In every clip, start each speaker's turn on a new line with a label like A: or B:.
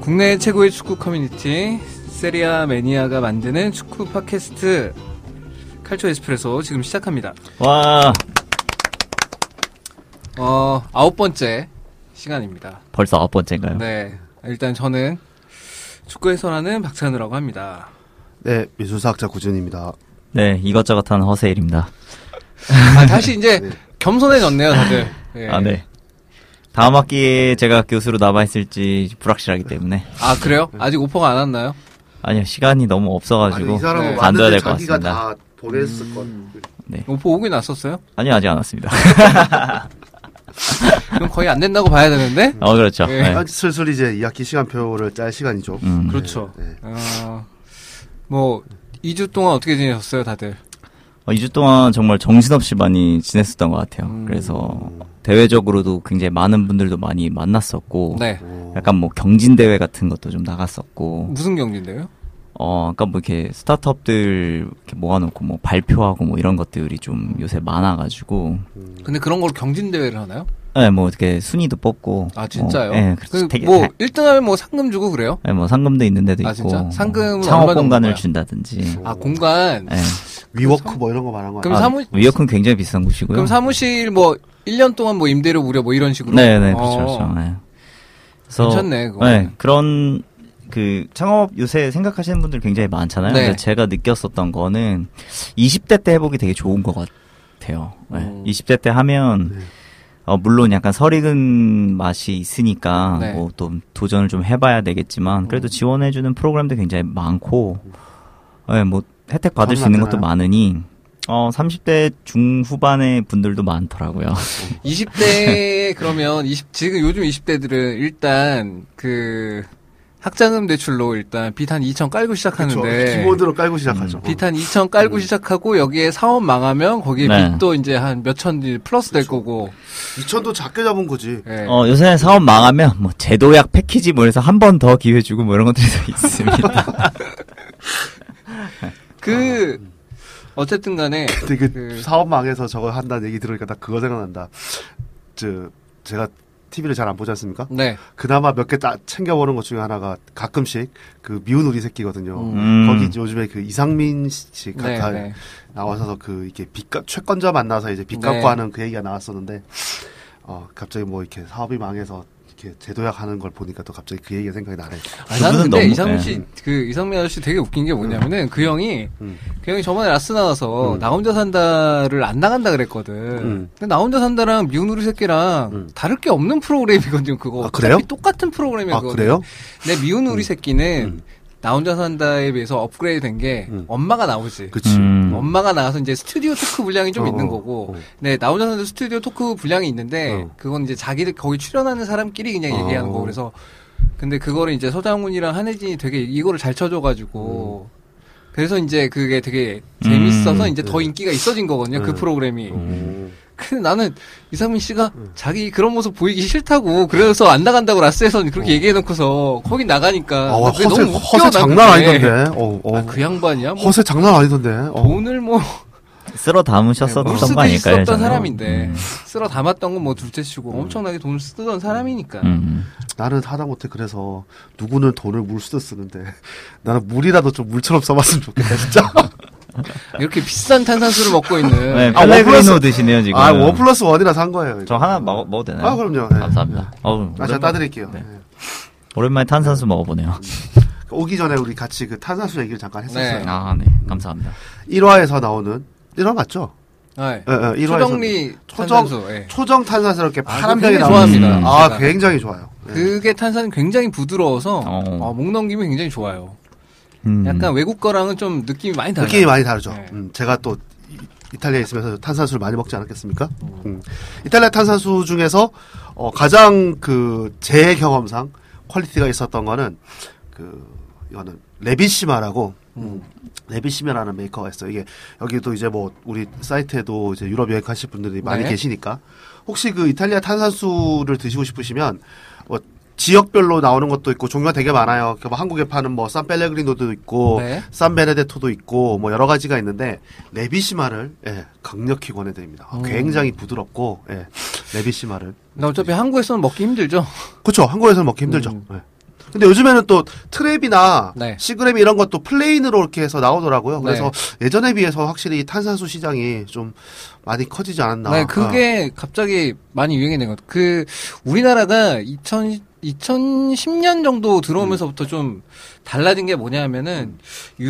A: 국내 최고의 축구 커뮤니티 세리아 매니아가 만드는 축구 팟캐스트 칼초 에스프레소 지금 시작합니다.
B: 와,
A: 어, 아홉 번째 시간입니다.
B: 벌써 아홉 번째인가요?
A: 네. 일단 저는 축구 해설하는 박찬우라고 합니다.
C: 네, 미술사학자 구준입니다.
B: 네, 이것저것 한 허세일입니다.
A: 아, 다시 이제 겸손해졌네요, 다들. 예.
B: 네. 아, 네. 다음 학기에 제가 교수로 남아있을지 불확실하기 때문에.
A: 아, 그래요? 아직 오퍼가 안 왔나요?
B: 아니요, 시간이 너무 없어가지고.
C: 아니, 이
A: 네.
C: 사람은
A: 음.
B: 만들어야
C: 왔는데
B: 될것
C: 자기가
B: 같습니다.
C: 다 보냈을 건.
A: 오퍼 오긴 왔었어요?
B: 아니요, 아직 안 왔습니다.
A: 그럼 거의 안 된다고 봐야 되는데?
B: 어, 그렇죠.
A: 예.
B: 네.
C: 아, 슬슬 이제 2학기 시간표를 짤 시간이죠.
B: 음.
A: 그렇죠.
C: 네.
A: 어, 뭐, 2주 동안 어떻게 지내셨어요, 다들?
B: 어, 2주 동안 정말 정신없이 많이 지냈었던 것 같아요.
A: 음.
B: 그래서, 대외적으로도 굉장히 많은 분들도 많이 만났었고.
A: 네.
C: 오.
B: 약간 뭐 경진대회 같은 것도 좀
C: 네.
B: 나갔었고.
A: 무슨 경기인데요?
B: 어, 아까 뭐 이렇게 스타트업들 이렇게 모아놓고 뭐 발표하고 뭐 이런 것들이 좀 요새 많아가지고.
A: 근데 그런 걸 경진대회를 하나요?
B: 예, 네, 뭐 어떻게 순위도 뽑고.
A: 아, 진짜요?
B: 뭐, 예, 그렇죠.
A: 그
B: 되게
A: 뭐,
B: 다-
A: 1등 하면 뭐 상금 주고 그래요?
B: 예, 뭐 상금도 있는 데도
A: 아,
B: 있고.
A: 진짜?
B: 뭐
A: 상금은 얼마
B: 창업
A: 정도
B: 공간을
A: 나와요?
B: 준다든지.
A: 아, 공간.
B: 예.
C: 위워크
A: 그렇죠.
C: 뭐 이런 거 말한 거
A: 그럼
C: 아니야?
B: 아,
A: 사무-
B: 위역은 굉장히 비싼 곳이고요.
A: 그럼 사무실 뭐, 1년 동안 뭐 임대료 무료 뭐 이런 식으로?
B: 네, 네, 그렇죠,
A: 어,
B: 그렇죠. 예. 그래서
A: 괜찮네, 그거.
B: 예, 그런 그 창업 요새 생각하시는 분들 굉장히 많잖아요.
A: 네.
B: 근데 제가 느꼈었던 거는 20대 때 해보기 되게 좋은 것 같아요. 예,
A: 음. 네.
B: 20대 때 하면 어, 물론 약간 설익은 맛이 있으니까
A: 네. 음.
B: 뭐 또 도전을 좀 해봐야 되겠지만 그래도 지원해주는 프로그램도 굉장히 많고 예, 뭐 혜택 받을 수 있는 것도
C: 많잖아요.
B: 많으니 어 30대 중후반의 분들도 많더라고요.
A: 20대 그러면 20 지금 요즘 20대들은 일단 그 학자금 대출로 일단 빚 한 2천 깔고
C: 그렇죠.
A: 시작하는데
C: 기본으로 깔고 시작하죠.
B: 음.
A: 빚 한 2천 깔고 시작하고 여기에 사업 망하면 거기에
B: 네.
A: 빚도 이제 한 몇천 플러스 될 거고
C: 이천도 작게 잡은 거지.
A: 예.
B: 어, 요새 사업 망하면 뭐 제도약 패키지 뭐 해서 한 번 더 기회 주고 뭐 이런 것들이 더 있습니다.
A: 그 어쨌든 간에
C: 근데 그
A: 그-
C: 사업망에서 저거 한다는 얘기 들으니까 나 그거 생각난다. 저 제가 TV를 잘 안 보지 않습니까?
A: 네
C: 그나마 몇 개 딱 챙겨보는 것 중에 하나가 가끔씩 그 미운 우리 새끼거든요.
B: 음.
C: 거기 요즘에 그 이상민 씨
A: 네,
C: 같아
A: 네.
C: 나와서 그 이렇게 빚값 채권자 만나서 이제 빚 갚고
A: 네.
C: 하는 그 얘기가 나왔었는데 어 갑자기 뭐 이렇게 사업이 망해서 이렇게 제도약하는 걸 보니까 또 갑자기 그 얘기가 생각이 나네.
A: 아, 나는
B: 그분은
A: 근데
B: 너무-
A: 이상민
B: 예.
A: 씨, 그 이상민 아저씨 되게 웃긴 게 뭐냐면은 그 형이
C: 음.
A: 그 형이 저번에 라스 나와서 나 혼자 산다를 안 나간다 그랬거든.
C: 음.
A: 근데 나 혼자 산다랑 미운 우리 새끼랑
C: 음.
A: 다를 게 없는 프로그램이거든 그거.
C: 아, 그래요?
A: 어차피 똑같은 프로그램이거든.
C: 아 그래요? 음.
A: 근데 미운 우리 새끼는 나 혼자 산다에 비해서 업그레이드 된 게
C: 음.
A: 엄마가 나오지.
C: 그치.
B: 음.
A: 엄마가 나와서 이제 스튜디오 토크 분량이 좀
C: 어,
A: 있는
C: 어,
A: 거고,
C: 어.
A: 네, 나 혼자 사는 스튜디오 토크 분량이 있는데,
C: 어.
A: 그건 이제 자기들 거기 출연하는 사람끼리 그냥
C: 어.
A: 얘기하는 거고, 그래서, 근데 그거를 이제 서장훈이랑 한혜진이 되게 이거를 잘 쳐줘가지고,
C: 음.
A: 그래서 이제 그게 되게 재밌어서
B: 음.
A: 이제 더 인기가 있어진 거거든요, 그
C: 음.
A: 프로그램이.
C: 네. 음.
A: 근데 나는 이상민 씨가 자기 그런 모습 보이기 싫다고, 그래서 안 나간다고 라스에서는 그렇게 얘기해놓고서, 거기 나가니까.
C: 어. 아, 와,
A: 나 그게
C: 허세
A: 너무 웃겨,
C: 허세
A: 나
C: 장난
A: 그게.
C: 아니던데. 어, 어.
A: 아, 그 양반이야? 뭐
C: 허세 장난 아니던데. 어.
A: 돈을 뭐.
B: 쓸어
A: 네,
B: 담으셨었던 거 아닐까요?
A: 쓰던
B: 저는?
A: 사람인데
B: 음.
A: 쓸어 담았던 건 뭐 둘째치고 엄청나게 돈을 쓰던 사람이니까
B: 음.
C: 나는 하다못해 그래서 누구는 돈을 물수도 쓰는데 나는 물이라도 좀 물처럼 써봤으면 좋겠다 진짜.
A: 이렇게 비싼 탄산수를 먹고 있는
B: 네,
C: 아,
B: 펠레그리노
C: 원 플러스-
B: 드시네요 지금.
C: 아, 원 플러스 원이라 산 거예요.
B: 저 하나 먹, 먹어도 되나요?
C: 아, 그럼요. 네.
B: 감사합니다. 어우,
C: 아, 제가
B: 오랜만에-
C: 따드릴게요.
B: 네.
C: 네.
B: 오랜만에 탄산수 먹어보네요.
C: 오기 전에 우리 같이 그 탄산수 얘기를 잠깐 했었어요.
A: 네.
B: 아, 네, 감사합니다.
C: 1화에서 나오는 1화 맞죠?
B: 어,
A: 네.
C: 예, 예, 1화에서
A: 초정리
C: 초정-
A: 탄산수 예.
C: 초정 탄산스럽게 파란
A: 그거
C: 병이
A: 굉장히
C: 나오는
A: 좋아합니다,
C: 아
A: 제가.
C: 굉장히 좋아요. 예.
A: 그게 탄산이 굉장히 부드러워서
B: 네. 어.
A: 어, 목 넘김이 굉장히 좋아요
B: 음.
A: 약간 외국 거랑은 좀 느낌이 많이 달라요
C: 느낌이 많이 다르죠.
A: 네.
C: 음, 제가 또 이- 이탈리아에 있으면서 탄산수를 많이 먹지 않았겠습니까? 음. 이탈리아 탄산수 중에서 어, 가장 그 제 경험상 퀄리티가 있었던 거는 그 이거는 레비시마라고 음, 레비시마라는 메이커가 있어요. 이게 여기도 이제 뭐 우리 사이트에도 이제 유럽 여행 가실 분들이 많이
A: 네.
C: 계시니까 혹시 그 이탈리아 탄산수를 드시고 싶으시면 어, 지역별로 나오는 것도 있고 종류가 되게 많아요. 그뭐 한국에 파는 뭐 산펠레그리노도 있고
A: 네.
C: 산베네데토도 있고 뭐 여러 가지가 있는데 레비시마를 예, 강력히 권해드립니다.
A: 음.
C: 굉장히 부드럽고 예, 레비시마를
A: 근데 어차피 한국에서는 먹기 힘들죠
C: 그렇죠 한국에서는 먹기 힘들죠. 예. 근데 요즘에는 또 트랩이나
A: 음. 네.
C: 시그램 이런 것도 플레인으로 이렇게 해서 나오더라고요. 그래서 예전에 비해서 확실히 탄산수 시장이 좀 많이 커지지 않았나.
A: 네, 그게 갑자기 많이 유행이 된 것. 같아요. 그 우리나라가 2000 2010년 정도
C: 음.
A: 들어오면서부터 좀 달라진 게 뭐냐면은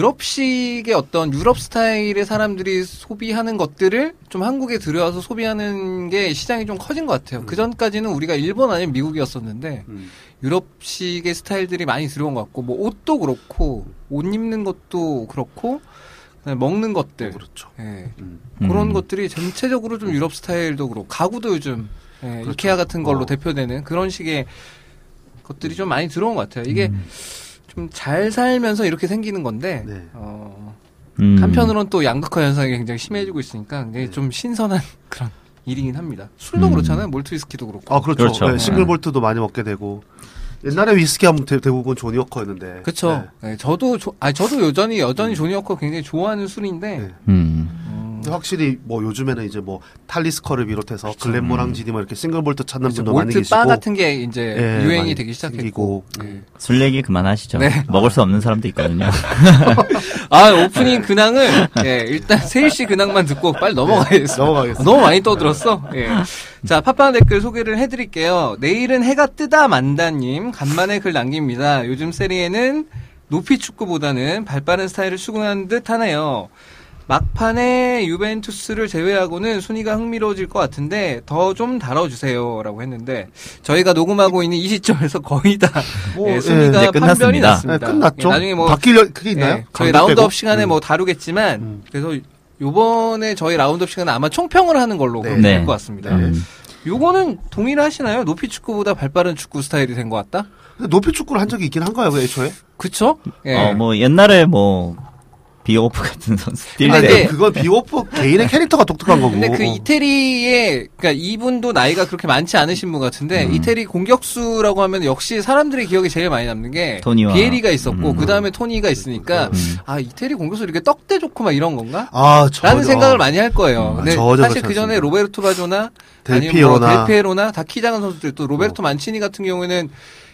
A: 유럽식의 어떤 유럽 스타일의 사람들이 소비하는 것들을 좀 한국에 들여와서 소비하는 게 시장이 좀 커진 것 같아요. 그 전까지는 우리가 일본 아니면 미국이었었는데
C: 음.
A: 유럽식의 스타일들이 많이 들어온 것 같고 뭐 옷도 그렇고 옷 입는 것도 그렇고 그다음에 먹는 것들.
C: 그렇죠.
A: 예.
C: 음.
A: 그런
B: 음.
A: 것들이 전체적으로 좀 유럽 스타일도 그렇고 가구도 요즘 예,
C: 그렇죠.
A: 이케아 같은 걸로
C: 어.
A: 대표되는 그런 식의 것들이 좀 많이 들어온 것 같아요. 이게 좀 잘 살면서 이렇게 생기는 건데
C: 음. 네.
A: 어,
B: 음.
A: 한편으론 또 양극화 현상이 굉장히 심해지고 있으니까 굉장히
C: 네.
A: 좀 신선한 그런 일이긴 합니다. 술도
B: 음.
A: 그렇잖아요. 몰트위스키도 그렇고.
C: 아, 그렇죠.
B: 그렇죠.
C: 네, 싱글볼트도 많이 먹게 되고. 옛날에 위스키 하면 대, 부분 조니워커였는데.
A: 그렇죠.
C: 네.
A: 예, 저도 조, 아 저도 여전히 여전히 조니워커 굉장히 좋아하는 술인데
C: 음. 네.
B: 음.
A: 음,
C: 근데 확실히 뭐 요즘에는 이제 뭐 탈리스커를 비롯해서 글렌모랑 지디 뭐 이렇게 싱글볼트 찾는
A: 이제
C: 분도 많이
A: 몰트
C: 계시고.
A: 바 같은 게 이제
C: 예,
A: 유행이
C: 많이
A: 되기 시작했고.
C: 생기고. 네,
A: 예.
B: 술 얘기 그만하시죠.
A: 네.
B: 먹을 수 없는 사람도 있거든요.
A: 아 오프닝 근황을 예, 일단 세일 씨 근황만 듣고 빨리 넘어가야겠어.
C: 넘어가겠습니다.
A: 너무 많이 떠들었어. 예. 자 팟빵 댓글 소개를 해드릴게요. 내일은 해가 뜨다 만다님 간만에 글 남깁니다. 요즘 세리에는 높이 축구보다는 발빠른 스타일을 추구하는 듯하네요. 막판에 유벤투스를 제외하고는 순위가 흥미로워질 것 같은데 더 좀 다뤄주세요라고 했는데 저희가 녹음하고 있는 이 시점에서 거의 다
C: 뭐,
A: 예,
C: 예,
A: 순위가
B: 이제
A: 판별이
B: 끝났습니다.
C: 네,
A: 났습니다.
C: 끝났죠.
A: 예, 나중에 뭐
C: 바뀔 그게 있나요?
A: 예, 저희
C: 강도
A: 라운드업
C: 빼고?
A: 시간에
C: 음.
A: 뭐 다루겠지만
C: 음.
A: 그래서 요번에 저희 라운드업 시간은 아마 총평을 하는 걸로
C: 네.
A: 그렇게
B: 네.
A: 할 것 같습니다.
C: 네.
A: 요거는 동일하시나요? 높이 축구보다 발빠른 축구 스타일이 된 것 같다?
C: 근데 높이 축구를 한 적이 있긴 한가요, 그 애초에?
A: 그쵸? 예.
B: 어, 뭐 옛날에 뭐 비오프 같은 선수
C: 네.
B: 뛸
A: 아니,
B: 때
A: 근데-
C: 근데 그건 비오프 개인의 캐릭터가 독특한 거고.
A: 근데
B: 뭐, 어.
A: 그 이태리의 그러니까 이분도 나이가 그렇게 많지 않으신 분 같은데
B: 음.
A: 이태리 공격수라고 하면 역시 사람들의 기억에 제일 많이 남는 게
B: 토니와-
A: 비에리가 있었고
B: 음.
A: 그 다음에 토니가 있으니까 아 이태리 공격수 이렇게 떡대 좋고 막 이런 건가?
C: 아, 저
A: 라는 생각을 많이 할 거예요.
C: 음,
A: 근데
C: 전혀
A: 사실
C: 그렇지
A: 그 전에
C: 않습니다.
A: 로베르토 바조나 아니면 뭐
C: 델피에로나. 뭐.
A: 델피에로나 다 키 작은 선수들 또 로베르토 만치니 같은 경우에는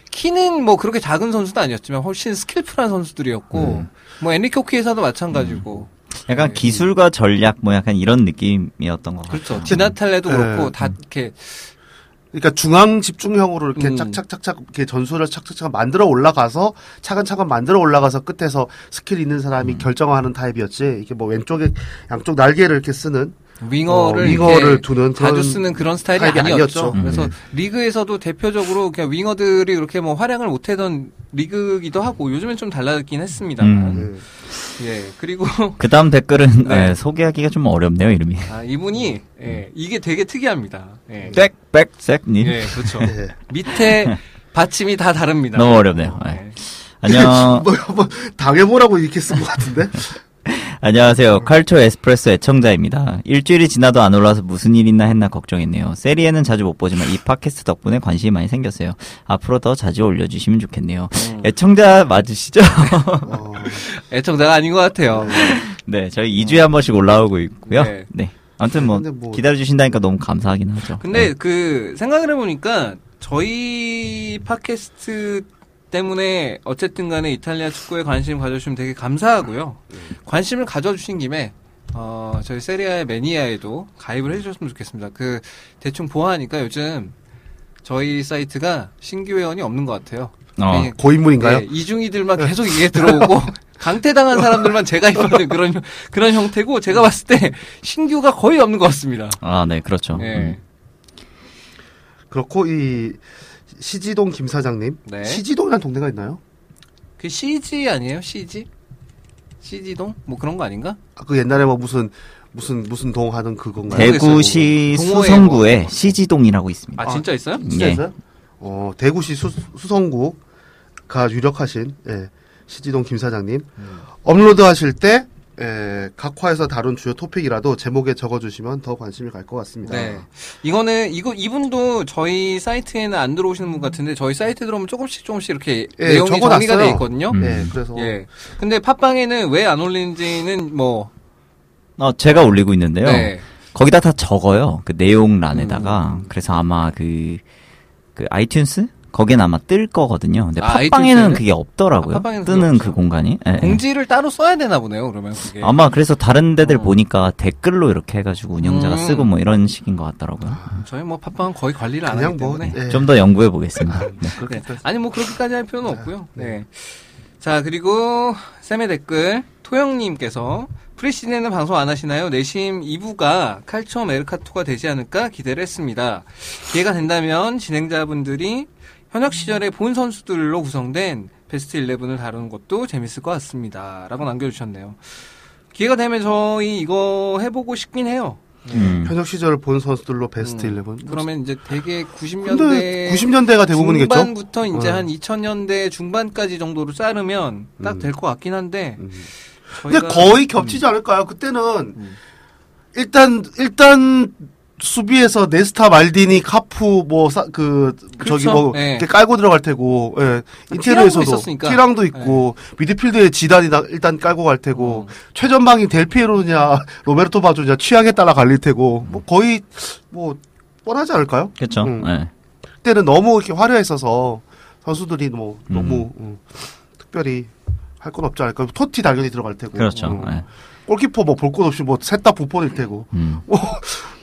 A: 키는 뭐 그렇게 작은 선수도 아니었지만 훨씬 스킬풀한 선수들이었고
C: 음.
A: 뭐 엔리케 오키에사도 마찬가지고
B: 약간 기술과 전략 뭐 약간 이런 느낌이었던 것 같아요.
A: 그렇죠 지나탈레도
C: 네.
A: 그렇고 다 이렇게
C: 그러니까 중앙 집중형으로 이렇게
A: 음.
C: 착착착착 이렇게 전술을 착착착 만들어 올라가서 차근차근 만들어 올라가서 끝에서 스킬 있는 사람이
A: 음.
C: 결정하는 타입이었지. 이게 뭐 왼쪽에 양쪽 날개를 이렇게 쓰는
A: 윙어를,
C: 어, 윙어를
A: 이렇게
C: 두는 그런
A: 자주 쓰는 그런 스타일이
C: 타입이
A: 아니었죠.
C: 아니었죠. 음.
A: 그래서
C: 네.
A: 리그에서도 대표적으로 그냥 윙어들이 이렇게 뭐 활약을 못하던 리그기도 하고 요즘엔 좀 달라졌긴 했습니다만
B: 음.
A: 예 그리고
B: 그 다음 댓글은
A: 네.
B: 예, 소개하기가 좀 어렵네요 이름이.
A: 아, 이분이
B: 음.
A: 예, 이게 되게 특이합니다. 예.
B: 네. 백백색님
A: 예, 그렇죠.
C: 예.
A: 밑에 받침이 다 다릅니다.
B: 너무 어렵네요. 예.
A: 예.
B: 안녕
C: 뭐 한번 당해보라고 이렇게 쓴 것 같은데.
B: 안녕하세요. 칼초 에스프레소 애청자입니다. 일주일이 지나도 안 올라와서 무슨 일 있나 했나 걱정했네요. 세리에는 자주 못 보지만 이 팟캐스트 덕분에 관심이 많이 생겼어요. 앞으로 더 자주 올려주시면 좋겠네요.
A: 음.
B: 애청자 맞으시죠?
C: 어,
A: 애청자가 아닌 것 같아요.
B: 네, 저희 2주에 한 번씩 올라오고 있고요.
A: 네.
B: 네. 아무튼 뭐,
C: 근데 뭐-
B: 기다려주신다니까 너무 감사하긴 하죠.
A: 근데
B: 네.
A: 그 생각을 해보니까 저희 팟캐스트 때문에 어쨌든 간에 이탈리아 축구에 관심 가져주시면 되게 감사하고요. 관심을 가져주신 김에 어, 저희 세리아의 매니아에도 가입을 해주셨으면 좋겠습니다. 그 대충 보아하니까 요즘 저희 사이트가 신규 회원이 없는 것 같아요.
B: 어,
A: 네.
C: 고인물인가요?
A: 네, 이중이들만 계속 이게 들어오고 강퇴당한 사람들만 제가 입하는 그런 형- 그런 형태고 제가 봤을 때 신규가 거의 없는 것 같습니다.
B: 아, 네, 그렇죠.
A: 예.
B: 음.
C: 그렇고 이 시지동 김 사장님.
A: 네.
C: 시지동이란 동네가 있나요?
A: 그 CG 아니에요? CG? CG동? 뭐 그런 거 아닌가?
C: 아, 그 옛날에 뭐 무슨 무슨 무슨 동 하는 그건가요?
A: 대-
B: 대구시
A: 동호회
B: 수성구에
A: 뭐-
B: 시지동이라고 있습니다.
A: 아 진짜 있어요?
B: 예.
C: 진짜요? 어, 대구시 수, 수성구가 유력하신 예, 시지동 김 사장님
A: 음.
C: 업로드 하실 때 예, 각 화에서 다룬 주요 토픽이라도 제목에 적어주시면 더 관심이 갈 것 같습니다.
A: 네. 이거는 이거 이분도 저희 사이트에는 안 들어오시는 분 같은데 저희 사이트 들어오면 조금씩 조금씩 이렇게
C: 예,
A: 내용이
C: 적어놨어요.
A: 정리가 돼 있거든요.
B: 음.
C: 예, 그래서
A: 예. 근데 팟빵에는 왜 안 올리는지는 뭐
B: 어, 제가 올리고 있는데요.
A: 네. 음.
B: 거기다 다 적어요. 그 내용란에다가. 그래서 아마 그, 그 아이튠스? 거긴 아마 뜰 거거든요. 근데
A: 아,
B: 팟빵에는
A: 아이튠즈에는?
B: 그게 없더라고요.
A: 아, 팟빵에는 그게
B: 뜨는
A: 없어요?
B: 그 공간이. 예, 예.
A: 공지를 따로 써야 되나 보네요. 그러면 그게.
B: 아마 그래서 다른 데들
A: 어.
B: 보니까 댓글로 이렇게 해가지고 운영자가
A: 음.
B: 쓰고 뭐 이런 식인 것 같더라고요.
A: 저희 뭐 팟빵은 거의 관리를 안
C: 그냥
A: 하기
C: 뭐
A: 때문에.
C: 예.
B: 좀 더 연구해 보겠습니다. 네.
A: 네.
C: 그렇게 또-
A: 아니 뭐 그렇게까지 할 필요는 없고요. 네. 자 그리고 쌤의 댓글 토영님께서 프리시즌에는 방송 안 하시나요? 내심 2부가 칼처 메르카토가 되지 않을까 기대를 했습니다. 기회가 된다면 진행자분들이 현역 시절에 본 선수들로 구성된 베스트 11을 다루는 것도 재밌을 것 같습니다. 라고 남겨주셨네요. 기회가 되면 저희 이거 해보고 싶긴 해요.
B: 음.
C: 현역 시절을 본 선수들로 베스트
A: 음.
C: 11.
A: 그러면 이제 되게 90년대
C: 근데 90년대가 대부분이겠죠?
A: 중반부터 이제
C: 어.
A: 한 2000년대 중반까지 정도로 자르면 딱 될 것 같긴 한데
C: 음. 근데
A: 저희가
C: 거의 겹치지 않을까요? 그때는
A: 음.
C: 일단 일단 수비에서 네스타 말디니 카푸 뭐 그 저기
A: 그렇죠.
C: 뭐
A: 예.
C: 이렇게 깔고 들어갈 테고 예. 인테리어에서도
A: 있었으니까. 예.
C: 티랑도 있고 미드필드에 지단이 다- 일단 깔고 갈
A: 어.
C: 테고 최전방이 델피에로냐 로베르토 바조냐 취향에 따라 갈릴 테고
A: 음.
C: 뭐 거의 뭐 뻔하지 않을까요?
B: 그렇죠.
C: 음. 그때는 너무 이렇게 화려했어서 선수들이 뭐 너무 음, 특별히 할 건 없지 않을까? 토티 당연히 들어갈 테고
B: 그렇죠.
C: 음.
B: 예.
C: 골키퍼 뭐 볼 것 없이 뭐 셋 다 부폰일 테고
B: 음.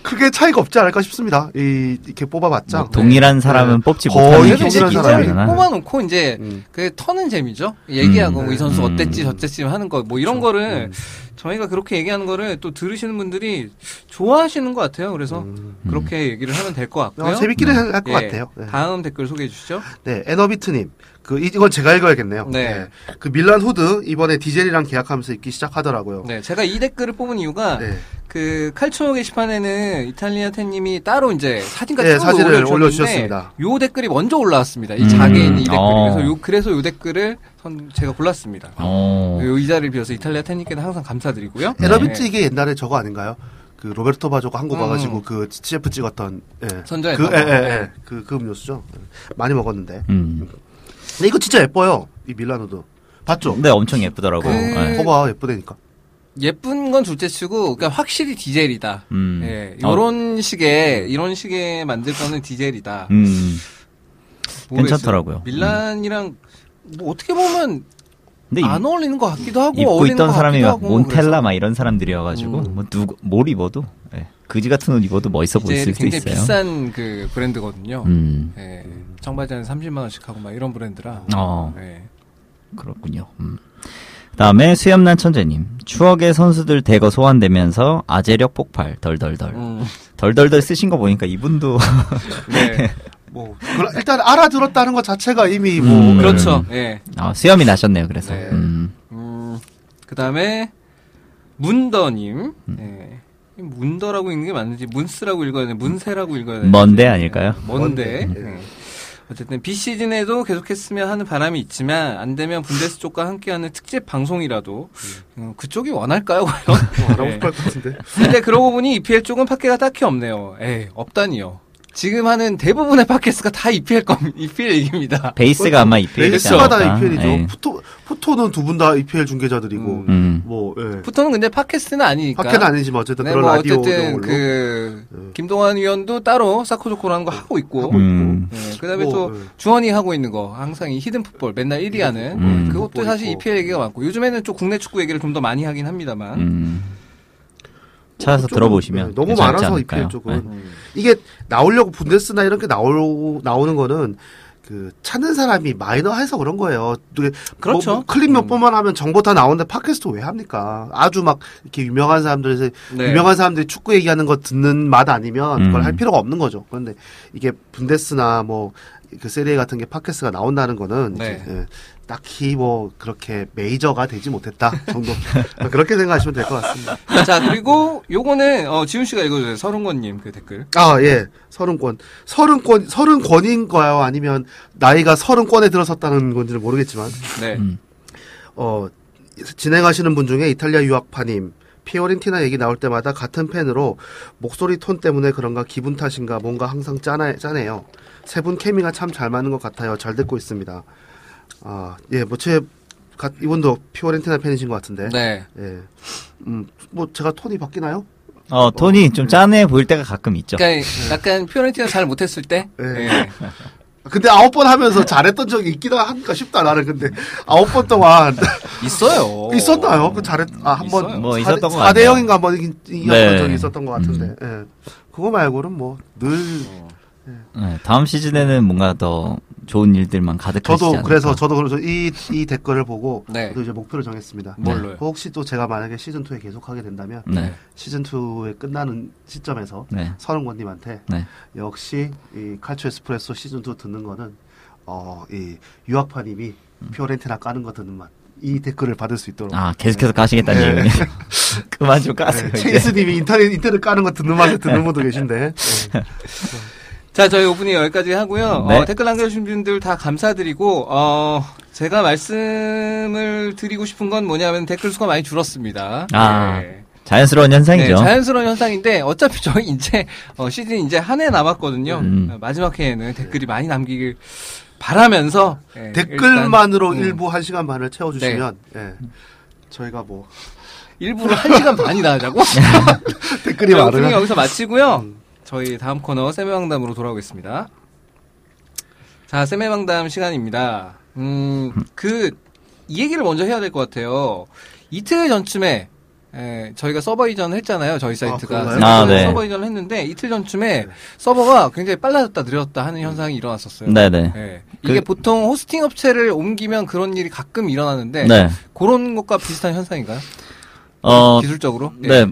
C: 크게 차이가 없지 않을까 싶습니다. 이 이렇게 뽑아봤자 네.
B: 뭐
A: 네.
B: 동일한 사람은 뽑지
C: 거의
B: 못하는
A: 그래서
C: 경기를
A: 이제
B: 경우가
C: 하는
A: 기자를
C: 사람이
B: 있잖아.
A: 뽑아놓고 이제
C: 음.
A: 그 터는 재미죠. 얘기하고
B: 음.
A: 뭐 이 선수
B: 음.
A: 어땠지 저땠지 하는 거 뭐 이런 거를
C: 음.
A: 저희가 그렇게 얘기하는 거를 또 들으시는 분들이 좋아하시는 것 같아요. 그래서
C: 음.
A: 그렇게 얘기를 하면 될 것 같고요.
C: 아, 재밌기는 할 것
A: 예.
C: 같아요. 네.
A: 다음 댓글 소개해 주시죠.
C: 네, 에너비트님. 그, 이- 이건 제가 읽어야겠네요.
A: 네.
C: 그 밀란 후드, 이번에 디젤이랑 계약하면서 입기 시작하더라고요.
A: 네, 제가 이 댓글을 뽑은 이유가
C: 어. 네.
A: 그 칼초 게시판에는 이탈리아 팬님이 따로 이제 사진까지
C: 네,
A: 찍어서
C: 사진을
A: 올려주셨는데
C: 올려주셨습니다.
A: 요 댓글이 먼저 올라왔습니다. 이
B: 음.
A: 자개인 이 댓글
B: 어.
A: 그래서 요 그래서 요 댓글을 선 제가 골랐습니다.
B: 어.
A: 요 이 자리를 빌어서 이탈리아 팬님께는 항상 감사드리고요.
C: 에너비트
A: 네.
C: 예, 이게 옛날에 저거 아닌가요? 그 로베르토 바조가 한국
A: 음.
C: 와가지고 그 CF 찍었던 예.
A: 선전했던
C: 그, 예,
A: 거.
C: 예, 예. 그, 그 음료수죠. 많이 먹었는데.
B: 음.
C: 근데 이거 진짜 예뻐요. 이 밀란 후드. 봤죠? 어,
B: 근데 엄청 예쁘더라고.
A: 음. 그-
B: 예.
C: 거봐 예쁘다니까.
A: 예쁜 건 둘째치고 그러니까 확실히 디젤이다.
B: 음.
A: 예,
B: 어,
A: 이런 식의 이런 식의 만들 거는 디젤이다.
B: 음.
A: 모르겠어요.
B: 괜찮더라고요. 음.
A: 밀란이랑 뭐 어떻게 보면
B: 근데 이-
A: 안 어울리는 것 같기도 하고
B: 입고
A: 어울리는
B: 있던
A: 것
B: 사람이
A: 같기도
B: 막
A: 하고 그래서
B: 몬텔라 막 이런 사람들이어가지고
A: 음.
B: 뭐 누구 뭘 입어도 예. 그지 같은 옷 입어도 멋있어 보일
A: 이제
B: 수도
A: 굉장히
B: 있어요.
A: 비싼 그 브랜드거든요.
B: 음.
A: 예, 청바지는 30만 원씩 하고 막 이런 브랜드라.
B: 어.
A: 예.
B: 그렇군요. 음. 다음에 수염난 천재님 추억의 선수들 대거 소환되면서 아재력 폭발 덜덜덜
A: 음,
B: 덜덜덜 쓰신 거 보니까 이분도
A: 네.
C: 뭐 그걸 일단 알아들었다는 것 자체가 이미 뭐
B: 음.
A: 그렇죠. 예.
B: 아, 수염이 나셨네요. 그래서
A: 네.
B: 음.
A: 음, 그다음에 문더님.
B: 음.
A: 예. 이 문더라고 읽는 게 맞는지 문스라고 읽어야 되나 문세라고 읽어야 되나
B: 먼데 아닐까요?
A: 먼데.
C: 먼데.
A: 예. 어쨌든 B 시즌에도 계속했으면 하는 바람이 있지만 안 되면 분데스 쪽과 함께하는 특집 방송이라도 음, 그쪽이 원할까요? 과연?
B: 네.
C: 뭐 알아볼
A: 예.
C: 것 같은데.
A: 근데 그러고 보니 EPL 쪽은 팟캐가 딱히 없네요. 에이, 없다니요. 지금 하는 대부분의 팟캐스트가 다 EPL 겁, EPL 얘기입니다.
B: 베이스가 아마 EPL 이지
C: 베이스가 다
B: 않을까?
C: EPL이죠.
B: 예.
C: 포토 포토는 두 분 다 EPL 중계자들이고
A: 음.
B: 음.
C: 뭐 예.
A: 부터는 근데 팟캐스트는 아니니까.
C: 학회는 아니지만 어쨌든
A: 네,
C: 그런
A: 뭐
C: 라디오
A: 어쨌든
C: 용으로
A: 그
C: 음.
A: 김동환 위원도 따로 사코조코라는 거 하고 있고.
C: 하고
B: 음.
A: 네, 그다음에
C: 뭐,
A: 또
C: 음.
A: 주원이 하고 있는 거 항상 이 히든 풋볼 맨날 1위 하는
B: 음.
A: 그것도
C: 풋볼
A: 사실
C: 있고.
A: EPL 얘기가 많고 요즘에는 좀 국내 축구 얘기를 좀 더 많이 하긴 합니다만.
B: 음. 찾아서
C: 조금,
B: 들어보시면
C: 예,
A: 네,
C: 너무
B: 괜찮지
C: 많아서
B: 않을까요?
C: EPL 쪽은
B: 예.
C: 이게 나오려고 분데스나 이런 게 나오 나오는 거는 그 찾는 사람이 마이너해서 그런 거예요. 그
A: 그렇죠.
C: 뭐, 뭐 클립 몇
A: 음.
C: 번만 하면 정보 다 나오는데 팟캐스트 왜 합니까? 아주 막 이렇게 유명한 사람들에서
A: 네.
C: 유명한 사람들이 축구 얘기하는 거 듣는 맛 아니면 그걸
B: 음.
C: 할 필요가 없는 거죠. 그런데 이게 분데스나 뭐 그 세리에 같은 게 팟캐스트가 나온다는 거는
A: 네.
C: 이제, 예, 딱히 뭐 그렇게 메이저가 되지 못했다 정도 그렇게 생각하시면 될 것 같습니다.
A: 자 그리고 요거는 어, 지훈 씨가 읽어주세요. 서른권님 그 댓글.
C: 아 예, 서른권, 서른권, 서른권인 거야 아니면 나이가 서른권에 들어섰다는 건지는 모르겠지만
A: 네.
B: 음.
C: 어, 진행하시는 분 중에 이탈리아 유학파님, 피오렌티나 얘기 나올 때마다 같은 팬으로 목소리 톤 때문에 그런가 기분 탓인가 뭔가 항상 짠해, 짠해요. 세 분 케미가 참 잘 맞는 것 같아요. 잘 듣고 있습니다. 아, 예, 뭐, 제, 가- 이분도 피오렌티나 팬이신 것 같은데.
A: 네.
C: 예. 음, 뭐, 제가 톤이 바뀌나요?
B: 어
A: 음.
B: 톤이 좀 짠해 보일 때가 가끔 있죠.
A: 그러니까 약간 피오렌티나 잘 못했을 때.
C: 예.
A: 예.
C: 근데 아홉 번 하면서 잘했던 적이 있기도 한가 싶다 나는 근데 아홉 번 동안
A: 있어요.
C: 있었나요? 그 잘했 아한번
A: 있어요.
B: 뭐 있었던 것
C: 4대
B: 같네요.
C: 0인가 한번 이긴 이겼던
B: 네. 음.
C: 적이 있었던 것 같은데 예. 그거 말고는 뭐늘
B: 네, 다음 시즌에는 뭔가 더 좋은 일들만 가득하시지
C: 저도
B: 않을까.
C: 그래서 저도 그래서 이, 이 댓글을 보고
A: 네.
C: 저도 이제 목표를 정했습니다. 네.
A: 뭘로요?
C: 혹시 또 제가 만약에 시즌 2에 계속하게 된다면
B: 네.
C: 시즌 2에 끝나는 시점에서
B: 네.
C: 서른권님한테
B: 네.
C: 역시 이 칼초 에스프레소 시즌 2 듣는 거는 어이 유학파님이
A: 음.
C: 피오렌티나 까는 거 듣는 맛. 이 댓글을 받을 수 있도록.
B: 아, 계속해서 까시겠다는
C: 네.
B: 얘기네요. 그만 좀
A: 네,
B: 까세요. 이제.
C: 체이스님이 인터넷 인터넷 까는 거 듣는 맛에 듣는 분도 계신데. 네.
A: 자, 저희 오프닝 여기까지 하고요.
B: 네.
A: 어, 댓글 남겨주신 분들 다 감사드리고, 어, 제가 말씀을 드리고 싶은 건 뭐냐면 댓글 수가 많이 줄었습니다.
B: 아,
A: 네.
B: 자연스러운 현상이죠.
A: 네, 자연스러운 현상인데 어차피 저희 이제 어, 시즌 이제 한 해 남았거든요.
B: 음.
A: 어, 마지막 회에는 댓글이 많이 남기길 바라면서 예,
C: 댓글만으로
A: 일단, 음, 네.
C: 일부 한 시간 반을 채워주시면 예. 저희가 뭐
A: 일부러 한 시간 반이나 하자고
C: 댓글이
A: 네, 오프닝
C: 많으면
A: 여기서 마치고요. 저희 다음 코너 세매방담으로 돌아오겠습니다. 자, 세매방담 시간입니다. 음, 그, 이 얘기를 먼저 해야 될 것 같아요. 이틀 전쯤에, 에, 저희가 서버 이전을 했잖아요. 저희 사이트가.
C: 그런가요?
A: 서버-
B: 아, 네.
A: 서버 이전을 했는데, 이틀 전쯤에 서버가 굉장히 빨라졌다 느렸다 하는 현상이 일어났었어요.
B: 음. 네네.
A: 예. 이게
B: 그-
A: 보통 호스팅 업체를 옮기면 그런 일이 가끔 일어나는데,
B: 네.
A: 그런 것과 비슷한 현상인가요?
B: 어,
A: 기술적으로? 예.
B: 네.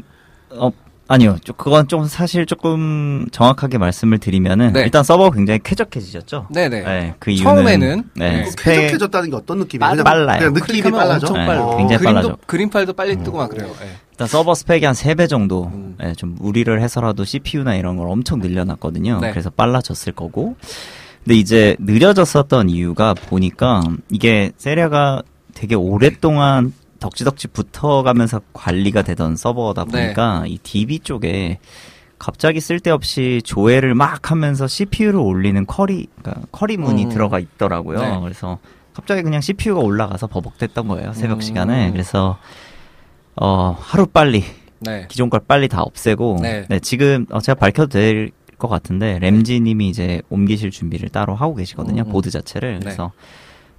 B: 어, 아니요. 저- 그건 좀 사실 조금 정확하게 말씀을 드리면은
A: 네.
B: 일단 서버가 굉장히 쾌적해지셨죠.
A: 네네.
B: 네, 그 이유는
A: 처음에는
B: 네.
A: 네.
B: 스펙-
C: 쾌적해졌다는 게 어떤 느낌이에요?
B: 빨-
C: 그냥,
B: 빨라요.
C: 그냥 느낌이
A: 클릭하면
C: 빨라져.
A: 엄청
B: 네,
A: 빨라.
C: 어.
B: 굉장히
A: 그림도,
B: 빨라져. 음.
A: 그림파일도 빨리 뜨고 막 그래요. 예.
B: 일단 서버 스펙이 한 세 배 정도
A: 음.
B: 예, 좀 우리를 해서라도 CPU나 이런 걸 엄청 늘려놨거든요.
A: 네.
B: 그래서 빨라졌을 거고. 근데 이제 느려졌었던 이유가 보니까 이게 세리아가 되게 오랫동안 덕지덕지 붙어가면서 관리가 되던
A: 네.
B: 서버다 보니까 이 DB 쪽에 갑자기 쓸데없이 조회를 막 하면서 CPU를 올리는 커리, 그러니까 커리 문이
A: 음.
B: 들어가 있더라고요.
A: 네.
B: 그래서 갑자기 그냥 CPU가 올라가서 버벅댔던 거예요. 새벽
A: 음.
B: 시간에. 그래서 어, 하루 빨리
A: 네.
B: 기존 걸 빨리 다 없애고
A: 네.
B: 네. 지금 어, 제가 밝혀도 될 것 같은데 램지님이 이제 옮기실 준비를 따로 하고 계시거든요
A: 음, 음.
B: 보드 자체를
A: 네.
B: 그래서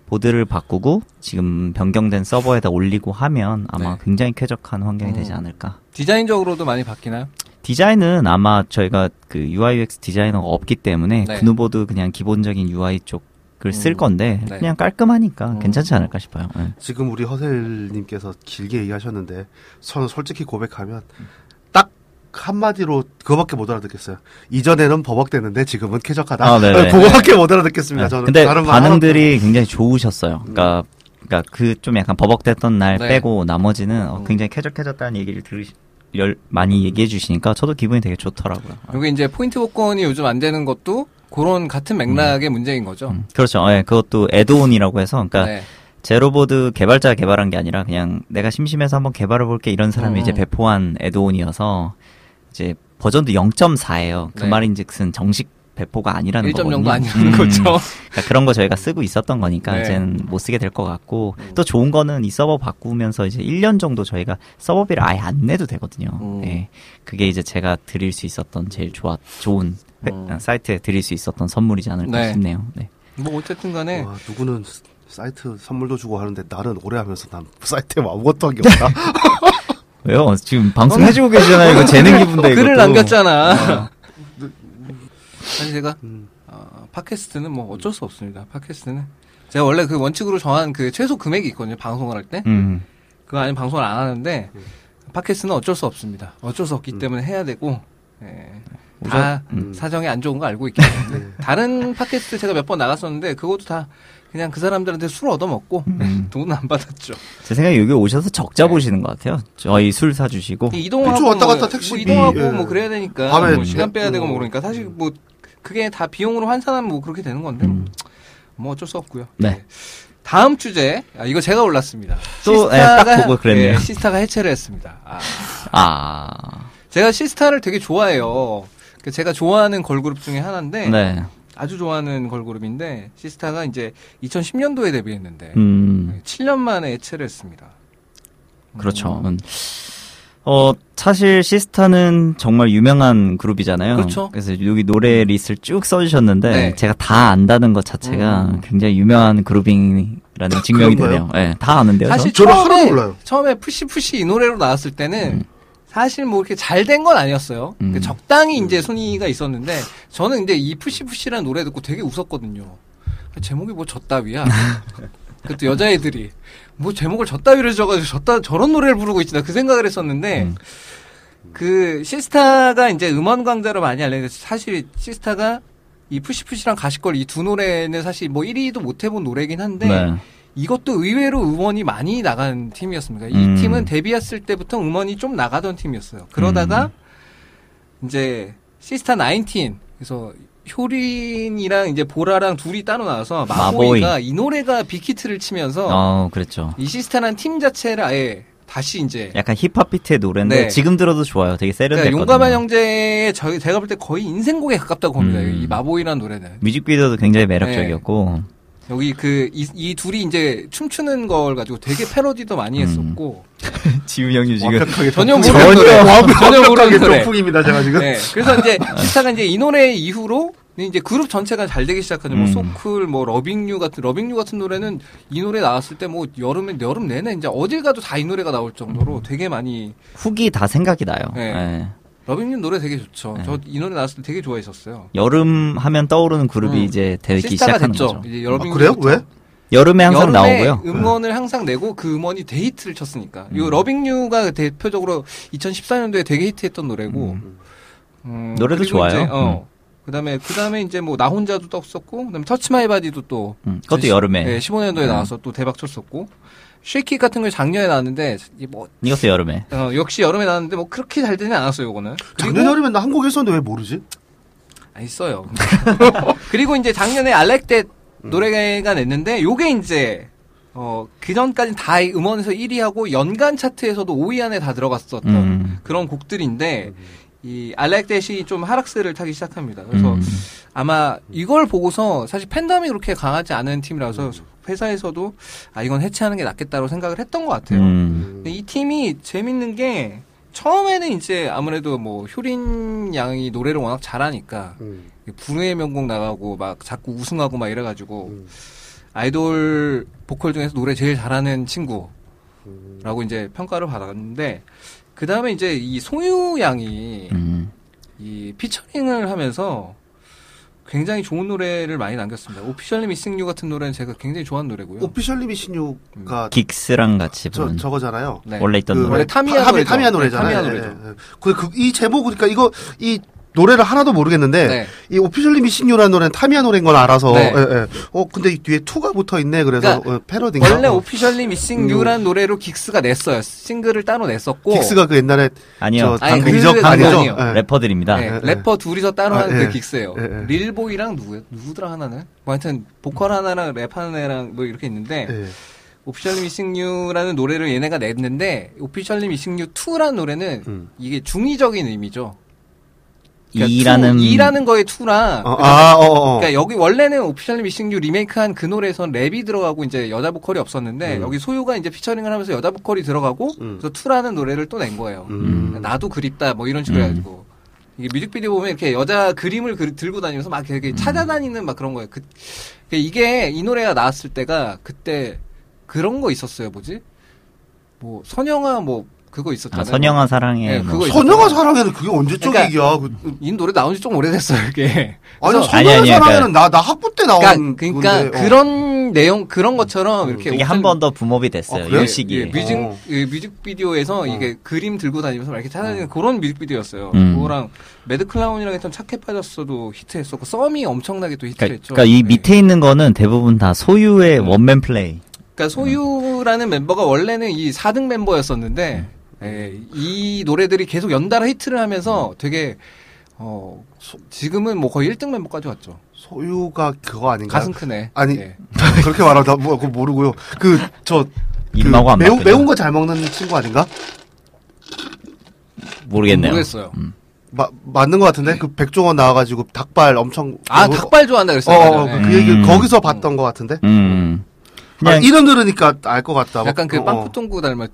B: 보드를 바꾸고 지금 변경된 서버에다 올리고 하면 아마
A: 네.
B: 굉장히 쾌적한 환경이 되지
A: 음.
B: 않을까
A: 디자인적으로도 많이 바뀌나요?
B: 디자인은 아마 저희가 그 UI/UX 디자이너가 없기 때문에
A: 네.
B: 그누보드 그냥 기본적인 UI 쪽을 쓸
A: 음.
B: 건데
A: 네.
B: 그냥 깔끔하니까
A: 음.
B: 괜찮지 않을까 싶어요 네.
C: 지금 우리 허셀님께서 길게 얘기하셨는데 저는 솔직히 고백하면 딱 한마디로 그거밖에 못 알아듣겠어요. 이전에는 버벅대는데 지금은 쾌적하다.
B: 아, 네네.
C: 그거밖에 못 알아듣겠습니다.
A: 그러니까
B: 네. 근데
C: 저는 다른 거
B: 반응들이 굉장히 좋으셨어요. 그러니까 그러니까 그 좀 약간 버벅댔던 날
A: 네. 음.
B: 빼고 나머지는 어, 굉장히 쾌적해졌다는 얘기를 들으시 열, 많이 얘기해 주시니까 저도 기분이 되게 좋더라고요.
A: 여기 이제 포인트 복권이 요즘 안 되는 것도 그런 같은 맥락의 문제인 거죠.
B: 음, 그렇죠. 예, 그것도 애드온이라고 해서 그러니까
A: 네.
B: 제로보드 개발자가 개발한 게 아니라 그냥 내가 심심해서 한번 개발해 볼게 이런 사람이
A: 음.
B: 이제 배포한 애드온이어서 이제 버전도 0.4예요. 그
A: 네.
B: 말인즉슨 정식 배포가 아니라는
A: 1.0도
B: 거거든요.
A: 아니라는
B: 음.
A: 거죠.
B: 그러니까 그런 거 저희가 쓰고 있었던 거니까
A: 네.
B: 이제는 못 쓰게 될 것 같고 또 좋은 거는 이 서버 바꾸면서 이제 1년 정도 저희가 서버비를 아예 안 내도 되거든요.
A: 음.
B: 예. 그게 이제 제가 드릴 수 있었던 제일 좋아 좋은 회-
A: 음.
B: 아, 사이트에 드릴 수 있었던 선물이지 않을까
A: 네.
B: 싶네요. 네.
A: 뭐 어쨌든 간에
C: 와, 누구는 사이트 선물도 주고 하는데 나는 오래 하면서 난 사이트에 아무것도 한 게 없다.
B: 네. 왜요? 지금 방송 어, 해주고 계시잖아요. 이거 재능 기분데 이거.
A: 글을 남겼잖아. 사실 제가
C: 음.
A: 어, 팟캐스트는 뭐 어쩔 수 없습니다. 팟캐스트는 제가 원래 그 원칙으로 정한 그 최소 금액이 있거든요. 방송을 할 때.
B: 음.
A: 그거 아니면 방송을 안 하는데
C: 음.
A: 팟캐스트는 어쩔 수 없습니다. 어쩔 수 없기 때문에 해야 되고 예. 다
B: 음.
A: 사정이 안 좋은 거 알고 있기 때문에
C: 네.
A: 다른 팟캐스트 제가 몇 번 나갔었는데 그것도 다 그냥 그 사람들한테 술 얻어먹고
B: 음.
A: 돈은 안 받았죠.
B: 제 생각에 여기 오셔서 적자 보시는 것 같아요. 저희 술 사주시고.
A: 이동하고
C: 그쵸, 왔다
A: 뭐,
C: 갔다 택시비.
A: 뭐 이동하고
C: 예.
A: 뭐 그래야 되니까
C: 밤에
A: 뭐 시간 빼야 되고
C: 음.
A: 뭐 그러니까 사실 뭐 그게 다 비용으로 환산하면 뭐 그렇게 되는 건데
B: 음.
A: 뭐 어쩔 수 없고요.
B: 네.
A: 다음 주제 아, 이거 제가 올랐습니다.
B: 또, 예, 딱 보고 그랬네요.
A: 예, 시스타가 해체를 했습니다. 아.
B: 아.
A: 제가 시스타를 되게 좋아해요. 그 제가 좋아하는 걸그룹 중에 하나인데
B: 네.
A: 아주 좋아하는 걸그룹인데 시스타가 이제 2010년도에 데뷔했는데
B: 음.
A: 7년 만에 해체를 했습니다.
B: 그렇죠. 음. 어, 사실 시스타는 정말 유명한 그룹이잖아요.
A: 그렇죠.
B: 래서 여기 노래 리스트를 쭉 써주셨는데
A: 네. 음.
B: 제가 다 안다는 것 자체가 굉장히 유명한 그룹이라는 증명이
C: 그런가요?
B: 되네요. 예, 다 아는데요. 저?
A: 사실
C: 저는 하나도
A: 처음에
C: 몰라요.
A: 처음에 푸시 푸시 이 노래로 나왔을 때는 사실 뭐 이렇게 잘 된 건 아니었어요.
B: 음.
A: 그 적당히 이제 순위가 있었는데 저는 근데 이 푸시 푸시라는 노래 듣고 되게 웃었거든요. 제목이 뭐 저따위야. 그것도 여자애들이 뭐 제목을 저따위를 줘가지고 저따 저런 노래를 부르고 있지 나 그 생각을 했었는데
B: 음.
A: 그 시스타가 이제 음원 강자로 많이 알려져 사실 시스타가 이 푸시푸시랑 가시걸 이 두 노래는 사실 뭐 1위도 못 해본 노래긴 한데
B: 네.
A: 이것도 의외로 음원이 많이 나간 팀이었습니다. 이
B: 음.
A: 팀은 데뷔했을 때부터 음원이 좀 나가던 팀이었어요. 그러다가 음. 이제 시스타 19 그래서 효린이랑 이제 보라랑 둘이 따로 나와서
B: 마보이.
A: 마보이가 아. 이 노래가 빅히트를 치면서
B: 어, 그랬죠.
A: 이 시스타라는 팀 자체를 아예 다시 이제
B: 약간 힙합 비트의 노래인데
A: 네.
B: 지금 들어도 좋아요. 되게
A: 그러니까
B: 세련됐거든요.
A: 용감한 형제의 저희 제가 볼 때 거의 인생곡에 가깝다고 봅니다.
B: 음.
A: 이 마보이라는 노래는
B: 뮤직비디오도 굉장히 매력적이었고
A: 여기 그 이 둘이 이제 춤추는 걸 가지고 되게 패러디도 많이
B: 음.
A: 했었고
B: 지우 형님 지금
C: 완벽하게
A: 전혀
C: 정품.
A: 모르는 노래 전혀
C: 그 완벽하게
A: 모르는 노래.
C: 정품입니다 제가 지금. 아,
A: 네, 그래서 이제 시타가 이제 이 노래 이후로 이제 그룹 전체가 잘 되기 시작하죠. 뭐
B: 음.
A: 소클, 뭐 러빙유 같은 러빙유 같은 노래는 이 노래 나왔을 때 뭐 여름에 여름 내내 이제 어딜 가도 다 이 노래가 나올 정도로 되게 많이
B: 후기 다 생각이 나요.
A: 네.
B: 예.
A: 러빙유 노래 되게 좋죠.
B: 네.
A: 저 이 노래 나왔을 때 되게 좋아했었어요.
B: 여름 하면 떠오르는 그룹이
A: 음.
B: 이제 되기
A: 시스타가
B: 시작하는
A: 됐죠.
B: 거죠.
A: 이제
C: 아,
A: 러빙유
C: 그래요? 왜?
B: 여름에 네, 항상
A: 여름에
B: 나오고요. 음.
A: 음원을 항상 내고 그 음원이 데이트를 쳤으니까. 요 러빙유가 대표적으로 2014년도에 되게 히트했던 노래고.
B: 음.
A: 음,
B: 노래도
A: 그리고
B: 좋아요.
A: 이제, 어. 그다음에 그다음에 이제 뭐 나 혼자도 떴었고 그다음에 터치 마이 바디도 또
B: 음, 그것도
A: 시-
B: 여름에.
A: 네, 15년도에
B: 음.
A: 나와서 또 대박 쳤었고 쉐이키 같은 걸 작년에 나왔는데 이게 뭐
B: 이것도 여름에.
A: 어, 역시 여름에 나왔는데 뭐 그렇게 잘 되진 않았어요, 요거는.
C: 작년 여름에 나 한국에 있었는데 왜 모르지?
A: 아, 있어요. 그리고 이제 작년에 알렉데
B: 음.
A: 노래가 냈는데 요게 이제 어, 그전까지 다 음원에서 1위하고 연간 차트에서도 5위 안에 다 들어갔었던
B: 음.
A: 그런 곡들인데 이 알렉데시 좀 하락세를 타기 시작합니다. 그래서
B: 음.
A: 아마 이걸 보고서 사실 팬덤이 그렇게 강하지 않은 팀이라서
B: 음.
A: 회사에서도 아 이건 해체하는 게 낫겠다고 생각을 했던 것 같아요.
B: 음.
A: 근데 이 팀이 재밌는 게 처음에는 이제 아무래도 뭐 효린 양이 노래를 워낙 잘하니까
C: 음.
A: 불후의 명곡 나가고 막 자꾸 우승하고 막 이래가지고
C: 음.
A: 아이돌 보컬 중에서 노래 제일 잘하는 친구라고
C: 음.
A: 이제 평가를 받았는데 그 다음에 이제 이 송유 양이
B: 음.
A: 이 피처링을 하면서 굉장히 좋은 노래를 많이 남겼습니다. 오피셜리 미싱 유 같은 노래는 제가 굉장히 좋아하는 노래고요.
C: 오피셜리
A: 아,
C: 미신유가
B: 킥스랑 같이
C: 저
B: 부른
C: 저거잖아요.
A: 네.
B: 원래 있던
C: 그
B: 노래.
A: 원래 타미야
C: 타-
A: 노래죠.
C: 타미야
A: 네,
C: 노래잖아요.
A: 타미야 노래죠.
C: 예, 예, 예. 그, 그, 이 제목, 그러니까 이거, 이 노래를 하나도 모르겠는데,
A: 네.
C: 이 오피셜리 미신유라는 노래는 타미야 노래인 걸 알아서,
A: 네.
C: 예, 예. 어, 근데 이 뒤에 투가 붙어 있네. 그래서
A: 그러니까
C: 어, 패러디인가?
A: 원래
C: 어.
A: 오피셜리 미싱
C: 음.
A: 유라는 노래로 긱스가 냈어요. 싱글을 따로 냈었고
C: 킥스가 그 옛날에
B: 아니요.
C: 저
A: 아니,
B: 당국
A: 그
C: 이적
A: 노래가
C: 아니죠?
A: 아니에요.
C: 예.
B: 래퍼들입니다.
A: 네,
C: 예, 예.
A: 래퍼 둘이서 따로
C: 아,
A: 하는
C: 예.
A: 그 긱스예요.
C: 예, 예.
A: 릴보이랑 누구 누구더라 하나는 뭐 하여튼 보컬 하나랑 랩 하나랑 뭐 이렇게 있는데
C: 예.
A: 오피셜리 미싱 유라는 노래를 얘네가 냈는데 오피셜리 미싱 유 2라는 노래는
C: 음.
A: 이게 중의적인 의미죠. 그러니까
B: 이라는
A: 2, 라는 거에 2라
C: 어, 아, 어, 어. 어.
A: 그러니까 여기 원래는 오피셜리 미싱류 리메이크한 그 노래에선 랩이 들어가고 이제 여자 보컬이 없었는데
C: 음.
A: 여기 소유가 이제 피처링을 하면서 여자 보컬이 들어가고
C: 음.
A: 그래서 투라는 노래를 또 낸 거예요.
C: 음.
A: 나도 그립다 뭐 이런 식으로
B: 음.
A: 해가지고 이게 뮤직비디오 보면 이렇게 여자 그림을 그리- 들고 다니면서 막 이렇게
B: 음.
A: 찾아다니는 막 그런 거예요. 그, 그 이게 이 노래가 나왔을 때가 그때 그런 거 있었어요. 뭐지? 뭐 선영아 뭐 그거 있었잖아요.
B: 아, 선영아 사랑해.
A: 네,
B: 뭐.
A: 그거 있-
C: 소녀가 사랑해는 그게 언제적
A: 그러니까-
C: 얘기야. 그,
A: 이 노래 나온 지 좀 오래됐어요. 이게
C: 아니,
A: 그래서-
C: 소녀가
B: 아니, 아니, 그러니까-
C: 사랑해는 나, 나 학부 때
A: 그러니까,
C: 나온.
A: 그러니까
C: 건데, 어.
A: 그런 내용 그런 것처럼 이렇게
B: 이게 한 번 더 붐업이 됐어요.
C: 어,
A: 예,
B: 그러니까 이런 시기에.
A: 예, 뮤직
C: 어.
A: 예, 뮤직비디오에서 이게 그림 들고 다니면서 막 이렇게
C: 어.
A: 찾아다니는 그런 뮤직비디오였어요.
B: 음.
A: 그거랑 매드 클라운이랑 했던 착해 빠졌어도 히트했었고 썸이 엄청나게 또
B: 그러니까,
A: 히트했죠.
B: 그러니까 이
A: 예.
B: 밑에 있는 거는 대부분 다 소유의
A: 네.
B: 원맨 플레이.
A: 그러니까 소유라는 멤버가 원래는 이 4등 멤버였었는데
B: 음.
A: 예, 이 노래들이 계속 연달아 히트를 하면서 되게 어 지금은 뭐 거의 1등 멤버까지 왔죠.
C: 소유가 그거 아닌가요?
A: 가슴 크네.
C: 그러니까 아니,
A: 예.
C: 그렇게 말하다 뭐 그거 모르고요. 그 저
B: 입마고 안
C: 매운
B: 맞거든요.
C: 매운 거 잘 먹는 친구 아닌가?
B: 모르겠네요. 음.
A: 모르겠어요.
C: 마, 맞는 것 같은데 그 백종원 나와가지고 닭발 엄청
A: 아
C: 어,
A: 닭발 좋아한다
C: 어,
A: 그랬어요.
C: 어,
A: 맞아요. 예.
C: 그 얘기
B: 음.
C: 거기서 봤던 것 같은데
B: 음.
C: 아,
B: 그냥
C: 이름 들으니까 알 것 같다.
A: 약간 그
C: 어, 어.
A: 빵꾸똥구 닮았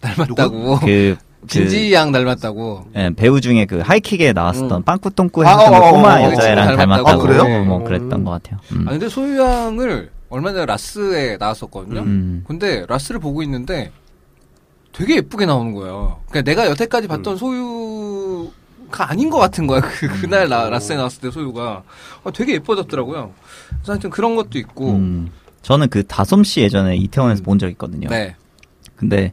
A: 닮았다고.
B: 그
A: 진지 양 닮았다고.
B: 예, 배우 중에 그 하이킥에 나왔었던
A: 음.
B: 빵꾸똥꾸
C: 아,
B: 했던
C: 어, 어,
B: 그
C: 어,
B: 꼬마
C: 어,
B: 여자애랑
A: 어,
B: 닮았다고
A: 아, 그래요?
B: 뭐
C: 음.
B: 그랬던 것 같아요. 음.
A: 아 근데 소유 양을 얼마 전에 라스에 나왔었거든요.
B: 음.
A: 근데 라스를 보고 있는데 되게 예쁘게 나오는 거예요. 그러니까 내가 여태까지 봤던 소유가 아닌 것 같은 거야. 그,
B: 음.
A: 그날 라, 라스에 나왔을 때 소유가 아, 되게 예뻐졌더라고요. 그래서 하여튼 그런 것도 있고.
B: 음. 저는 그 다솜 씨 예전에 이태원에서 본 적 있거든요.
A: 네,
B: 근데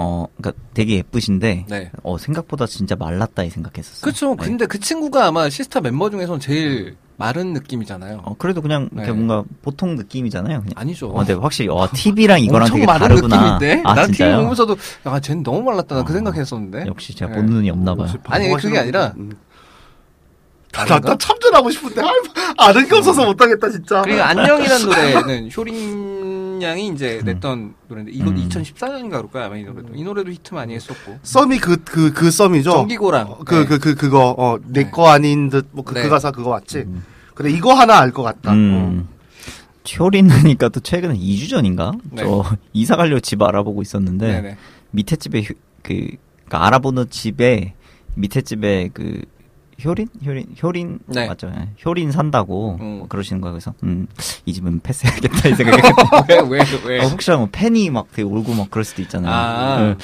B: 어, 그러니까 되게 예쁘신데
A: 네.
B: 어 생각보다 진짜 말랐다 이 생각했었어요.
A: 그렇죠.
B: 네.
A: 근데 그 친구가 아마 시스타 멤버 중에서는 제일 마른 느낌이잖아요.
B: 어, 그래도 그냥 이렇게
A: 네.
B: 뭔가 보통 느낌이잖아요. 그냥.
A: 아니죠.
B: 어, 근데 확실히 와 TV랑 이거랑
A: 엄청
B: 되게
A: 마른
B: 다르구나.
A: 느낌인데?
B: 아
A: 난 TV
B: 진짜요?
A: 보면서도 야, 쟤는 너무 말랐다. 나 그
B: 어.
A: 생각했었는데.
B: 역시 제가
A: 네.
B: 보는 눈이 없나 봐요.
C: 어,
A: 아니, 그게 아니라-
C: 음. 나나 참전하고 싶은데 아, 아는 게 없어서 못하겠다 진짜.
A: 그리고 안녕이라는 노래는 효린 양이 이제 냈던 노래인데 이거
B: 음.
A: 2014년인가 그럴까요? 아마 이 노래도 이 노래도 히트 많이 했었고
C: 썸이 그 그 그 썸이죠.
A: 정기고랑
C: 그 그 그 그, 거 어내
A: 네.
C: 거 아닌 듯 뭐 그
A: 네.
C: 가사 그거 맞지. 그래 이거 하나 알 것 같다. 어.
B: 음.
A: 어.
B: 효린이니까 또 최근에 2주 전인가?
A: 네.
B: 저 이사 가려고 집 알아보고 있었는데
A: 네. 네
B: 밑에 집에 휴, 그, 그 알아보는 집에 밑에 집에 그 효린 효린 효린
A: 네.
B: 맞죠? 예. 효린 산다고
A: 음.
B: 뭐 그러시는 거예요. 그래서 음, 이 집은 패스해야겠다 이 생각했고
A: 왜왜 왜?
B: 어, 혹시나 뭐 팬이 막 되게 울고 막 그럴 수도 있잖아요.
A: 아.
B: 예.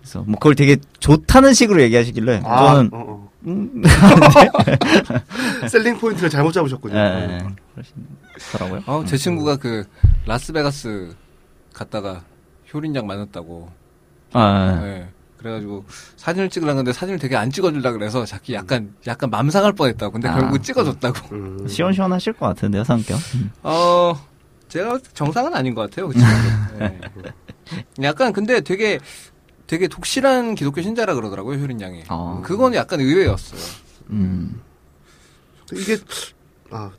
B: 그래서 뭐 그걸 되게 좋다는 식으로 얘기하시길래
C: 아,
B: 저는
C: 어,
B: 음,
C: 어. 셀링 포인트를 잘못 잡으셨군요.
B: 예, 예, 그러시더라고요. 음.
A: 어, 제 친구가 그 라스베가스 갔다가 효린 양 만났다고.
B: 아,
A: 네. 그래가지고 사진을 찍으려 는데 사진을 되게 안 찍어주려 그래서 자기 약간 약간 맘상할 뻔했다고. 근데
B: 아.
A: 결국 찍어줬다고.
C: 음.
B: 시원시원하실 것 같은데요 성격. 음.
A: 어, 제가 봤을 때 정상은 아닌 것 같아요. 그치? 네. 약간 근데 되게 되게 독실한 기독교 신자라 그러더라고요 효린 양이.
B: 아.
A: 그건 약간 의외였어요.
B: 음.
C: 이게 아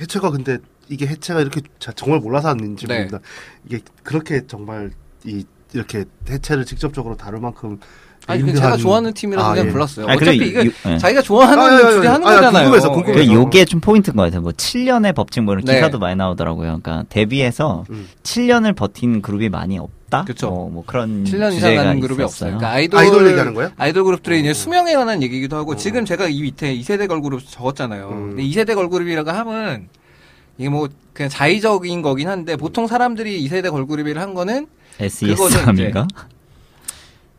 C: 해체가 근데 이게 해체가 이렇게 자- 정말 몰라서 하는지
A: 네.
C: 모릅니다. 이게 그렇게 정말 이 이렇게 해체를 직접적으로 다룰 만큼
A: 아니 그냥 제가 좋아하는 팀이라서
C: 예.
A: 그냥 불렀어요.
B: 아니,
A: 어차피
B: 그래요.
A: 이게
B: 요- 예.
A: 자기가 좋아하는
C: 아, 예, 예,
A: 주제 하는
C: 아, 예,
A: 거잖아요.
C: 궁금해서, 궁금해서.
B: 그
C: 그래서-
B: 요게 좀 포인트인 것 같아요. 뭐 7년의 법칙 뭐 이런
A: 네.
B: 기사도 많이 나오더라고요. 그러니까 데뷔해서
C: 음.
B: 7년을 버틴 그룹이 많이 없다.
A: 그쵸.
B: 뭐, 뭐 그런
A: 7년 이상
B: 주제가
A: 가는 그룹이 없어요.
B: 있었어요.
A: 그러니까 아이돌,
C: 아이돌 얘기하는 거예요?
A: 아이돌 그룹들의 이제 수명에 관한 얘기기도 하고 지금 제가 이 밑에 2세대 걸그룹 적었잖아요.
C: 음.
A: 근데 2세대 걸그룹이라고 하면 이게 뭐 그냥 자의적인 거긴 한데 보통 사람들이 2세대 걸그룹이라 한 거는
B: SES
A: 그거는 이제-
B: 함인가?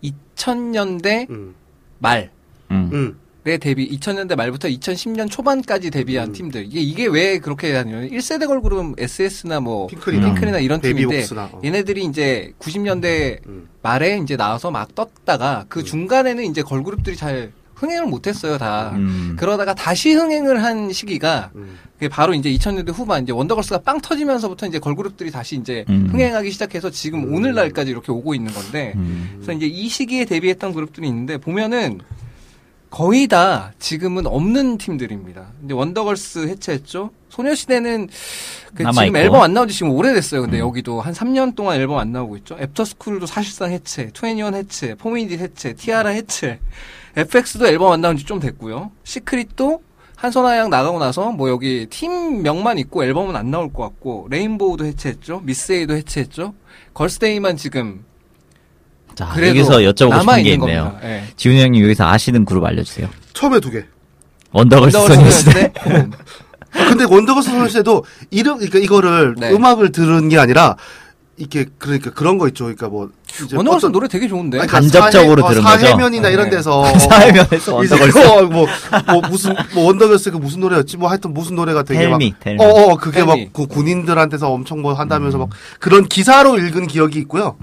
A: 2000년대
C: 음.
A: 말
B: 음.
C: 음.
A: 내 데뷔 2000년대 말부터 2010년 초반까지 데뷔한
C: 음.
A: 팀들 이게 이게 왜 그렇게 하냐면 1세대 걸그룹은 SS나 뭐
C: 핑클이나,
A: 핑클이나 이런 팀인데
C: 베이비복스나 어.
A: 얘네들이 이제 90년대
C: 음.
A: 말에 이제 나와서 막 떴다가 그 중간에는 이제 걸그룹들이 잘 흥행을 못했어요 다
B: 음.
A: 아, 그러다가 다시 흥행을 한 시기가
C: 음.
A: 그게 바로 이제 2000년대 후반 이제 원더걸스가 빵 터지면서부터 이제 걸그룹들이 다시 이제
B: 음.
A: 흥행하기 시작해서 지금
C: 음.
A: 오늘날까지 이렇게 오고 있는 건데
B: 음.
A: 그래서 이제 이 시기에 데뷔했던 그룹들이 있는데 보면은 거의 다 지금은 없는 팀들입니다. 이제 원더걸스 해체했죠. 소녀시대는 그 지금
B: 남아있고. 음.
A: 앨범 안 나온 지 지금 오래됐어요. 근데 여기도 한 3년 동안 앨범 안 나오고 있죠. 애프터스쿨도 사실상 해체, 투애니원 해체, 포미닛 해체, 티아라 해체, FX도 앨범 안 나온 지 좀 됐고요. 시크릿도 한선아 양 나가고 나서 뭐 여기 팀명만 있고 앨범은 안 나올 것 같고 레인보우도 해체했죠. 미스에이도 해체했죠. 걸스데이만 지금
B: 자,
A: 그래도
B: 아, 여기서 여쭤보고
A: 남아
B: 싶은 게
A: 있는
B: 있네요.
A: 겁니다. 예.
B: 지훈이 형님 여기서 아시는 그룹 알려주세요.
C: 처음에 두 개.
B: 원더걸스 소녀시대.
A: 때
C: 아, 근데 원더걸스 소녀시대도 이름 그러니까 이거를
A: 네.
C: 음악을 들은 게 아니라 이렇게 그러니까 그런 거 있죠. 그러니까 뭐 이제
A: 원더걸스
C: 어떤-
A: 노래 되게 좋은데.
C: 아니,
B: 간접적으로 들은 거죠?
C: 사회면이나 이런
A: 네.
C: 데서
B: 사회면에서
C: 이제
B: 원더걸스.
C: 어, 뭐, 뭐 무슨 뭐 원더걸스가 무슨 노래였지 뭐 하여튼 무슨 노래가 되게
B: 텔미,
C: 막
B: 텔미.
C: 어, 어 그게 막
A: 텔미.
C: 그 군인들한테서 엄청 뭐
B: 음.
C: 한다면서 막 그런 기사로 읽은 기억이 있고요.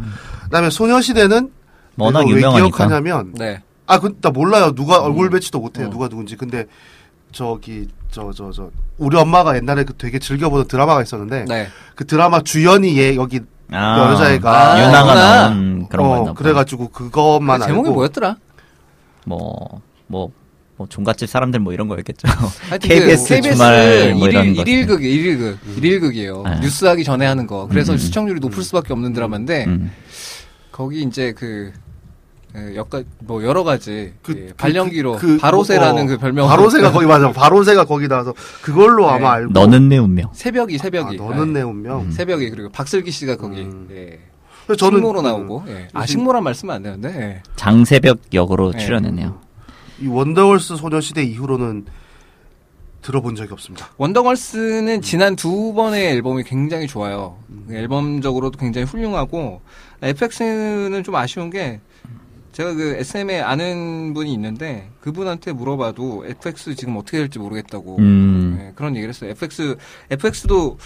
C: 그다음에 소녀시대는
B: 워낙
C: 내가 왜
B: 유명하니까.
C: 기억하냐면
A: 네.
C: 아그나 몰라요 누가
A: 음.
C: 얼굴 배치도
A: 어.
C: 못해요 누가 누군지 근데 저기 저 저 저 우리 엄마가 옛날에 그 되게 즐겨보던 드라마가 있었는데
A: 네.
C: 그 드라마 주연이 얘 여기
B: 아,
C: 여자애가-
B: 유나가
A: 아,
B: 나온 그런
C: 그 어,
B: 거였나 봐.
C: 그래가지고 그것만
A: 그 제목이
C: 알고
A: 뭐였더라?
B: 뭐, 뭐, 뭐 종갓집 사람들 뭐 이런 거였겠죠.
A: 하여튼 그
B: KBS,
A: KBS
B: 주말 뭐 이런
A: 일일
B: 거.
A: 일일극 일일극 일일극이에요.
B: 네.
A: 뉴스 하기 전에 하는 거. 그래서 시청률이 높을 수밖에 없는 드라마인데
B: 음.
A: 거기 이제 그 예, 여가 뭐 여러 가지
C: 그-
A: 예,
C: 그-
A: 발령기로
C: 그- 그-
A: 바로세라는
C: 어,
A: 그 별명
C: 바로세가 거기 맞아 바로세가 거기 나와서 그걸로
A: 네.
C: 아마 알고
B: 너는 내 운명.
A: 새벽이
C: 아,
A: 새벽이
C: 너는
A: 네.
B: 음.
C: 내 운명
A: 새벽이 그리고 박슬기 씨가 거기
C: 음.
A: 예.
C: 그래서 저는
A: 식모로
C: 그
A: 나오고. 예. 아 식모란 말씀은 안 되는데. 예.
B: 장세벽 역으로
A: 네.
B: 출연했네요.
C: 이 원더걸스 소녀시대 이후로는 들어본 적이 없습니다.
A: 원더걸스는 지난 두 번의 앨범이 굉장히 좋아요. 앨범적으로도 굉장히 훌륭하고 FX는 좀 아쉬운 게 제가 그 SM에 아는 분이 있는데 그분한테 물어봐도 FX 지금 어떻게 될지 모르겠다고
B: 음.
A: 네, 그런 얘기를 했어요. FX, FX도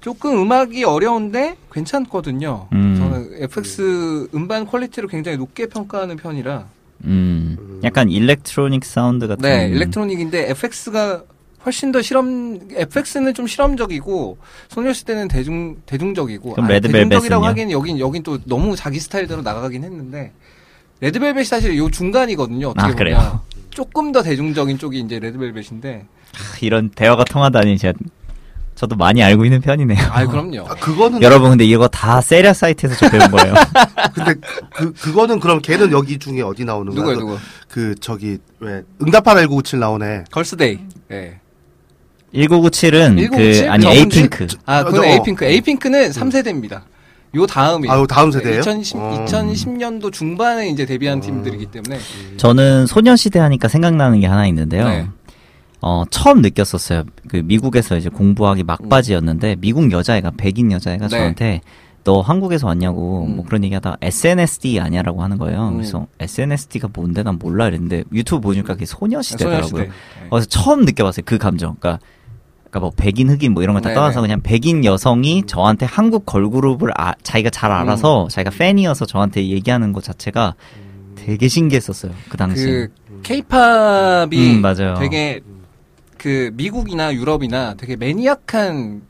A: 조금 음악이 어려운데 괜찮거든요.
B: 음.
A: 저는 FX 음반 퀄리티를 굉장히 높게 평가하는 편이라.
B: 음, 약간 일렉트로닉 사운드 같은.
A: 네, 일렉트로닉인데 FX가 훨씬 더 실험, FX는 좀 실험적이고 소녀시대는 대중 대중적이고. 아,
B: 그럼 레드벨벳은요?
A: 대중적이라고 하기엔 여긴 여긴 또 너무 자기 스타일대로 나가긴 했는데 레드벨벳이 사실 요 중간이거든요. 어떻게
B: 아,
A: 보면
B: 그래요?
A: 조금 더 대중적인 쪽이 이제 레드벨벳인데.
B: 아, 이런 대화가 통하다니 제가 저도 많이 알고 있는 편이네요.
A: 아, 그럼요.
C: 아, 그거는
B: 여러분 근데 이거 다 세랴 사이트에서 저 배운 거예요.
C: 근데 그 그거는 그럼 걔는 여기 중에 어디 나오는 거야?
A: 누구야
C: 그-
A: 누구?
C: 그 저기 왜 응답하라 1997 나오네.
A: 걸스데이. 예.
B: 1997은 그
A: 1997?
B: 아니
A: 저분들-
B: 에이핑크.
A: 아, 그건
C: 어, 음.
A: 에이핑크. 에이핑크는 3세대입니다. 요 다음이에요.
C: 아유, 다음 세대예요?
A: 2010,
C: 어.
A: 2010년도 중반에 이제 데뷔한 팀들이기 때문에.
B: 저는 소녀시대 하니까 생각나는 게 하나 있는데요.
A: 네.
B: 어, 처음 느꼈었어요. 그 미국에서 이제 공부하기 막바지였는데 미국 여자애가 백인 여자애가
A: 음. 네.
B: 저한테 너 한국에서 왔냐고
A: 음.
B: 뭐 그런 얘기하다 가 SNSD 아냐라고 하는 거예요.
A: 음.
B: 그래서 SNSD가 뭔데 난 몰라 이랬는데 유튜브 보니까 그게 소녀시대더라고요.
A: 소녀시대. 네.
B: 그래서 처음 느껴봤어요 그 감정. 그러니까 그러니까 뭐 백인 흑인 뭐 이런 걸 다
A: 네네. 음.
B: 떠나서 그냥 백인 여성이 저한테 한국 걸그룹을 아- 자기가 잘 알아서 자기가 팬이어서 저한테 얘기하는 것 자체가 되게 신기했었어요 그 당시.
A: 그 케이팝이
B: 음, 맞아요.
A: 되게 그 미국이나 유럽이나 되게 매니악한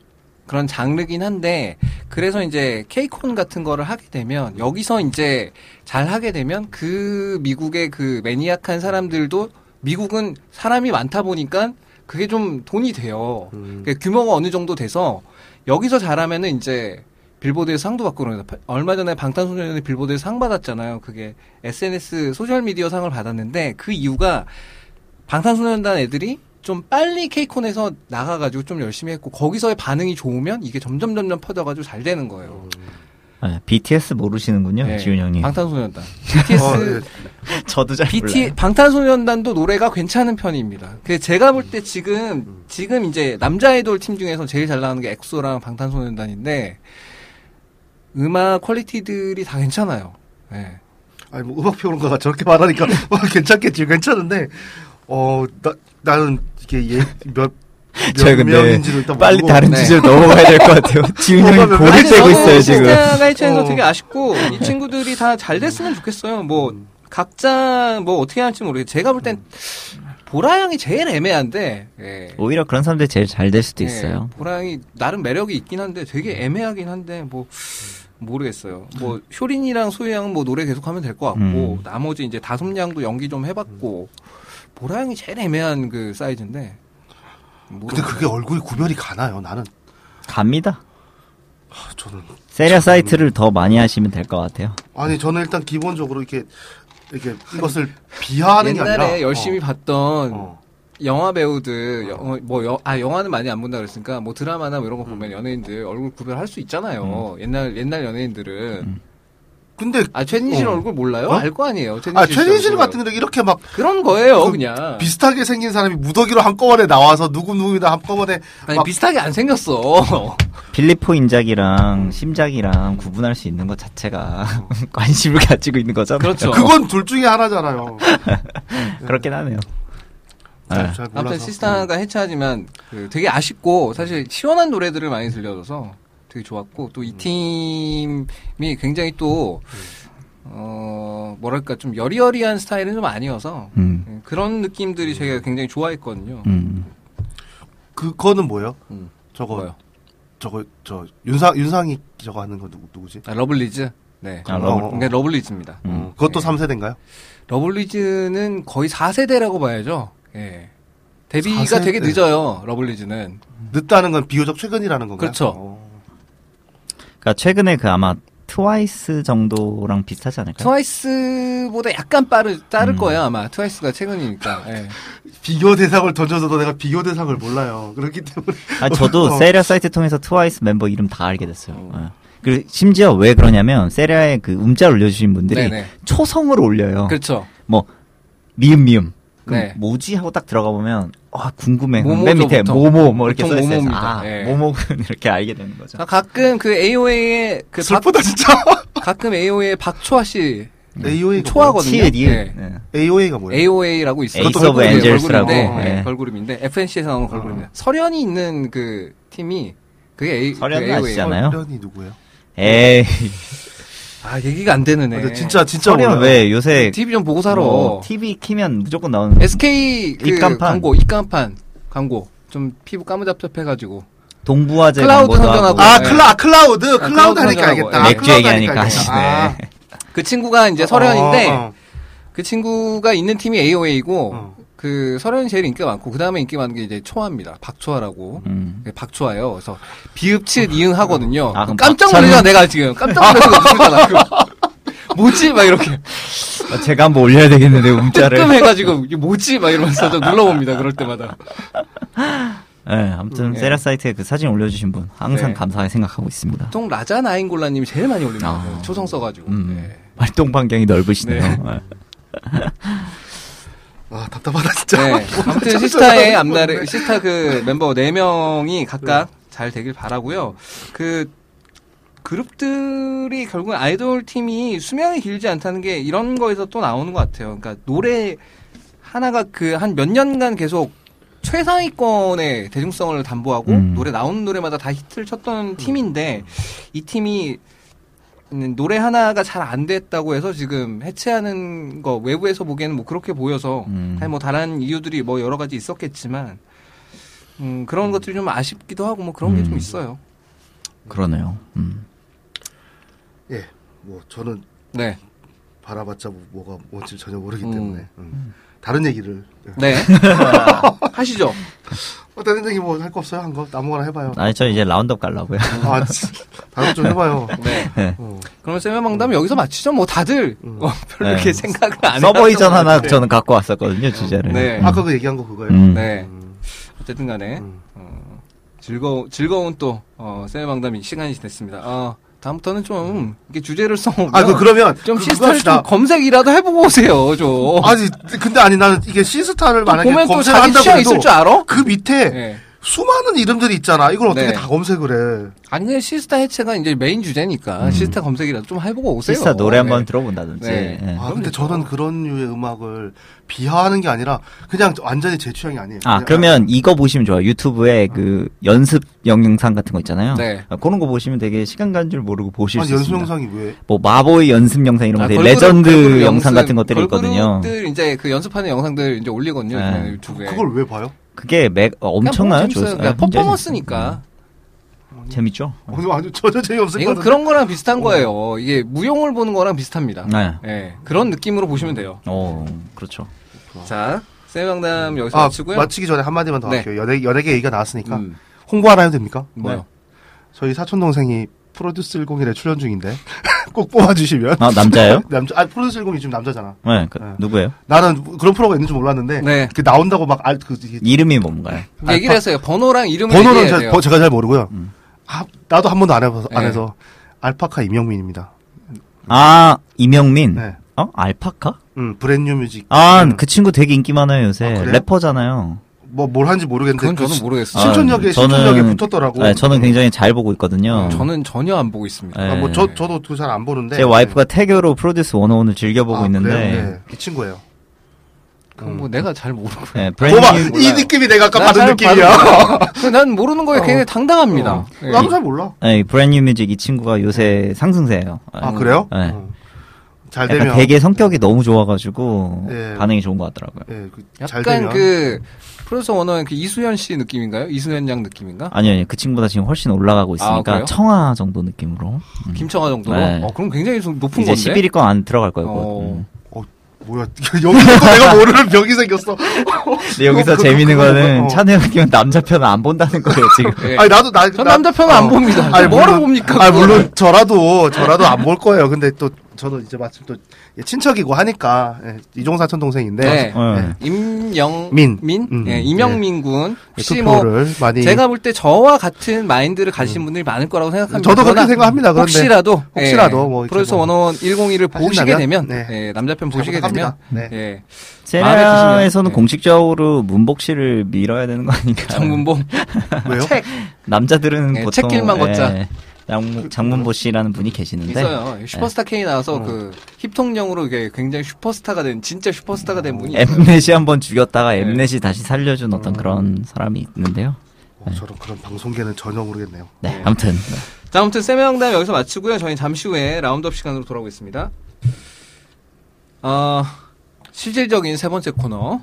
A: 그런 장르긴 한데 그래서 이제 케이콘 같은 거를 하게 되면 여기서 이제 잘 하게 되면 그 미국의 그 매니악한 사람들도 미국은 사람이 많다 보니까 그게 좀 돈이 돼요.
C: 음.
A: 그 규모가 어느 정도 돼서 여기서 잘하면은 이제 빌보드에서 상도 받고 그러는 얼마 전에 방탄소년단이 빌보드에서 상 받았잖아요. 그게 SNS 소셜 미디어 상을 받았는데 그 이유가 방탄소년단 애들이 좀 빨리 케이콘에서 나가가지고 좀 열심히 했고 거기서의 반응이 좋으면 이게 점점 점점 퍼져가지고 잘 되는 거예요.
B: 아, BTS 모르시는군요
A: 네.
B: 지훈 형님.
A: 방탄소년단. BTS
C: 어, 예.
B: 저도 잘
A: BT
B: 몰라요.
A: 방탄소년단도 노래가 괜찮은 편입니다. 그 제가 볼 때
B: 음,
A: 지금 지금 이제 남자 아이돌 팀 중에서 제일 잘 나가는 게 엑소랑 방탄소년단인데 음악 퀄리티들이 다 괜찮아요. 예.
C: 아니 뭐 음악 평론가가 저렇게 말하니까 어, 괜찮겠지 괜찮은데 어 나, 나는 이게 예, 몇,
B: 저희 근데
C: 몇 명인지를 일단
B: 빨리
C: 모르고
B: 다른
A: 네.
B: 주제로 넘어가야 될 것 같아요. 지훈 형이
C: 뭐가
B: 고를
C: 아니,
B: 떼고
A: 저는
B: 있어요 지금.
A: 시스타가 해체해서
C: 어.
A: 되게 아쉽고 이 친구들이 다 잘 됐으면 좋겠어요. 뭐
B: 음.
A: 각자 뭐 어떻게 할지 모르겠어요. 제가 볼 땐
B: 음.
A: 보라양이 제일 애매한데 예.
B: 오히려 그런 사람들이 제일 잘 될 수도
C: 네.
A: 예,
B: 있어요.
A: 보라양이 나름 매력이 있긴 한데 되게 애매하긴 한데 뭐 모르겠어요. 뭐 효린이랑 소희양 뭐 노래 계속하면 될 것 같고
B: 음.
A: 나머지 이제 다솜양도 연기 좀 해봤고 보라양이 제일 애매한 그 사이즈인데. 뭐
C: 근데 그게 얼굴이 구별이 가나요 나는
B: 갑니다.
C: 아, 저는
B: 세랴 사이트를 더 많이 하시면 될 것 같아요.
C: 아니 저는 일단 기본적으로 이렇게 이렇게 이것을 비하하는 게
A: 옛날에
C: 아니라
A: 열심히 봤던
C: 어,
A: 영화 배우들 영- 뭐 여- 아, 영화는 많이 안 본다 그랬으니까 뭐 드라마나 뭐 이런
C: 음.
A: 거 보면 연예인들 얼굴 구별할 수 있잖아요.
B: 음.
A: 옛날 옛날 연예인들은
C: 어. 근데
A: 아 최진실
C: 어.
A: 얼굴 몰라요?
C: 어?
A: 알 거 아니에요. 최진실,
C: 아 최진실
A: 얼굴.
C: 같은 경우 이렇게 막
A: 그런 거예요,
C: 그
A: 그, 냥
C: 비슷하게 생긴 사람이 무더기로 한꺼번에 나와서 누구 누구이다 한꺼번에
A: 아니
C: 막
A: 비슷하게 안 생겼어.
B: 필리포 인작이랑 심작이랑 구분할 수 있는 것 자체가 관심을 가지고 있는 거잖아요.
A: 그렇죠.
C: 그건 둘 중에 하나잖아요.
B: 그렇긴 하네요.
C: 잘, 잘 몰라서.
A: 네. 아무튼 시스타가 해체하지만 그 되게 아쉽고 사실 시원한 노래들을 많이 들려줘서 되게 좋았고 또 이 팀이 굉장히 또 어, 뭐랄까 좀 여리여리한 스타일은 좀 아니어서 네,
B: 음.
A: 그런 느낌들이 제가 굉장히 좋아했거든요.
B: 음.
C: 그거는 뭐예요?
A: 음.
C: 저거
A: 뭐요?
C: 저거 저 윤상 윤상이 저거 하는 거 누구 누구지?
A: 아, 러블리즈. 네.
B: 아, 러블-
A: 그러니까 러블리즈입니다.
C: 어, 그것도
A: 네.
C: 삼 3세대인가요?
A: 러블리즈는 거의 4세대라고 봐야죠. 예. 데뷔가
C: 4세대?
A: 되게 늦어요. 러블리즈는.
C: 늦다는 건 비교적 최근이라는 건가요?
A: 그렇죠.
C: 어.
B: 그러니까 최근에 그 아마 트와이스 정도랑 비슷하지 않을까요?
A: 트와이스보다 약간 빠르
C: 음.
A: 따를 거예요 아마. 트와이스가 최근이니까.
C: 아,
A: 예.
C: 비교 대상을 던져서도 내가 비교 대상을 몰라요. 그렇기 때문에
A: 어.
C: 어.
B: 아 저도 세리아 사이트 통해서 트와이스 멤버 이름 다 알게 됐어요. 예. 그 심지어 왜 그러냐면 세리아의 그 음자를 올려주신 분들이
A: 네네.
B: 초성으로
C: 어.
B: 올려요.
A: 그렇죠.
B: 뭐 미음 미음. 그럼
A: 네.
B: 뭐지 하고 딱 들어가 보면 아 궁금해.
A: 모모죠,
B: 맨 밑에
A: 보통.
B: 모모 뭐 이렇게
A: 보통
B: 써 있어요.
A: 모모입니다.
B: 아
A: 예.
B: 모모군 이렇게 알게 되는 거죠.
A: 자, 가끔 그 AOA의 그 박,
C: 슬프다 진짜.
A: 가끔 AOA의 박초아 씨
C: AOA 가
A: 네. 초하거든요.
B: 치읓 이읓.
A: 네.
B: 네.
C: 뭐야? AOA가 뭐예요?
A: AOA라고 있어요.
B: 에이스 오브
A: 걸그룹이에요,
B: 엔젤스라고.
A: 걸그룹인데,
B: 네.
A: 네, 걸그룹인데 FNC에서 나온 걸그룹이에요.
C: 아.
A: 서련이 있는 그 팀이 그게 A, 그
B: 서련은
A: AOA.
B: 아시잖아요. 있잖아요.
C: 련이 누구예요?
B: 네. 에이.
A: 아 얘기가 안 되는
C: 아,
A: 애.
C: 근데 진짜 어, 진짜
B: 서련
C: 몰라요.
B: 왜 요새
A: TV 좀 보고 살아.
B: 뭐 TV 키면 무조건 나오는.
A: SK 그
B: 입간판.
A: 광고 입간판 광고 좀 피부 까무잡잡해가지고
B: 동부화재
A: 클라우드
B: 광고도
A: 선전하고.
C: 아
A: 네.
C: 클라 클라우드
A: 아,
C: 클라우드
A: 클라우드
C: 하니까
A: 하자고.
C: 알겠다.
B: 맥주
C: 클라우드
B: 얘기하니까
C: 알겠다.
B: 하시네.
C: 아.
A: 그 친구가 이제 서련인데
C: 어, 어.
A: 그 친구가 있는 팀이 AOA이고
C: 어.
A: 그 서련이 제일 인기가 많고 그 다음에 인기 많은 게 이제 초아입니다. 박초아라고.
B: 음.
A: 네, 박초아예요. 그래서 비읍치읓 이응 하거든요.
B: 아, 그럼
A: 깜짝
B: 박차는-
A: 놀래잖아 내가 지금 깜짝 놀래서 그 뭐지 막 이렇게
B: 아, 제가 한번 올려야 되겠는데 문자를.
A: 뜨끔해가지고 이게 뭐지 막 이러면서 좀 눌러봅니다. 그럴 때마다.
B: 예, 아무튼
A: 예.
B: 세라 사이트에 그 사진 올려주신 분 항상
A: 네.
B: 감사하게 생각하고 있습니다.
A: 보통 라자 나인골라님이 제일 많이 올립니다.
B: 아.
A: 초성 써가지고.
B: 음,
A: 네.
B: 활동 반경이 넓으시네요.
A: 네.
B: 예.
C: 아 답답하다 진짜.
A: 네. 아무튼 시스타의 앞날에 시스타 그 멤버 4명이 각각
C: 네.
A: 잘 되길 바라고요. 그 그룹들이 결국 아이돌 팀이 수명이 길지 않다는 게 이런 거에서 또 나오는 것 같아요. 그러니까 노래 하나가 그 한 몇 년간 계속 최상위권의 대중성을 담보하고
B: 음.
A: 노래 나오는 노래마다 다 히트를
C: 음.
A: 쳤던 팀인데 이 팀이 음, 노래 하나가 잘 안 됐다고 해서 지금 해체하는 거 외부에서 보기에는 뭐 그렇게 보여서
B: 음.
A: 사실 뭐 다른 이유들이 뭐 여러 가지 있었겠지만 음, 그런 것들이 좀 아쉽기도 하고 뭐 그런 게 좀
B: 음.
A: 있어요.
B: 그러네요. 음.
C: 예. 뭐 저는
A: 네,
C: 바라봤자 뭐- 뭐가 뭔지 전혀 모르기
A: 음.
C: 때문에 음. 다른 얘기를 예.
A: 네 하시죠.
C: 어, 다른 얘기 뭐 할 거 없어요? 한 거 아무거나 해봐요.
B: 아니 저 이제 라운드업 갈라고요.
C: 아, 진- 다른 좀 해봐요.
A: 네.
C: 어.
A: 그러면 세미방담 여기서 마치죠. 뭐 다들
C: 음.
A: 어, 별로
B: 네.
A: 이렇게 생각을 안
B: 서버
A: 해봤던
B: 이전
A: 것
B: 하나
A: 같아요.
B: 저는 갖고 왔었거든요 주제를.
A: 네.
B: 음.
C: 아까 그 얘기한 거 그거예요.
B: 음.
A: 네.
C: 음.
A: 어쨌든간에
C: 음.
A: 어, 즐거 즐거운 또 어, 세미방담이 시간이 됐습니다. 어, 다음부터는 좀 이게 주제를 써오면
C: 아, 그 그러면
A: 좀
C: 그- 그거
A: 시스템
C: 합시다.
A: 좀 검색이라도 해보고 오세요. 좀
C: 아니 근데 아니 나는 이게 시스타를
A: 또
C: 만약에
A: 보면 또
C: 검색을
A: 자기
C: 한다고
A: 취향 있을
C: 해도
A: 줄 알아?
C: 그 밑에
A: 예.
C: 수많은 이름들이 있잖아. 이걸 어떻게
A: 네.
C: 다 검색을 해?
A: 아니 그냥 시스타 해체가 이제 메인 주제니까
C: 음.
A: 시스타 검색이라도 좀 해보고 오세요.
B: 시스타 노래 한번
A: 네.
B: 들어본다든지.
A: 네.
B: 예.
C: 아 근데 저는 그런 류의 음악을 비하하는 게 아니라 그냥 완전히 제 취향이 아니에요.
B: 아
C: 그냥-
B: 그러면 이거 보시면 좋아요. 유튜브에 그 연습 영상 같은 거 있잖아요.
A: 네.
B: 아, 그런 거 보시면 되게 시간 간 줄 모르고 보실
C: 아니
B: 수
C: 연습
B: 있습니다.
C: 영상이 왜?
B: 뭐 마보이 연습 영상 이런 거
A: 아,
B: 되게
A: 걸그룹, 걸그룹
B: 레전드 영상
A: 연습,
B: 같은 것들이 있거든요.
A: 걸그룹들 이제 그 연습하는 영상들 이제 올리거든요.
B: 네.
A: 요즘에 유튜브에.
C: 그걸 왜 봐요?
B: 그게 맥 어,
A: 그냥
B: 엄청나요
A: 보면 재밌어요.
B: 조회수.
A: 그러니까
B: 아, 진짜
A: 퍼포먼스니까.
B: 재밌- 재밌죠.
C: 오늘 완전 전혀
B: 음.
C: 재미없을 것
A: 이건
C: 같은데.
A: 그런 거랑 비슷한
C: 어.
A: 거예요. 이게 무용을 보는 거랑 비슷합니다.
B: 네.
A: 예, 그런 느낌으로 보시면 돼요.
B: 어 그렇죠.
A: 자, 세명담 여기서
C: 아,
A: 마치고요.
C: 마치기 전에 한 마디만 더
A: 네.
C: 할게요. 연예 연예계 얘기가 나왔으니까
A: 음, 네.
C: 홍보 하나 해도 됩니까?
A: 뭐요?
C: 저희 사촌 동생이 프로듀스 101에 출연 중인데 꼭 뽑아주시면
B: 아 남자예요?
C: 남자 아 프로듀스 101이 지금 남자잖아.
B: 네, 그,
C: 네.
B: 누구예요?
C: 나는 그런 프로가 있는 줄 몰랐는데
A: 네.
C: 그 나온다고 막알그
B: 이름이
C: 네.
B: 뭔가요?
A: 얘기를 했어요. 번호랑 이름을
C: 아, 번호는
A: 얘기해야
C: 제가,
A: 돼요.
C: 번- 제가 잘 모르고요.
B: 음.
C: 아, 나도 한 번도 안 해봐서 안
A: 네.
C: 해서 알파카 임영민입니다.
B: 아 이명민.
C: 네.
B: 어 알파카?
C: 음, 브랜뉴 뮤직.
B: 아 그 친구 되게 인기 많아요 요새.
C: 아, 그래요?
B: 래퍼잖아요.
C: 뭐뭘 하는지 모르겠는데
A: 그건
C: 그
A: 저는
C: 시-
A: 모르겠어요.
C: 신촌역에
B: 아, 저는-
C: 신촌역에 붙었더라고. 음.
B: 네, 저는 굉장히 잘 보고 있거든요.
A: 저는 전혀 안 보고 있습니다.
B: 네.
C: 아, 뭐 저, 저도 잘 안 보는데.
B: 제 와이프가 태교로 프로듀스 101을 즐겨보고
C: 네, 아,
B: 있는데
C: 그래요? 네, 이 친구예요. 음.
A: 그건 뭐 내가 잘 모르고.
B: 네,
C: 봐봐,
B: 브랜뉴
C: 이
A: 몰라요.
C: 느낌이 내가 아까 받은
A: 나잘
C: 느낌이야.
A: 받은- 난 모르는 거에 굉장히 당당합니다.
C: 어.
A: 예.
C: 나도 잘 몰라.
B: 네, 브랜뉴 뮤직 이 친구가 요새 상승세예요.
C: 아 그래요?
B: 네.
C: 어. 잘
B: 약간
C: 되면.
B: 되게 성격이 너무 좋아가지고
C: 네.
B: 반응이 좋은 것 같더라고요.
C: 예, 그, 잘
A: 약간
C: 되면.
A: 그 프로듀서 원어의 그 이수현 씨 느낌인가요? 이수현 양 느낌인가?
B: 아니요, 아니요. 그 친구보다 지금 훨씬 올라가고 있으니까
A: 아, 그래요?
B: 청아 정도 느낌으로. 음.
A: 김청아 정도로.
B: 네.
A: 어, 그럼 굉장히 좀 높은
B: 이제
A: 건데.
B: 11위권 안 들어갈 거예요. 곧.
A: 어.
B: 음.
C: 뭐야 여기서 또 내가 모르는 벽이 생겼어.
B: 근데 여기서
C: 그거-
B: 재밌는
C: 그거-
B: 거는
C: 어.
B: 찬우 형님은 남자 편은 안 본다는 거예요 지금.
A: 예.
C: 아니 나도 나.
A: 전
C: 나-
A: 남자 편은
C: 어.
A: 안 봅니다.
C: 아니,
A: 뭐를
C: 물론-
A: 봅니까?
C: 아
A: 그걸.
C: 물론 저라도 저라도 안 볼 거예요. 근데 또 저도 이제 마침 또 예, 친척이고 하니까 예, 이종사촌 동생인데 예,
A: 네.
B: 어.
A: 임영
C: 민.
A: 민?
C: 음.
A: 예,
B: 네.
A: 임영민 군
B: 그
A: 혹시 뭐
C: 투표를 많이
A: 제가 볼 때 저와 같은 마인드를 가지신 분들이 많을 거라고 생각합니다.
C: 음. 저도 그렇게
A: 그러나
C: 생각합니다. 그런데
A: 혹시라도
C: 혹시라도
A: 예,
C: 뭐 이렇게
A: 프로듀서
C: 뭐
A: 원원 101을 보시게
C: 하신다면?
A: 되면
C: 네.
A: 예, 남자편
C: 잘
A: 보시게 되면
C: 부탁합니다. 네.
A: 예, 마음에 드시면,
B: 세라에서는
A: 네.
B: 공식적으로 문복 씨를 밀어야 되는 거 아닌가?
A: 장문봉
C: 왜요?
A: 아, 책
B: 남자들은
A: 예,
B: 보통
A: 책길만 걷자.
B: 예, 장문, 장문보 씨라는 분이
C: 네.
B: 계시는데
A: 있어요. 슈퍼스타 K 나와서 그 힙통령으로 이게 굉장히 슈퍼스타가 된 진짜 슈퍼스타가 된 분이 있어요.
B: 엠넷이 한번 죽였다가
A: 네.
B: 엠넷이 다시 살려준
A: 음.
B: 어떤 그런 사람이 있는데요.
C: 어, 저런 그런 방송계는 전혀 모르겠네요.
B: 네,
A: 예.
B: 아무튼
A: 자, 아무튼 세 명담 여기서 마치고요. 저희 잠시 후에 라운드업 시간으로 돌아오겠습니다. 어, 실질적인 세 번째 코너.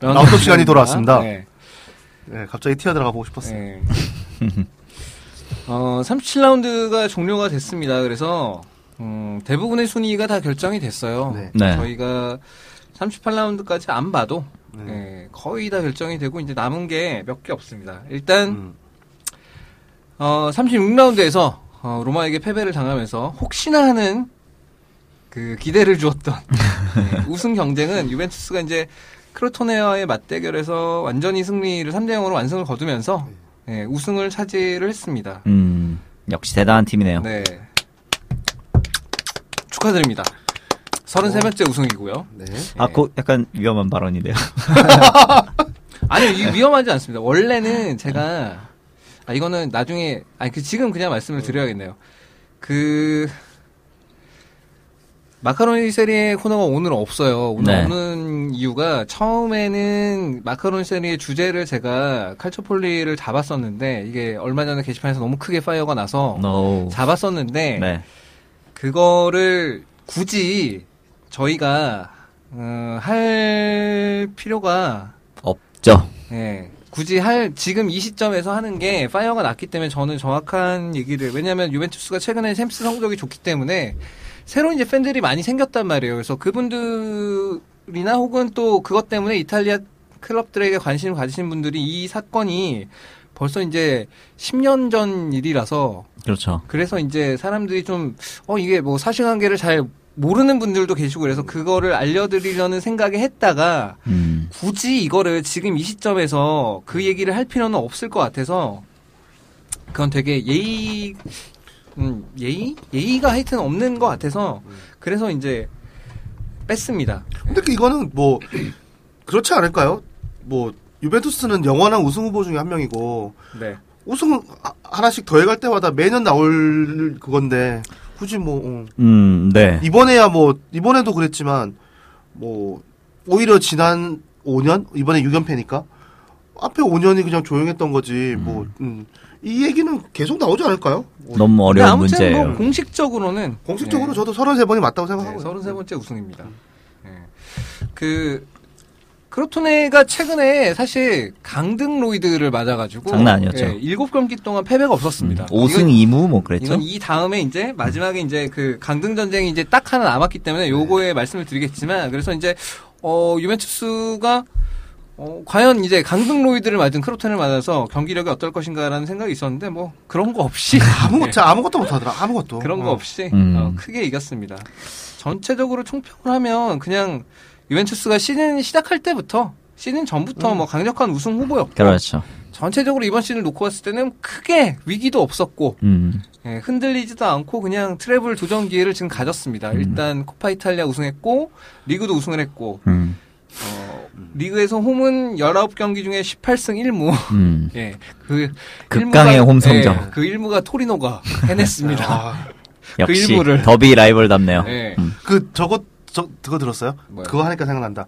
C: 라운드업 시간이 돌아왔습니다.
A: 네,
C: 예, 갑자기 튀어들어가 보고 싶었어요.
A: 네. 어, 37라운드가 종료가 됐습니다. 그래서, 음, 대부분의 순위가 다 결정이 됐어요.
C: 네.
B: 네.
A: 저희가 38라운드까지 안 봐도, 네, 거의 다 결정이 되고, 이제 남은 게 몇 개 없습니다. 일단,
C: 음.
A: 어, 36라운드에서 어, 로마에게 패배를 당하면서 혹시나 하는 그 기대를 주었던 네, 우승 경쟁은 유벤투스가 이제 크로토네와의 맞대결에서 완전히 승리를 3대 0으로 완승을 거두면서 네, 우승을 차지를 했습니다.
B: 음, 역시 대단한 팀이네요.
A: 네. 축하드립니다. 33번째 우승이고요.
C: 네.
B: 아, 그 약간 위험한 발언이네요.
A: 아니, 이 위험하지 않습니다. 원래는 제가, 아, 이거는 나중에, 아니, 그, 지금 그냥 말씀을 드려야겠네요. 그, 마카로니 세리의 코너가 오늘 없어요. 오늘
B: 네.
A: 없는 이유가 처음에는 마카로니 세리의 주제를 제가 칼초폴리를 잡았었는데 이게 얼마 전에 게시판에서 너무 크게 파이어가 나서
B: 노.
A: 잡았었는데
B: 음. 네.
A: 그거를 굳이 저희가 어, 할 필요가
B: 없죠.
A: 예. 굳이 할 지금 이 시점에서 하는 게 파이어가 났기 때문에 저는 정확한 얘기를 왜냐하면 유벤투스가 최근에 챔스 성적이 좋기 때문에 새로 이제 팬들이 많이 생겼단 말이에요. 그래서 그분들이나 혹은 또 그것 때문에 이탈리아 클럽들에게 관심을 가지신 분들이 이 사건이 벌써 이제 10년 전 일이라서
B: 그렇죠.
A: 그래서 이제 사람들이 좀, 어, 이게 뭐 사실관계를 잘 모르는 분들도 계시고 그래서 그거를 알려드리려는 생각에 했다가
B: 음.
A: 굳이 이거를 지금 이 시점에서 그 얘기를 할 필요는 없을 것 같아서 그건 되게 예의, 음, 예의? 예의가 하여튼 없는 것 같아서 그래서 이제 뺐습니다.
C: 근데 그 이거는 뭐 그렇지 않을까요? 뭐 유벤투스는 영원한 우승 후보 중에 한 명이고
A: 네.
C: 우승 하- 하나씩 더해갈 때마다 매년 나올 그건데 굳이 뭐 음.
B: 음, 네.
C: 이번에야 뭐 이번에도 그랬지만 뭐 오히려 지난 5년 이번에 6연패니까 앞에 5년이 그냥 조용했던 거지 뭐이
B: 음.
C: 얘기는 계속 나오지 않을까요? 뭐
B: 너무
A: 근데
B: 어려운
A: 아무튼
B: 문제예요. 음.
A: 뭐 공식적으로는
C: 공식적으로
A: 네.
C: 저도 33번이 맞다고 생각하고
A: 네, 33번째 우승입니다. 예. 그 크로토네가 최근에 사실 강등 로이드를 맞아가지고
B: 장난 아니었죠. 음,
A: 예, 7경기 동안 패배가 없었습니다. 이건,
B: 5승 2무 뭐 그랬죠?
A: 이건 이 다음에 이제 마지막에 이제 그 강등 전쟁이 이제 딱 하나 남았기
B: 네.
A: 때문에 요거에 말씀을 드리겠지만 그래서 이제 어 유벤투스가 어, 과연 이제 강등 로이드를 맞은 크로토네를 맞아서 경기력이 어떨 것인가라는 생각이 있었는데 뭐 그런 거 없이 뭐
C: 아무것도 진짜 아무것도 못하더라 아무것도
A: 그런 거
C: 어.
A: 없이
B: 네. 음.
A: 어, 크게 이겼습니다. 전체적으로 총평을 하면 그냥 유벤투스가 시즌 시작할 때부터 시즌 전부터
B: 음.
A: 뭐 강력한 우승 후보였고
B: 그렇죠.
A: 전체적으로 이번 시즌을 놓고 봤을 때는 크게 위기도 없었고
B: 음.
A: 예, 흔들리지도 않고 그냥 트래블 도전 기회를 지금 가졌습니다.
B: 음.
A: 일단 코파 이탈리아 우승했고 리그도 우승을 했고
B: 음.
A: 어, 리그에서 홈은 19경기 중에 18승 1무
B: 음.
A: 예, 그
B: 극강의
A: 일무가-
B: 홈 성적.
A: 예, 그 일무가 토리노가 해냈습니다.
C: 아,
B: 역시
A: 그 일부를.
B: 더비 라이벌답네요.
A: 예.
B: 음.
C: 그 저거 저 그거 들었어요?
A: 뭐요?
C: 그거 하니까 생각난다.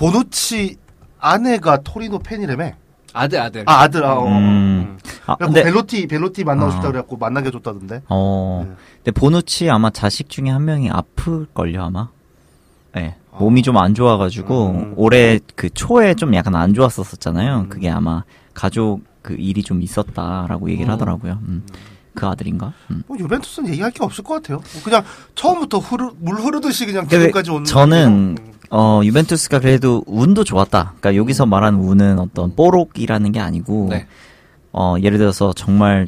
C: 보누치 아내가 토리노 팬이라며.
A: 네. 아들 아들.
C: 아 아들 아. 어.
B: 음. 아,
C: 그래갖고
B: 근데
C: 벨로티 벨로티 만나고
B: 아.
C: 싶다 그래갖고 만나게 줬다던데.
B: 어.
C: 네.
B: 근데 보누치 아마 자식 중에 한 명이 아플 걸요 아마. 예.
C: 아.
B: 몸이 좀 안 좋아가지고
C: 음.
B: 올해 그 초에 좀 약간 안 좋았었잖아요.
A: 음.
B: 그게 아마 가족 그 일이 좀 있었다라고
A: 어.
B: 얘기를 하더라고요. 음. 그 아들인가? 음.
C: 뭐 유벤투스는 얘기할 게 없을 것 같아요. 뭐 그냥 처음부터 흐르, 물 흐르듯이 그냥
B: 근데
C: 지금까지 오는.
B: 저는
C: 거죠. 음.
B: 어 유벤투스가 그래도 운도 좋았다. 그러니까 여기서 말한 운은 어떤 뽀록이라는 게 아니고
A: 네.
B: 어 예를 들어서 정말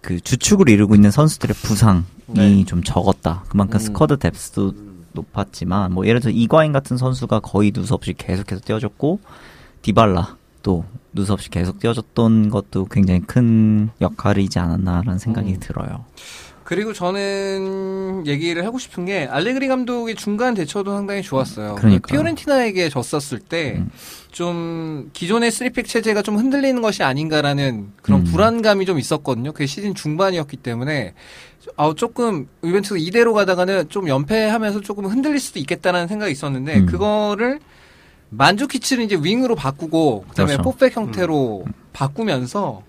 B: 그 주축을 이루고 있는 선수들의 부상이
A: 네.
B: 좀 적었다. 그만큼
A: 음.
B: 스쿼드 뎁스도 높았지만 뭐 예를 들어 이과인 같은 선수가 거의 누수없이 계속해서 뛰어줬고 디발라 또 누수없이 계속 뛰어줬던 것도 굉장히 큰 역할이지 않았나라는
A: 음.
B: 생각이 들어요.
A: 그리고 저는 얘기를 하고 싶은 게 알레그리 감독의 중간 대처도 상당히 좋았어요.
B: 그러니까요. 음.
A: 피오렌티나에게 졌었을 때 좀 기존의 쓰리백 체제가 좀 흔들리는 것이 아닌가라는 그런
B: 음.
A: 불안감이 좀 있었거든요. 그게 시즌 중반이었기 때문에 아 조금 유벤투스 이대로 가다가는 좀 연패하면서 조금 흔들릴 수도 있겠다라는 생각이 있었는데
B: 음.
A: 그거를 만주키치를 이제 윙으로 바꾸고 그다음에
B: 그렇죠.
A: 포백 형태로 바꾸면서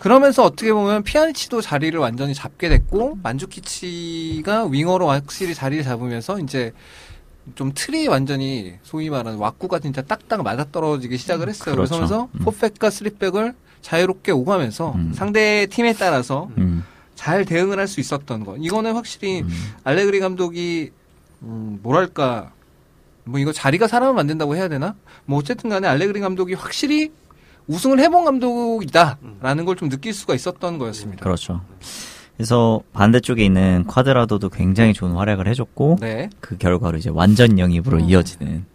A: 그러면서 어떻게 보면 피아니치도 자리를 완전히 잡게 됐고 만주키치가 윙어로 확실히 자리를 잡으면서 이제 좀 틀이 완전히 소위 말하는 왁구가 진짜 딱딱 맞아떨어지기 시작을 했어요.
B: 그렇죠.
A: 그러면서
B: 음.
A: 포백과 스리백을 자유롭게 오가면서
B: 음.
A: 상대 팀에 따라서
B: 음.
A: 잘 대응을 할 수 있었던 거. 이거는 확실히
B: 음.
A: 알레그리 감독이 음, 뭐랄까 뭐 이거 자리가 사람을 만든다고 해야 되나? 뭐 어쨌든 간에 알레그리 감독이 확실히 우승을 해본 감독이다라는 걸 좀 느낄 수가 있었던 거였습니다.
B: 그렇죠. 그래서 반대쪽에 있는 쿼드라도도 굉장히 좋은 활약을 해줬고
A: 네.
B: 그 결과로 이제 완전 영입으로
A: 음.
B: 이어지는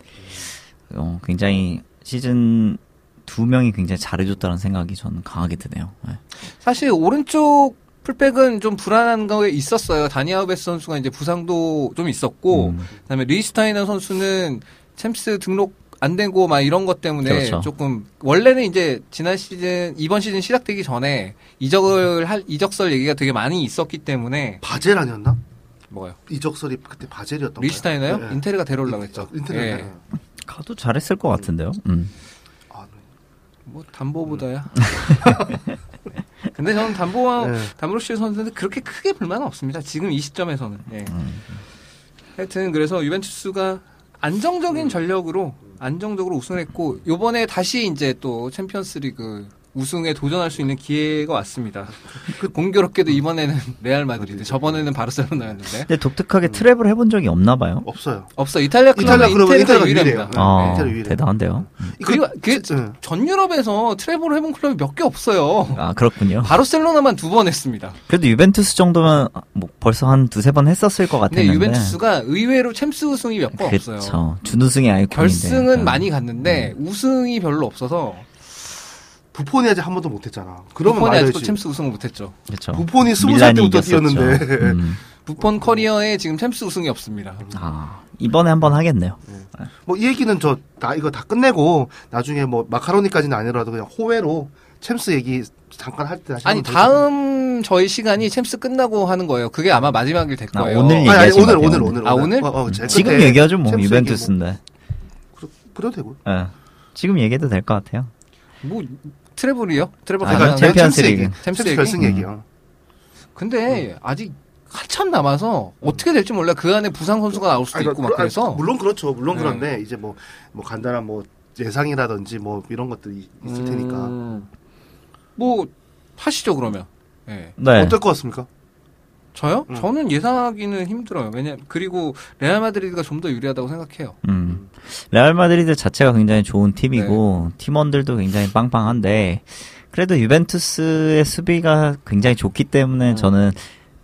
B: 어, 굉장히 시즌 두 명이 굉장히 잘해줬다는 생각이 저는 강하게 드네요. 네.
A: 사실 오른쪽 풀백은 좀 불안한 거에 있었어요. 다니아우베스 선수가 이제 부상도 좀 있었고
B: 음.
A: 그다음에 리히스타이너 선수는 챔스 등록 안 되고 막 이런 것 때문에
B: 그렇죠.
A: 조금 원래는 이제 지난 시즌 이번 시즌 시작되기 전에 이적을 할 이적설 얘기가 되게 많이 있었기 때문에
C: 바젤 아니었나?
A: 뭐요?
C: 이적설이 그때 바젤이었던
A: 리히스타이너요?
C: 거예요. 예, 예.
A: 네. 인테르가 데려오려고 했죠.
C: 인테르.
A: 예.
C: 예.
B: 가도 잘했을 것 같은데요. 음.
C: 아,
A: 뭐 담보보다야. 근데 저는 담보와
C: 음. 네.
A: 담브로시 선수는 그렇게 크게 불만은 없습니다. 지금 이 시점에서는. 예.
C: 음.
A: 하여튼 그래서 유벤투스가
C: 음.
A: 안정적인 전력으로 안정적으로 우승했고 요번에 다시 이제 또 챔피언스리그 우승에 도전할 수 있는 기회가 왔습니다.
C: 그
A: 공교롭게도
C: 음.
A: 이번에는 레알
C: 그렇죠.
A: 마드리드, 저번에는 바르셀로나였는데
B: 근데 독특하게 트랩을 해본 적이 없나 봐요.
C: 없어요.
A: 없어 이탈리아 클럽
C: 이탈리아 클럽은
A: 인테르가
C: 인테르가
A: 유일합니다.
C: 유일해요.
B: 아,
A: 네. 음.
C: 인테르 유일해요.
B: 대단한데요.
A: 그리고 그게
C: 예.
A: 전 유럽에서 트래블을 해본 클럽이 몇 개 없어요.
B: 아 그렇군요.
A: 바르셀로나만 두 번 했습니다.
B: 그래도 유벤투스 정도면 뭐 벌써 한 두세 번 했었을 것
A: 근데
B: 같았는데.
A: 유벤투스가 의외로 챔스 우승이 몇 번 없어요.
B: 그렇죠. 준우승이 아이콘인데.
A: 결승은
B: 그러니까.
A: 많이 갔는데 우승이 별로 없어서
C: 부폰이 아직 한 번도 못했잖아. 그러면
A: 부폰이 아직도
C: 말이지.
A: 챔스 우승을 못했죠.
B: 그렇죠.
C: 부폰이 스무 살
B: 밀란이
C: 때부터
B: 이겼었죠.
C: 뛰었는데.
B: 음.
A: 부폰 커리어에 지금 챔스 우승이 없습니다.
B: 아 이번에 한번 하겠네요.
C: 뭐 이 얘기는 저 나 이거 다 끝내고 나중에 뭐 마카로니까지는 아니라도 그냥 호외로 챔스 얘기 잠깐 할 때 다시
A: 아니
C: 한번 들어보자.
A: 다음 저희 시간이 챔스 끝나고 하는 거예요. 그게 아마 마지막일 될
B: 아,
A: 거예요.
B: 오늘
C: 아니, 아니
B: 얘기하지
C: 오늘
B: 마세요,
C: 오늘
B: 오늘.
C: 오늘
A: 아, 오늘?
C: 어, 어, 제일
B: 지금
C: 끝에
B: 얘기하죠 뭐
C: 챔스 얘기
B: 유벤투스인데.
C: 뭐 그래- 그래도 되고.
B: 예. 지금 얘기해도 될 것 같아요.
A: 뭐 트래블이요? 트래블
B: 아,
A: 가능한
B: 그러니까
A: 거예요?
B: 챔피언스 리그.
C: 얘기.
A: 챔스
C: 챔스
A: 얘기?
C: 결승
B: 음.
C: 얘기요.
A: 근데 아직 한참 남아서 어떻게 될지 몰라. 그 안에 부상 선수가 나올 수도
C: 아니,
A: 있고 막
C: 그- 아니,
A: 그래서
C: 물론 그렇죠. 물론
A: 네.
C: 그런데 이제 뭐 뭐 간단한 뭐 예상이라든지 뭐 이런 것들이 있을 테니까
A: 음. 뭐 하시죠 그러면. 예.
B: 네.
C: 어떨 것 같습니까?
A: 저요?
C: 음.
A: 저는 예상하기는 힘들어요. 왜냐 그리고 레알 마드리드가 좀 더 유리하다고 생각해요.
B: 음. 레알 마드리드 자체가 굉장히 좋은 팀이고
A: 네.
B: 팀원들도 굉장히 빵빵한데 그래도 유벤투스의 수비가 굉장히 좋기
A: 음.
B: 때문에 저는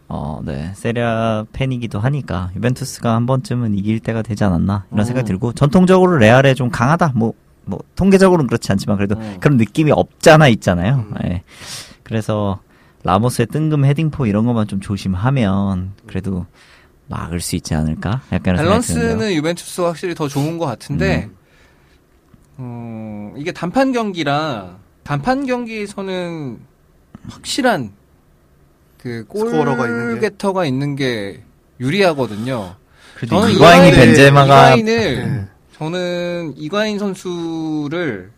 B: 어, 네. 세리아 팬이기도 하니까 유벤투스가 한 번쯤은 이길 때가 되지 않았나 이런 생각이
A: 음.
B: 들고 전통적으로 레알에 좀 강하다. 뭐 뭐 통계적으로는 그렇지 않지만 그래도
A: 음.
B: 그런 느낌이 없잖아 있잖아요. 예. 그래서 라모스의 뜬금 헤딩포 이런 것만 좀 조심하면 그래도 막을 수 있지 않을까? 약간
A: 밸런스는 유벤투스가 확실히 더 좋은 것 같은데 음, 이게 단판 경기라 단판 경기에서는 확실한 그
C: 스코어러가 있는 게?
A: 골게터가 있는 게 유리하거든요.
B: 그래도
A: 저는
B: 이과인이
A: 이과인-
B: 벤제마가
A: 이과인을
C: 네.
A: 저는 이과인 선수를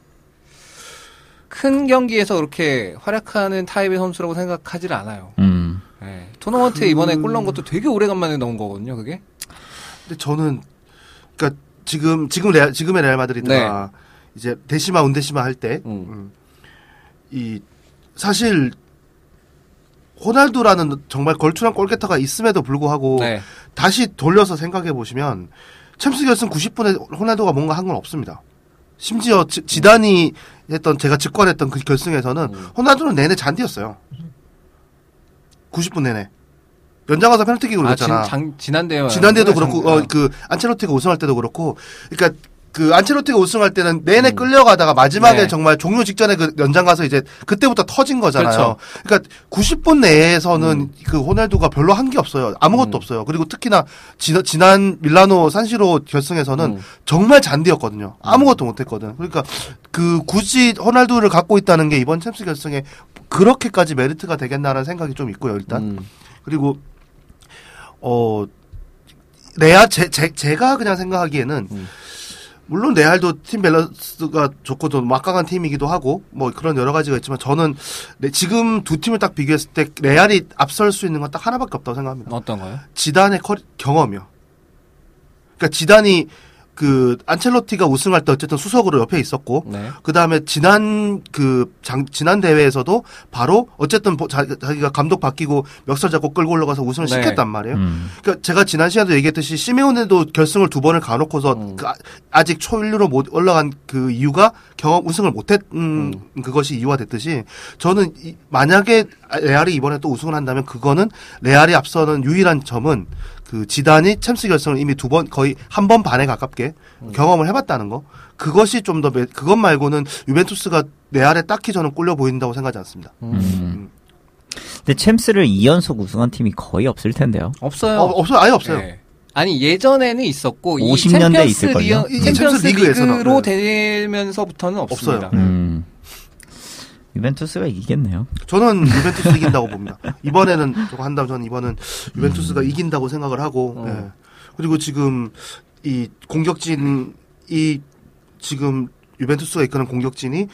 A: 큰 경기에서 그렇게 활약하는 타입의 선수라고 생각하질 않아요.
B: 음.
A: 예. 토너먼트에
C: 그-
A: 이번에 골 넣은 것도 되게 오래간만에 넣은 거거든요, 그게.
C: 근데 저는 그러니까 지금 지금 레알, 지금의 레알 마드리드가 이제 데시마 운데시마 할
A: 네.
C: 때 이
A: 음.
C: 사실 호날두라는 정말 걸출한 골게터가 있음에도 불구하고
A: 네.
C: 다시 돌려서 생각해 보시면 챔스 결승 90분에 호날두가 뭔가 한 건 없습니다. 심지어 지, 지단이 했던 제가 직관했던 그 결승에서는
A: 음.
C: 호날두는 내내 잔디였어요. 90분 내내 연장가서 페널티킥으로
A: 아,
C: 됐잖아.
A: 진, 네. 난 대회
C: 지난데도 그렇고 어, 그 안첼로티가 우승할 때도 그렇고 그러니까 그 안첼로티가 우승할 때는 내내 끌려가다가 마지막에
A: 음. 네.
C: 정말 종료 직전에 그 연장 가서 이제 그때부터 터진 거잖아요.
A: 그렇죠. 음.
C: 그러니까 90분 내에서는 그 호날두가 별로 한 게 없어요. 아무것도 없어요. 그리고 특히나 지난, 지난 밀라노 산시로 결승에서는
A: 음.
C: 정말 잔디였거든요. 아무것도 못했거든. 그러니까 그 굳이 호날두를 갖고 있다는 게 이번 챔스 결승에 그렇게까지 메리트가 되겠나라는 생각이 좀 있고요. 일단
A: 음.
C: 그리고 어 레아 제, 제 제가 그냥 생각하기에는 물론 레알도 팀 밸런스가 좋고 좀 막강한 팀이기도 하고 뭐 그런 여러 가지가 있지만 저는 레- 지금 두 팀을 딱 비교했을 때 레알이 앞설 수 있는 건 딱 하나밖에 없다고 생각합니다.
A: 어떤 거요?
C: 지단의 커리- 경험이요. 그러니까 지단이 그 안첼로티가 우승할 때 어쨌든 수석으로 옆에 있었고
A: 네.
C: 그 다음에 지난 그 장, 지난 대회에서도 바로 어쨌든 보- 자, 기가 감독 바뀌고 멱살 잡고 끌고 올라가서 우승을
A: 네.
C: 시켰단 말이에요.
B: 음.
C: 그러니까 제가 지난 시간에도 얘기했듯이 시메온에도 결승을 두 번을 가놓고서 그 아- 아직 초일류로 못 올라간 그 이유가 경험 우승을 못했 음, 그것이 이유가 됐듯이 저는 이- 만약에 레알이 이번에 또 우승을 한다면 그거는 레알이 앞서는 유일한 점은 그 지단이 챔스 결승을 이미 두 번 거의 한 번 반에 가깝게 경험을 해봤다는 거 그것이 좀 더 그것 말고는 유벤투스가 레알에 딱히 저는 꿀려 보인다고 생각하지 않습니다.
B: 음. 근데 챔스를 2연속 우승한 팀이 거의 없을 텐데요.
A: 없어요.
C: 어, 없어요, 아예 없어요.
A: 예. 아니 예전에는 있었고 이
B: 50 년대
A: 챔피언스
B: 있을걸요?
A: 리어-
C: 이 음. 챔피언스
A: 챔피언스
C: 리그에서는. 네.
A: 리그로 되면서부터는 없습니다.
C: 없어요.
B: 음. 유벤투스가 이기겠네요.
C: 저는 유벤투스 이긴다고 봅니다. 이번에는 저거 한다면 저는 이번은 유벤투스가 이긴다고 생각을 하고
A: 어.
C: 예. 그리고 지금 이 공격진이 지금 유벤투스가 이끄는 공격진이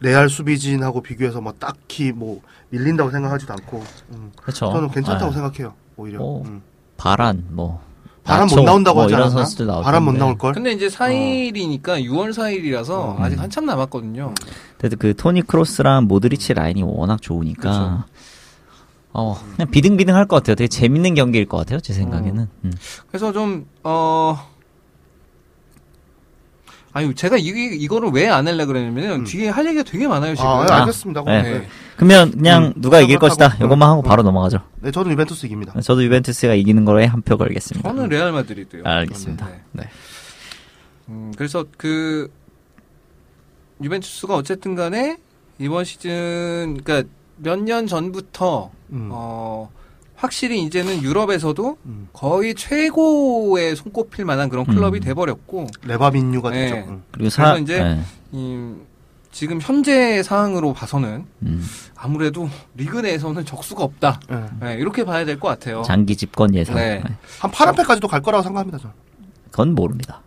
C: 레알 수비진하고 비교해서 뭐 딱히 뭐 밀린다고 생각하지도 않고 음.
B: 그렇죠.
C: 저는 괜찮다고 생각해요. 오히려
B: 어.
C: 음.
B: 바란 뭐
C: 바람
B: 나초,
C: 못 나온다고
B: 뭐
C: 하지
B: 이런
C: 않았나?
B: 선수들 나올
C: 바람 못
B: 텐데.
C: 나올 걸.
A: 근데 이제 4일이니까 6월 4일이라서
C: 어, 음.
A: 아직 한참 남았거든요.
B: 그래도 그 토니 크로스랑 모드리치 라인이 워낙 좋으니까 어 그냥 비등비등할 것 같아요. 되게 재밌는 경기일 것
C: 어.
B: 같아요. 제 생각에는. 음.
A: 그래서 좀 어. 아니 제가 이 이거를 왜 안 하려 그랬냐면 뒤에 할 얘기가 되게 많아요 지금.
C: 음. 아, 예,
B: 아.
C: 알겠습니다.
B: 네.
C: 네.
B: 그러면 그냥 누가 이길
C: 생각하고,
B: 것이다.
C: 음,
B: 이것만 하고
C: 음.
B: 바로 넘어가죠.
C: 네, 저는 유벤투스 이깁니다.
B: 저도 유벤투스가 이기는 거에 한 표 걸겠습니다.
A: 저는 레알 마드리드요.
B: 알겠습니다.
A: 네.
B: 네.
A: 음, 그래서 그 유벤투스가 어쨌든 간에 이번 시즌 그러니까 몇 년 전부터
C: 음.
A: 어 확실히 이제는 유럽에서도
C: 음.
A: 거의 최고의 손꼽힐 만한 그런 클럽이
B: 음.
A: 돼버렸고
C: 레바민유가
A: 네.
C: 되죠. 음.
B: 그리고 사
A: 그래서 이제-
B: 네.
A: 이, 지금 현재 상황으로 봐서는
B: 음.
A: 아무래도 리그 내에서는 적수가 없다.
C: 네.
A: 네, 이렇게 봐야 될 것 같아요.
B: 장기 집권 예상.
A: 어. 네.
B: 네.
C: 한 8연패까지도 갈 거라고 생각합니다. 저는.
B: 그건 모릅니다.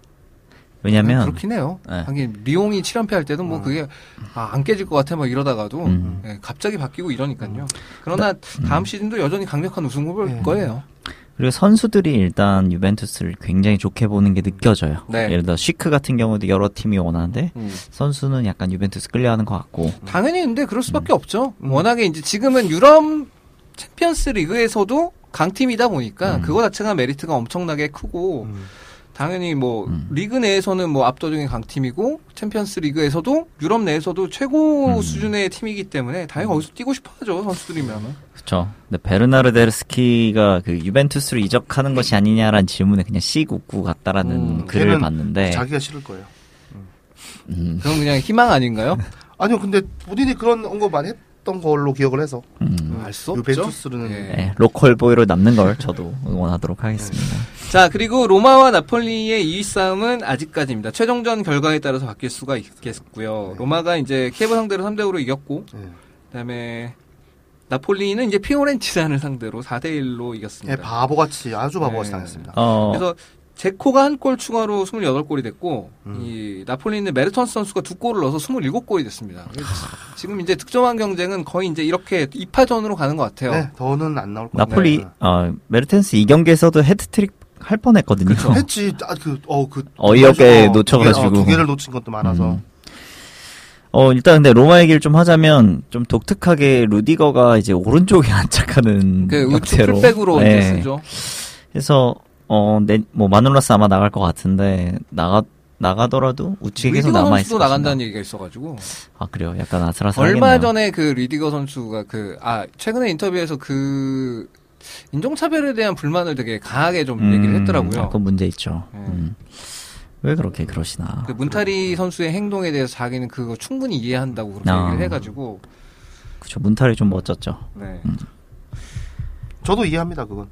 B: 왜냐면
A: 아, 그렇긴 해요.
B: 네.
A: 하긴 리옹이 7연패 할 때도 뭐 그게 아, 안 깨질 것 같아 막 이러다가도
B: 음.
A: 예, 갑자기 바뀌고 이러니까요. 그러나 다음 시즌도 여전히 강력한 우승 후보일
C: 네.
A: 거예요.
B: 그리고 선수들이 일단 유벤투스를 굉장히 좋게 보는 게 느껴져요.
A: 네.
B: 예를 들어 시크 같은 경우도 여러 팀이 원하는데
A: 음.
B: 선수는 약간 유벤투스 끌려하는 것 같고
A: 당연히 근데 그럴 수밖에 없죠. 워낙에 이제 지금은 유럽 챔피언스 리그에서도 강팀이다 보니까
B: 음.
A: 그거 자체가 메리트가 엄청나게 크고
C: 음.
A: 당연히 뭐
B: 음.
A: 리그 내에서는 뭐 압도적인 강팀이고 챔피언스 리그에서도 유럽 내에서도 최고
B: 음.
A: 수준의 팀이기 때문에 당연히 거기서 뛰고 싶어하죠 선수들이면.
B: 그렇죠. 근데 베르나르데르스키가 그 유벤투스로 이적하는 것이 아니냐라는 질문에 그냥 씩 웃고 갔다라는
A: 음,
B: 글을
C: 걔는
B: 봤는데
C: 자기가 싫을 거예요.
B: 음,
A: 그럼 그냥 희망 아닌가요?
C: 아니요, 근데 본인이 그런 언거 많이 했던 걸로 기억을 해서
B: 음,
A: 알 수 없죠.
C: 유벤투스는
A: 예.
B: 예, 로컬 보이로 남는 걸 저도 응원하도록 하겠습니다.
A: 자, 그리고 로마와 나폴리의 2위 싸움은 아직까지입니다. 최종전 결과에 따라서 바뀔 수가 있겠고요.
C: 네.
A: 로마가 이제 키예브 상대로 3대 5로 이겼고
C: 예.
A: 그다음에 나폴리는 이제 피오렌티나를 상대로 4대 1로 이겼습니다.
C: 예, 바보같이 아주 바보같이
A: 예.
C: 당했습니다.
B: 어,
A: 그래서 제코가 한 골 추가로 28골이 됐고
C: 음.
A: 이 나폴리는 메르턴스 선수가 두 골을 넣어서 27골이 됐습니다.
C: 아.
A: 지금 이제 득점한 경쟁은 거의 이제 이렇게 2파전으로 가는 것 같아요.
C: 네, 더는 안 나올 거예요.
B: 나폴리
C: 네.
B: 어, 메르텐스 이 경기에서도 헤드트릭 할 뻔했거든요.
C: 했지. 아, 그, 어, 그
B: 어이없게
C: 어,
B: 놓쳐가지고.
C: 두, 개, 를 놓친 것도 많아서.
B: 음. 어, 일단 근데 로마 얘기를 좀 하자면 좀 독특하게 루디거가 이제 오른쪽에 안착하는
A: 그 우측
B: 형태로
A: 풀백으로
B: 예.
A: 이제 쓰죠.
B: 네, 그래서 어, 내, 뭐 마눌라스 아마 나갈 것 같은데 나가 나가더라도 우측에 계속
A: 리디거
B: 남아 있을
A: 선수도
B: 것이다.
A: 나간다는 얘기가 있어가지고
B: 아 그래요. 약간 아슬아슬하겠네요.
A: 얼마 전에 그 리디거 선수가 그 아 최근에 인터뷰에서 그 인종차별에 대한 불만을 되게 강하게 좀 얘기를 했더라고요.
B: 아, 그건 문제 있죠.
A: 예.
B: 음. 왜 그렇게 그러시나.
A: 그 문타리 선수의 행동에 대해서 자기는 그거 충분히 이해한다고 그렇게
B: 아.
A: 얘기를 해가지고
B: 그쵸 문탈이 좀 멋졌죠.
A: 네.
C: 저도 이해합니다 그건.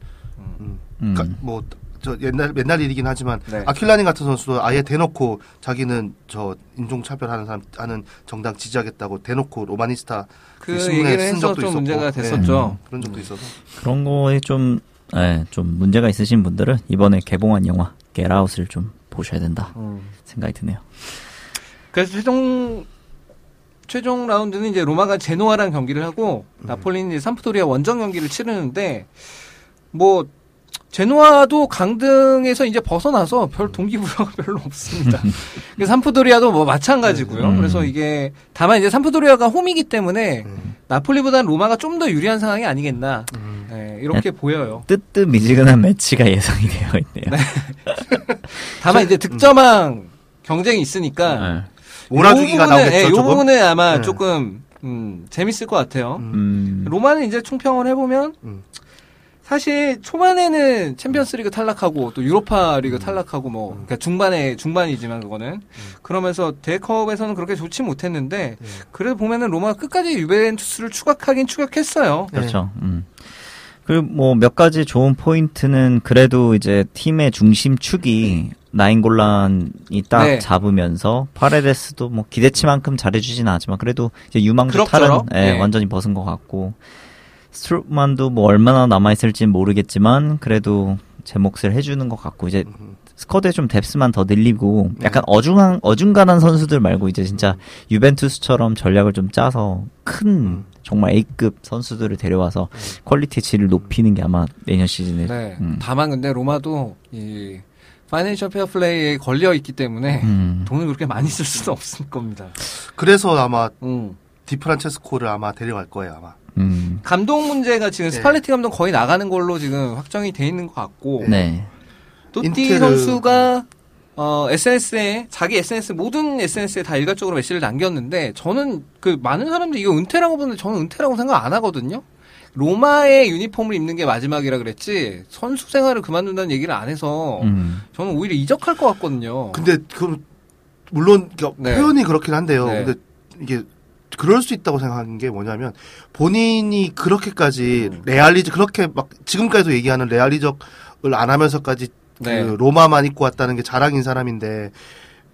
B: 음.
C: 그러니까 뭐 저 옛날 옛날 일이긴 하지만
A: 네.
C: 아킬라니 같은 선수도 아예 대놓고 자기는 저 인종 차별하는 사람 하는 정당 지지하겠다고 대놓고 로마니스타
A: 그
C: 그 신문에
A: 얘기를
C: 쓴
A: 해서 좀
C: 적도 있었고.
A: 문제가
C: 네.
A: 됐었죠.
C: 그런 적도 있어서
B: 그런 거에 좀, 예, 좀 문제가 있으신 분들은 이번에 개봉한 영화 겟아웃을 좀 보셔야 된다
A: 음.
B: 생각이 드네요.
A: 그래서 최종 최종 라운드는 이제 로마가 제노아랑 경기를 하고 나폴리는 이제 삼프도리아 원정 경기를 치르는데 뭐 제노아도 강등에서 이제 벗어나서 별 동기부여가 별로 없습니다. 그래서 삼프도리아도 뭐 마찬가지고요.
B: 음.
A: 그래서 이게 다만 이제 삼프도리아가 홈이기 때문에
C: 네. 음.
A: 나폴리보단 로마가 좀 더 유리한 상황이 아니겠나 네, 이렇게 보여요.
B: 뜨뜻미지근한 매치가 예상이 되어 있네요.
A: 다만 이제 득점왕 경쟁이 있으니까
B: 예.
C: 오라주기가
A: 요 부분은,
C: 나오겠죠
A: 예, 요
C: 조금.
A: 부분은 아마
C: 네.
A: 조금 음, 재밌을 것 같아요.
C: 음.
B: 음,
A: 로마는 이제 총평을 해보면
C: 음.
A: 사실 초반에는 챔피언스리그 탈락하고 또
C: 음.
A: 유로파리그 탈락하고 뭐 그러니까 중반에 중반이지만 그거는 그러면서 대컵에서는 그렇게 좋지 못했는데
C: 네.
A: 그래도 보면은 로마가 끝까지 유벤투스를 추격하긴 추격했어요.
B: 그렇죠. 음. 그리고 뭐 몇 가지 좋은 포인트는 그래도 이제 팀의 중심축이 나인골란이 딱
A: 네.
B: 잡으면서 파레데스도 뭐 기대치만큼 잘해주진 않았지만 그래도 이제 유망주 탈은
A: 그럭저럭?
B: 예,
A: 네.
B: 완전히 벗은 것 같고 스트로만도 뭐 얼마나 남아있을지 모르겠지만 그래도 제 몫을 해주는 것 같고 이제 스쿼드에 좀 뎁스만 더 늘리고 약간 어중한 어중간한 선수들 말고 이제 진짜 유벤투스처럼 전략을 좀 짜서 큰 정말 A급 선수들을 데려와서 퀄리티 질을 높이는 게 아마 내년 시즌에
A: 네.
B: 음.
A: 다만 근데 로마도 이 파이낸셜 페어플레이에 걸려 있기 때문에
B: 음.
A: 돈을 그렇게 많이 쓸 수는 없을 겁니다.
C: 그래서 아마
A: 음.
C: 디프란체스코를 아마 데려갈 거예요 아마.
B: 음.
A: 감독 문제가 지금
C: 네.
A: 스팔레티 감독 거의 나가는 걸로 지금 확정이 돼 있는 것 같고
B: 네.
A: 또띠
C: 인테르-
A: 선수가 어, SNS에 자기 SNS 모든 SNS에 다 일괄적으로 메시지를 남겼는데 저는 그 많은 사람들이 이거 은퇴라고 보는데 저는 은퇴라고 생각 안 하거든요. 로마의 유니폼을 입는 게 마지막이라 그랬지 선수 생활을 그만둔다는 얘기를 안 해서
B: 음.
A: 저는 오히려 이적할 것 같거든요.
C: 근데 그 물론 그
A: 네.
C: 표현이 그렇긴 한데요.
A: 네.
C: 근데 이게 그럴 수 있다고 생각하는 게 뭐냐면 본인이 그렇게까지
A: 음.
C: 레알리즈 그렇게 막 지금까지도 얘기하는 레알리적을 안 하면서까지
A: 네.
C: 그 로마만 입고 왔다는 게 자랑인 사람인데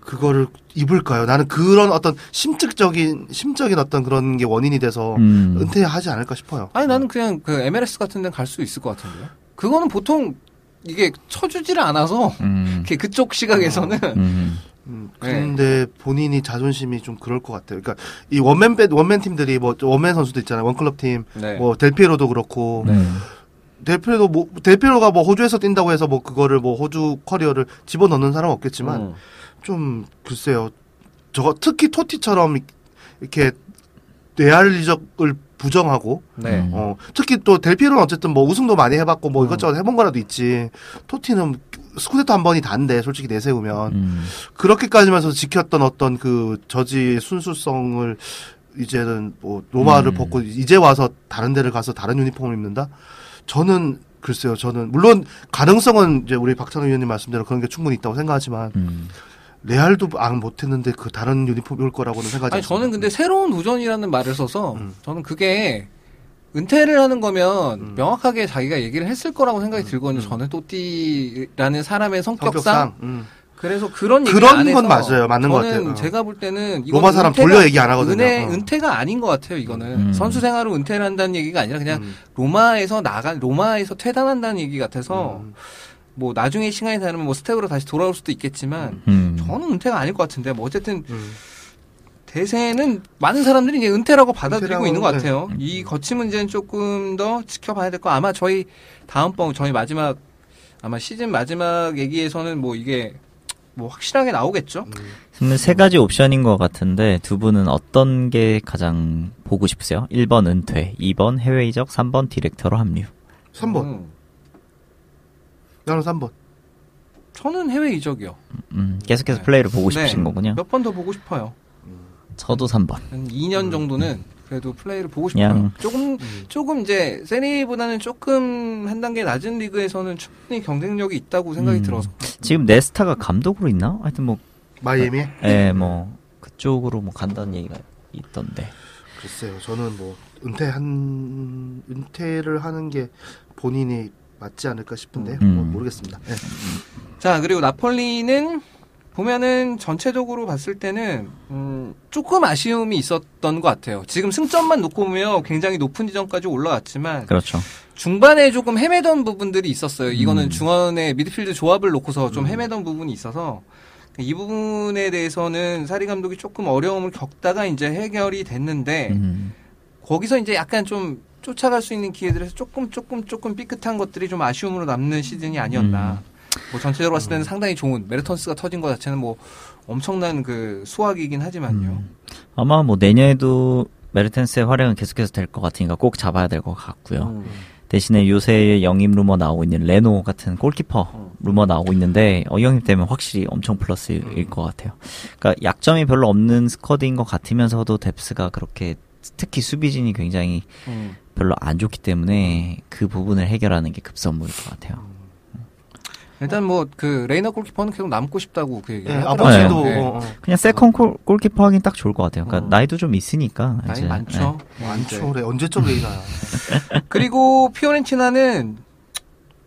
C: 그거를 입을까요? 나는 그런 어떤 심적적인 심적인 어떤 그런 게 원인이 돼서
B: 음.
C: 은퇴하지 않을까 싶어요.
A: 아니 나는 그냥 그 MLS 같은 데는 갈 수 있을 것 같은데요. 그거는 보통 이게 쳐주지를 않아서
B: 음.
A: 이렇게 그쪽 시각에서는
B: 음.
C: 음, 근데 본인이 자존심이 좀 그럴 것 같아요. 그러니까 이 원맨 배- 원맨 팀들이 뭐 원맨 선수도 있잖아요. 원클럽 팀,
A: 네.
C: 뭐 델피에로도 그렇고
B: 네.
C: 델피에로도 뭐 델피에로가 뭐 호주에서 뛴다고 해서 뭐 그거를 뭐 호주 커리어를 집어넣는 사람은 없겠지만
A: 음.
C: 좀 글쎄요. 저거 특히 토티처럼 이렇게 레알리적을 부정하고
A: 네.
B: 음.
C: 어, 특히 또 델피로는 어쨌든 뭐 우승도 많이 해봤고 뭐 이것저것 해본 거라도 있지. 토티는 스쿠데토 한 번이 단데 솔직히 내세우면
B: 음.
C: 그렇게까지면서 지켰던 어떤 그 저지의 순수성을 이제는 뭐 로마를
B: 음.
C: 벗고 이제 와서 다른 데를 가서 다른 유니폼을 입는다. 저는 글쎄요. 저는 물론 가능성은 이제 우리 박찬호 위원님 말씀대로 그런 게 충분히 있다고 생각하지만
B: 음.
C: 레알도 안 못했는데 그 다른 유니폼 올 거라고는 생각하지.
A: 아니 저는
C: 않습니다.
A: 근데 새로운 도전이라는 말을 써서
C: 음.
A: 저는 그게 은퇴를 하는 거면 명확하게 자기가 얘기를 했을 거라고 생각이 들거든요. 저는 또띠라는 사람의 성격상,
C: 음. 성격상 음.
A: 그래서 그런 얘기
C: 그런
A: 안 해서
C: 건 맞아요. 맞는 것 같아요.
A: 저는
C: 어.
A: 제가 볼 때는
C: 로마 사람
A: 은퇴가-
C: 돌려 얘기 안 하거든요.
A: 은퇴,
C: 어.
A: 은퇴가 아닌 것 같아요. 이거는
B: 음.
A: 선수 생활로 은퇴를 한다는 얘기가 아니라 그냥
C: 음.
A: 로마에서 나간 로마에서 퇴단한다는 얘기 같아서
C: 음.
A: 뭐 나중에 시간이 되면 뭐 스텝으로 다시 돌아올 수도 있겠지만
B: 음.
A: 저는 은퇴가 아닐 것 같은데 뭐 어쨌든
C: 음.
A: 대세는 많은 사람들이 이제 은퇴라고 받아들이고
C: 은퇴라고,
A: 있는 것
C: 네.
A: 같아요. 이 거치 문제는 조금 더 지켜봐야 될 거. 아마 저희 다음번 저희 마지막 아마 시즌 마지막 얘기에서는 뭐 이게 뭐 확실하게 나오겠죠.
B: 저는 세 가지 옵션인 것 같은데 두 분은 어떤 게 가장 보고 싶으세요? 1번 은퇴, 2번 해외 이적, 3번 디렉터로 합류.
C: 3번.
A: 음.
C: 나는 3번.
A: 저는 해외 이적이요.
B: 음, 계속해서 플레이를 보고
A: 네.
B: 싶으신 거군요.
A: 몇 번 더 보고 싶어요.
B: 저도 3번.
A: 한
C: 음.
A: 2년 정도는 그래도 플레이를 보고 싶어요.
B: 그냥-
A: 조금 조금 이제 세리보다는 조금 한 단계 낮은 리그에서는 충분히 경쟁력이 있다고 생각이
B: 음.
A: 들어서
B: 지금 네스타가 감독으로 있나? 하여튼 뭐,
C: 마이애미?
A: 네.
B: 예, 뭐, 그쪽으로 뭐 간다는 얘기가 있던데.
C: 글쎄요. 저는 뭐 은퇴한 은퇴를 하는 게 본인이 맞지 않을까 싶은데
B: 음.
C: 뭐 모르겠습니다. 예.
A: 자 그리고 나폴리는 보면은 전체적으로 봤을 때는 음, 조금 아쉬움이 있었던 것 같아요. 지금 승점만 놓고 보면 굉장히 높은 지점까지 올라왔지만
B: 그렇죠.
A: 중반에 조금 헤매던 부분들이 있었어요. 이거는
B: 음.
A: 중원의 미드필드 조합을 놓고서 좀 헤매던 부분이 있어서 이 부분에 대해서는 사리 감독이 조금 어려움을 겪다가 이제 해결이 됐는데
B: 음,
A: 거기서 이제 약간 좀 쫓아갈 수 있는 기회들에서 조금 조금 조금 삐끗한 것들이 좀 아쉬움으로 남는 시즌이 아니었나.
B: 음.
A: 뭐 전체적으로 봤을 때는 상당히 좋은 메르턴스가 터진 것 자체는 뭐 엄청난 그 수확이긴 하지만요.
B: 아마 뭐 내년에도 메르텐스의 활약은 계속해서 될 것 같으니까 꼭 잡아야 될 것 같고요.
A: 음.
B: 대신에 요새 영입 루머 나오고 있는 레노 같은
A: 음.
B: 골키퍼 루머 나오고 있는데 어, 영입 되면 확실히 엄청
A: 음.
B: 플러스일 것 같아요. 그러니까 약점이 별로 없는 스쿼드인 것 같으면서도 뎁스가 그렇게 특히 수비진이 굉장히
A: 음.
B: 별로 안 좋기 때문에 그 부분을 해결하는 게 급선무일 것 같아요.
C: 음,
A: 일단 뭐 그 레이너 골키퍼는 계속 남고 싶다고 그 얘기를
C: 예,
A: 하더라고요.
C: 아버지도
A: 네.
C: 어, 어.
B: 그냥 세컨 골, 골키퍼 하긴 딱 좋을 것 같아요. 그러니까 나이도 좀 있으니까
A: 나이
B: 이제, 네.
A: 많죠. 이제.
C: 완초래 뭐 언제쯤
A: 네.
C: 레이나야?
A: 그리고 피오렌티나는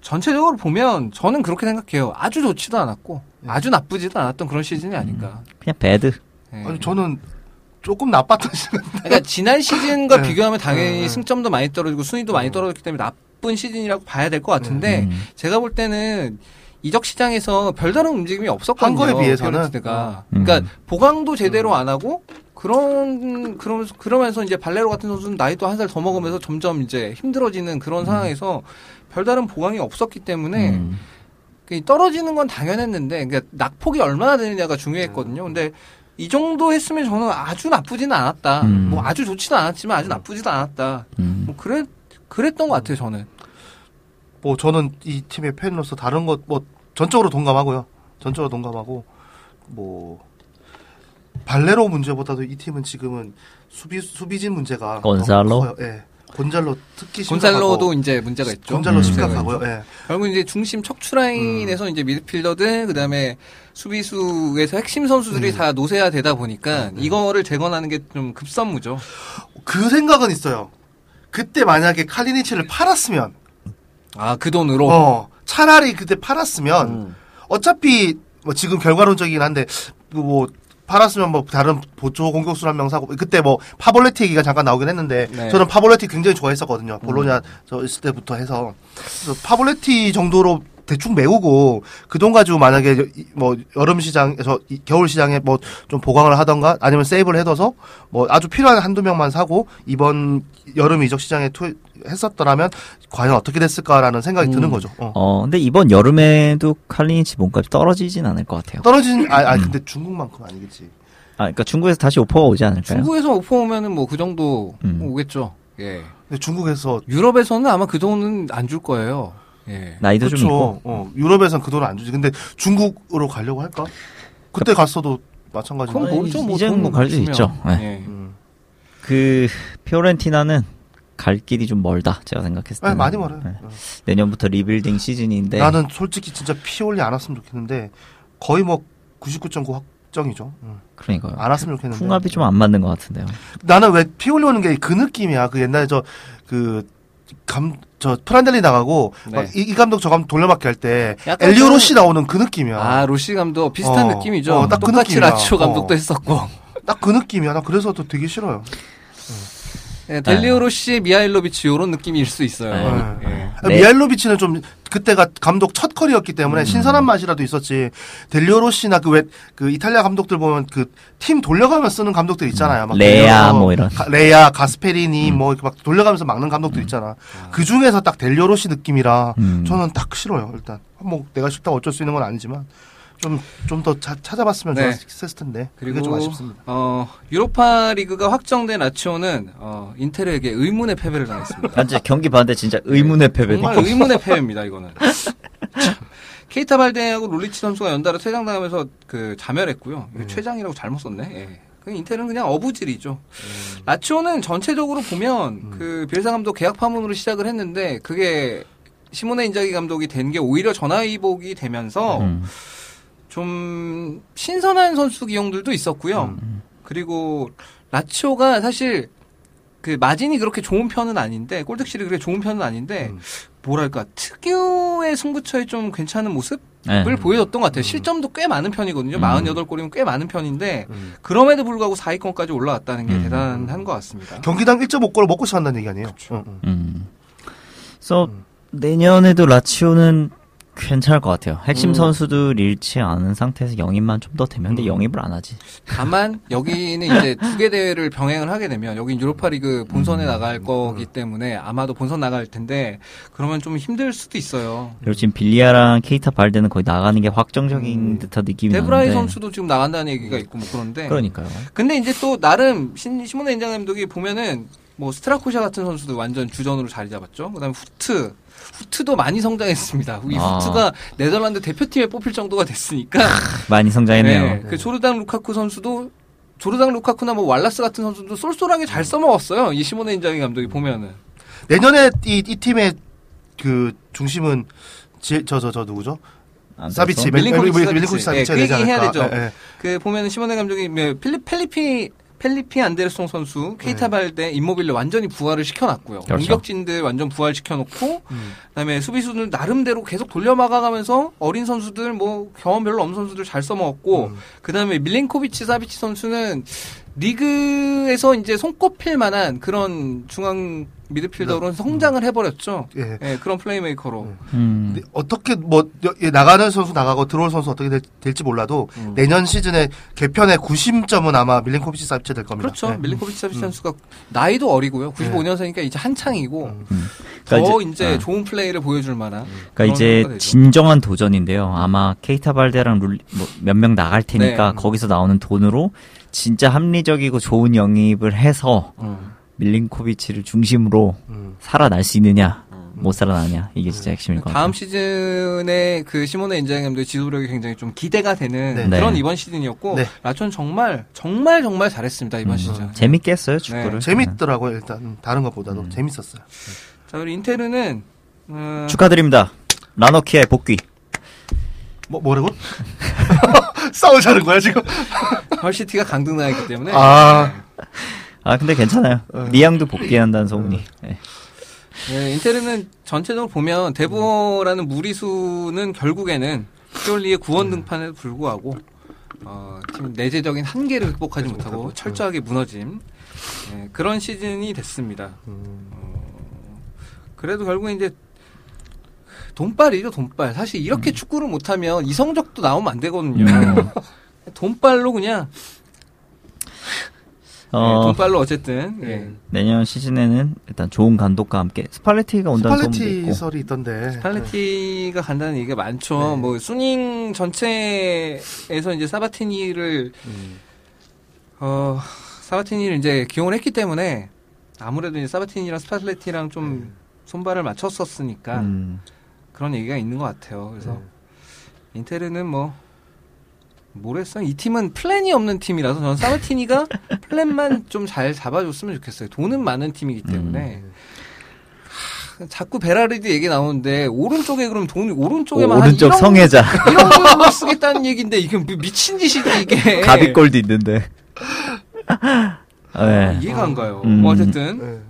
A: 전체적으로 보면 저는 그렇게 생각해요. 아주 좋지도 않았고
C: 네.
A: 아주 나쁘지도 않았던 그런 시즌이 아닌가.
B: 네. 그냥 배드.
A: 예.
C: 음. 아니 저는 조금 나빴던 시간.
A: 그러니까 지난 시즌과
C: 네.
A: 비교하면 당연히
C: 네.
A: 승점도 많이 떨어지고 순위도 많이 떨어졌기 때문에 나쁜 시즌이라고 봐야 될 것
C: 네,
A: 같은데
B: 음.
A: 제가 볼 때는 이적 시장에서 별다른 움직임이 없었거든요.
C: 한 거에 비해서는. 어. 음.
A: 피오렌티나가.
B: 음.
A: 그러니까 보강도 제대로 안 하고 그런 그러면서 그러면서 이제 발레로 같은 선수는 나이도 한 살 더 먹으면서 점점 이제 힘들어지는
C: 음.
A: 그런 상황에서 별다른 보강이 없었기
C: 네.
A: 때문에
B: 음.
A: 그 떨어지는 건 당연했는데 그러니까 낙폭이 얼마나 되느냐가 중요했거든요. 근데 이 정도 했으면 저는 아주 나쁘지는 않았다.
B: 음.
A: 뭐 아주 좋지도 않았지만 아주 나쁘지도 않았다.
B: 음.
A: 뭐 그랬 그랬던 것 같아요 저는.
C: 음. 뭐 저는 이 팀의 팬으로서 다른 것 뭐 전적으로 동감하고요. 전적으로 동감하고 뭐 발레로 문제보다도 이 팀은 지금은 수비 수비진 문제가
B: 곤살로?
C: 더 커요. 예. 곤잘로 특히
A: 곤살로도 이제 문제가 있죠.
C: 곤잘로
B: 음.
C: 심각하고요. 음. 예.
A: 결국 이제 중심 척추 라인에서 이제 미드필더든 그다음에 수비수에서 핵심
C: 음.
A: 선수들이 다 노세화 되다
C: 네,
A: 보니까 이거를 재건하는 게 좀 급선무죠.
C: 그 생각은 있어요. 그때 만약에 칼리니치를 팔았으면
A: 아 그 돈으로
C: 어, 차라리 그때 팔았으면 어차피 뭐 지금 결과론적이긴 한데 뭐 팔았으면 뭐 다른 보조 공격수 한 명 사고 그때 뭐 파볼레티 얘기가 잠깐 나오긴 했는데
A: 네.
C: 저는 파볼레티 굉장히 좋아했었거든요 볼로냐 저 있을 때부터 해서 그래서 파볼레티 정도로 대충 메우고 그 돈 가지고 만약에 여- 이- 뭐 여름 시장에서 이- 겨울 시장에 뭐 좀 보강을 하던가 아니면 세이브를 해둬서 뭐 아주 필요한 한두 명만 사고 이번 여름 이적 시장에 투 했었더라면 과연 어떻게 됐을까라는 생각이 드는 거죠. 어.
B: 어, 근데 이번 여름에도 칼리니치 몸값이 떨어지진 않을 것 같아요.
C: 떨어진 아, 아 근데 중국만큼 아니겠지.
B: 아, 그러니까 중국에서 다시 오퍼가 오지 않을까요?
A: 중국에서 오퍼 오면은 뭐 그 정도
B: 음.
A: 오겠죠. 예.
C: 근데 중국에서
A: 유럽에서는 아마 그 돈은 안 줄 거예요. 예.
B: 나이도 좀 있고.
C: 그렇죠. 어, 유럽에선 그 돈을 안 주지. 근데 중국으로 가려고 할까? 그때 갔어도 마찬가지고.
A: 그럼 모르죠. 뭐
B: 이제는
A: 돈
B: 뭐갈수
A: 주면.
B: 있죠. 네.
A: 예.
C: 음.
B: 그 피오렌티나는 갈 길이 좀 멀다. 제가 생각했을 때.
C: 네, 많이 멀어요. 어.
B: 내년부터 리빌딩 시즌인데
C: 나는 솔직히 진짜 피 올리 안 왔으면 좋겠는데 거의 뭐 99.9 확정이죠. 음.
B: 그러니까요.
C: 안 왔으면 좋겠는데.
B: 어. 궁합이 좀 안 맞는 것 같은데요.
C: 나는 왜 피 올리오는 게 그 느낌이야. 그 옛날에 저 그 감 저 프란델리 나가고
A: 네.
C: 막 이, 이 감독 저 감독 돌려막기 할 때
A: 약간
C: 엘리오
A: 좀-
C: 로시 나오는 그 느낌이야.
A: 아 로시 감독 비슷한
C: 어,
A: 느낌이죠.
C: 어, 딱그
A: 똑같이
C: 느낌이야.
A: 라치오 감독도
C: 어.
A: 했었고.
C: 딱 그 느낌이야. 나 그래서 또 되게 싫어요.
B: 네.
A: 예, 델리오 로시, 미하일로비치 요런 느낌일 수 있어요.
C: 네.
A: 예.
C: 아,
B: 네. 음.
C: 미알로비치는 좀 그때가 감독 첫 컬이었기 때문에 신선한 맛이라도 있었지. 델리오로시나 그 왜 그 이탈리아 감독들 보면 그 팀 돌려가며 쓰는 감독들 있잖아요. 막
B: 레아
C: 델리오로,
B: 뭐 이런. 음.
C: 가- 레아 가스페리니 뭐 이렇게 막 돌려가면서 막는 감독들 있잖아. 그 중에서 딱 델리오로시 느낌이라
B: 음.
C: 저는 딱 싫어요. 일단 뭐 내가 싫다고 어쩔 수 있는 건 아니지만 좀 좀 더 찾아봤으면
A: 네.
C: 좋았을 텐데. 그게
A: 그리고
C: 좀 아쉽습니다.
A: 어, 유로파 리그가 확정된 라치오는 어, 인테르에게 의문의 패배를 당했습니다.
B: 아, 진짜 경기 봤는데 진짜 의문의 패배다.
A: 정말 의문의 패배입니다. 이거는. 케이타 발덴하고 롤리치 선수가 연달아 퇴장당하면서 그 자멸했고요.
B: 네.
A: 이거 최장이라고 잘못 썼네. 예. 그 인텔은 그냥 어부질이죠.
B: 음.
A: 라치오는 전체적으로 보면 그 비엘사 감독 계약 파문으로 시작을 했는데 그게 시모네 인자기 감독이 된 게 오히려 전화위복이 되면서
B: 음.
A: 좀 신선한 선수 기용들도 있었고요.
B: 음.
A: 그리고 라치오가 사실 그 마진이 그렇게 좋은 편은 아닌데 골득실이 그렇게 좋은 편은 아닌데
D: 음.
A: 뭐랄까 특유의 승부처에 좀 괜찮은 모습을
B: 네.
A: 보여줬던 것 같아요. 실점도 꽤 많은 편이거든요.
B: 음.
A: 48골이면 꽤 많은 편인데
D: 음.
A: 그럼에도 불구하고 4위권까지 올라왔다는 게
B: 음.
A: 대단한 것 같습니다.
D: 경기당 1.5골을 먹고 시작한다는 얘기 아니에요? 응, 응.
B: 음. 그래서
A: 음.
B: 내년에도 라치오는 괜찮을 것 같아요. 핵심
A: 음.
B: 선수들 잃지 않은 상태에서 영입만 좀 더 되면
A: 음.
B: 근데 영입을 안 하지.
A: 다만 여기는 이제 두 개 대회를 병행을 하게 되면 여기 유로파리그 본선에
B: 음.
A: 나갈 거기 때문에 아마도 본선 나갈 텐데 그러면 좀 힘들 수도 있어요.
B: 그리고 지금 빌리아랑 케이타 발데는 거의 나가는 게 확정적인 듯한
A: 음.
B: 느낌이
A: 데브라이
B: 나는데. 음.
A: 선수도 지금 나간다는 얘기가 있고 뭐 그런데
B: 그러니까요.
A: 근데 이제 또 나름 신, 시몬의 인장 감독이 보면은 뭐 스트라코샤 같은 선수들 완전 주전으로 자리 잡았죠. 그다음에 후트 후트도 많이 성장했습니다. 이
B: 아.
A: 후트가 네덜란드 대표팀에 뽑힐 정도가 됐으니까
B: 많이 성장했네요.
A: 네, 그 조르단 루카쿠 선수도 조르단 루카쿠나 뭐 왈라스 같은 선수도 쏠쏠하게 잘 써먹었어요. 이 시몬의 인자기 감독이 보면은
D: 내년에 이, 이 팀의 그 중심은 저 저 저 누구죠?
B: 안
D: 사비치,
B: 됐어?
A: 멜- 밀링코비치
D: 밀- 밀-
A: 사비치.
D: 밀링코비치 사비치
A: 예, 그 얘기 해야 되죠.
D: 예, 예.
A: 그 보면은 시몬의 감독이 뭐 필리 펠리피 펠리피 안데르송 선수, 케이타
D: 네.
A: 발데, 인모빌레 완전히 부활을 시켜놨고요.
B: 그렇죠.
A: 공격진들 완전 부활시켜놓고
D: 음.
A: 그다음에 수비수들 나름대로 계속 돌려막아가면서 어린 선수들 뭐 경험 별로 없는 선수들 잘 써먹었고
D: 음.
A: 그다음에 밀링코비치 사비치 선수는 리그에서 이제 손꼽힐 만한 그런 중앙 미드필더로 성장을 해버렸죠.
D: 예.
A: 예, 그런 플레이메이커로.
D: 네. 음.
B: 음.
A: 네.
D: 근데 어떻게 뭐 여- 예, 나가는 선수 나가고 들어올 선수 어떻게 될, 될지 몰라도
A: 음.
D: 내년 시즌에 개편의 구심점은 아마 밀링코비치 사비치 될 겁니다.
A: 그렇죠.
D: 예.
A: 밀링코비치
D: 음. 네.
A: 사비치 선수가 나이도 어리고요. 95년생이니까 이제 한창이고
D: 음.
A: 더
B: 그러니까
A: 이제,
B: 아.
A: 좋은 플레이를 보여줄 만한. 그런
B: 그러니까 이제
A: 선수가 되죠.
B: 진정한 도전인데요. 아마 케이타 발데랑 룰뭐 몇 명 나갈 테니까
A: 네.
B: 거기서 나오는 돈으로 진짜 합리적이고 좋은 영입을 해서
A: 음.
B: 밀링코비치를 중심으로
D: 음.
B: 살아날 수 있느냐 못 살아나냐 이게 진짜 핵심일
A: 음. 네.
B: 것 같아요.
A: 그러니까 다음 시즌에 그 시몬의 인자의 감독의 지도력이 굉장히 좀 기대가 되는
D: 네.
A: 그런
B: 네.
A: 이번 시즌이었고
D: 네.
A: 라촌 정말 정말 정말 잘했습니다 이번
B: 음.
A: 시즌.
B: 재밌게 했어요 축구를.
A: 네,
D: 재밌더라고요 일단 음, 다른 것보다도
B: 음.
D: 재밌었어요.
A: 자 그리고 인테르는 음,
B: 네. 축하드립니다. 라노키의 복귀.
D: 뭐 뭐라고? 싸우자는 거야 지금?
A: 헐시티가 강등당했기 때문에
D: 아
B: 아 근데 괜찮아요. 리앙도 복귀한다는 소문이. 네.
A: 네, 인테르는 전체적으로 보면 데보라는 무리수는 결국에는 피올리의 구원 등판에도 불구하고 어, 팀 내재적인 한계를 극복하지 못하고 철저하게 무너짐 네, 그런 시즌이 됐습니다. 어, 그래도 결국 이제 돈빨이죠 돈빨. 사실 이렇게 축구를 못하면 이 성적도 나오면 안 되거든요. 돈빨로 그냥 네,
B: 어
A: 돈빨로 어쨌든 예.
B: 내년 시즌에는 일단 좋은 감독과 함께 스팔레티가 온다는 소문도
D: 스팔레티
B: 있고.
D: 설이
C: 네,
D: 있던데.
A: 팔레티가 간다는 얘기가 많죠. 뭐 수닝 전체에서 이제 사바티니를 어 사바티니를 이제 기용을 했기 때문에 아무래도 이제 사바티니랑 스팔레티랑 좀 손발을 맞췄었으니까
B: 음.
A: 그런 얘기가 있는 것 같아요. 그래서
B: 네.
A: 인테르는 뭐 모르겠어요. 이 팀은 플랜이 없는 팀이라서 저는 사바티니가 플랜만 좀 잘 잡아줬으면 좋겠어요. 돈은 많은 팀이기
B: 음, 네.
A: 때문에. 하, 자꾸 베라르디 얘기 나오는데 오른쪽에 그럼 돈 오른쪽에만 한
B: 오른쪽
A: 1억,
B: 성애자
A: 1억을 쓰겠다는 얘기인데 이게 미- 미친 짓이지 이게
B: 가비골도 있는데. 네.
A: 이해가 안 가요.
B: 음.
A: 뭐 어쨌든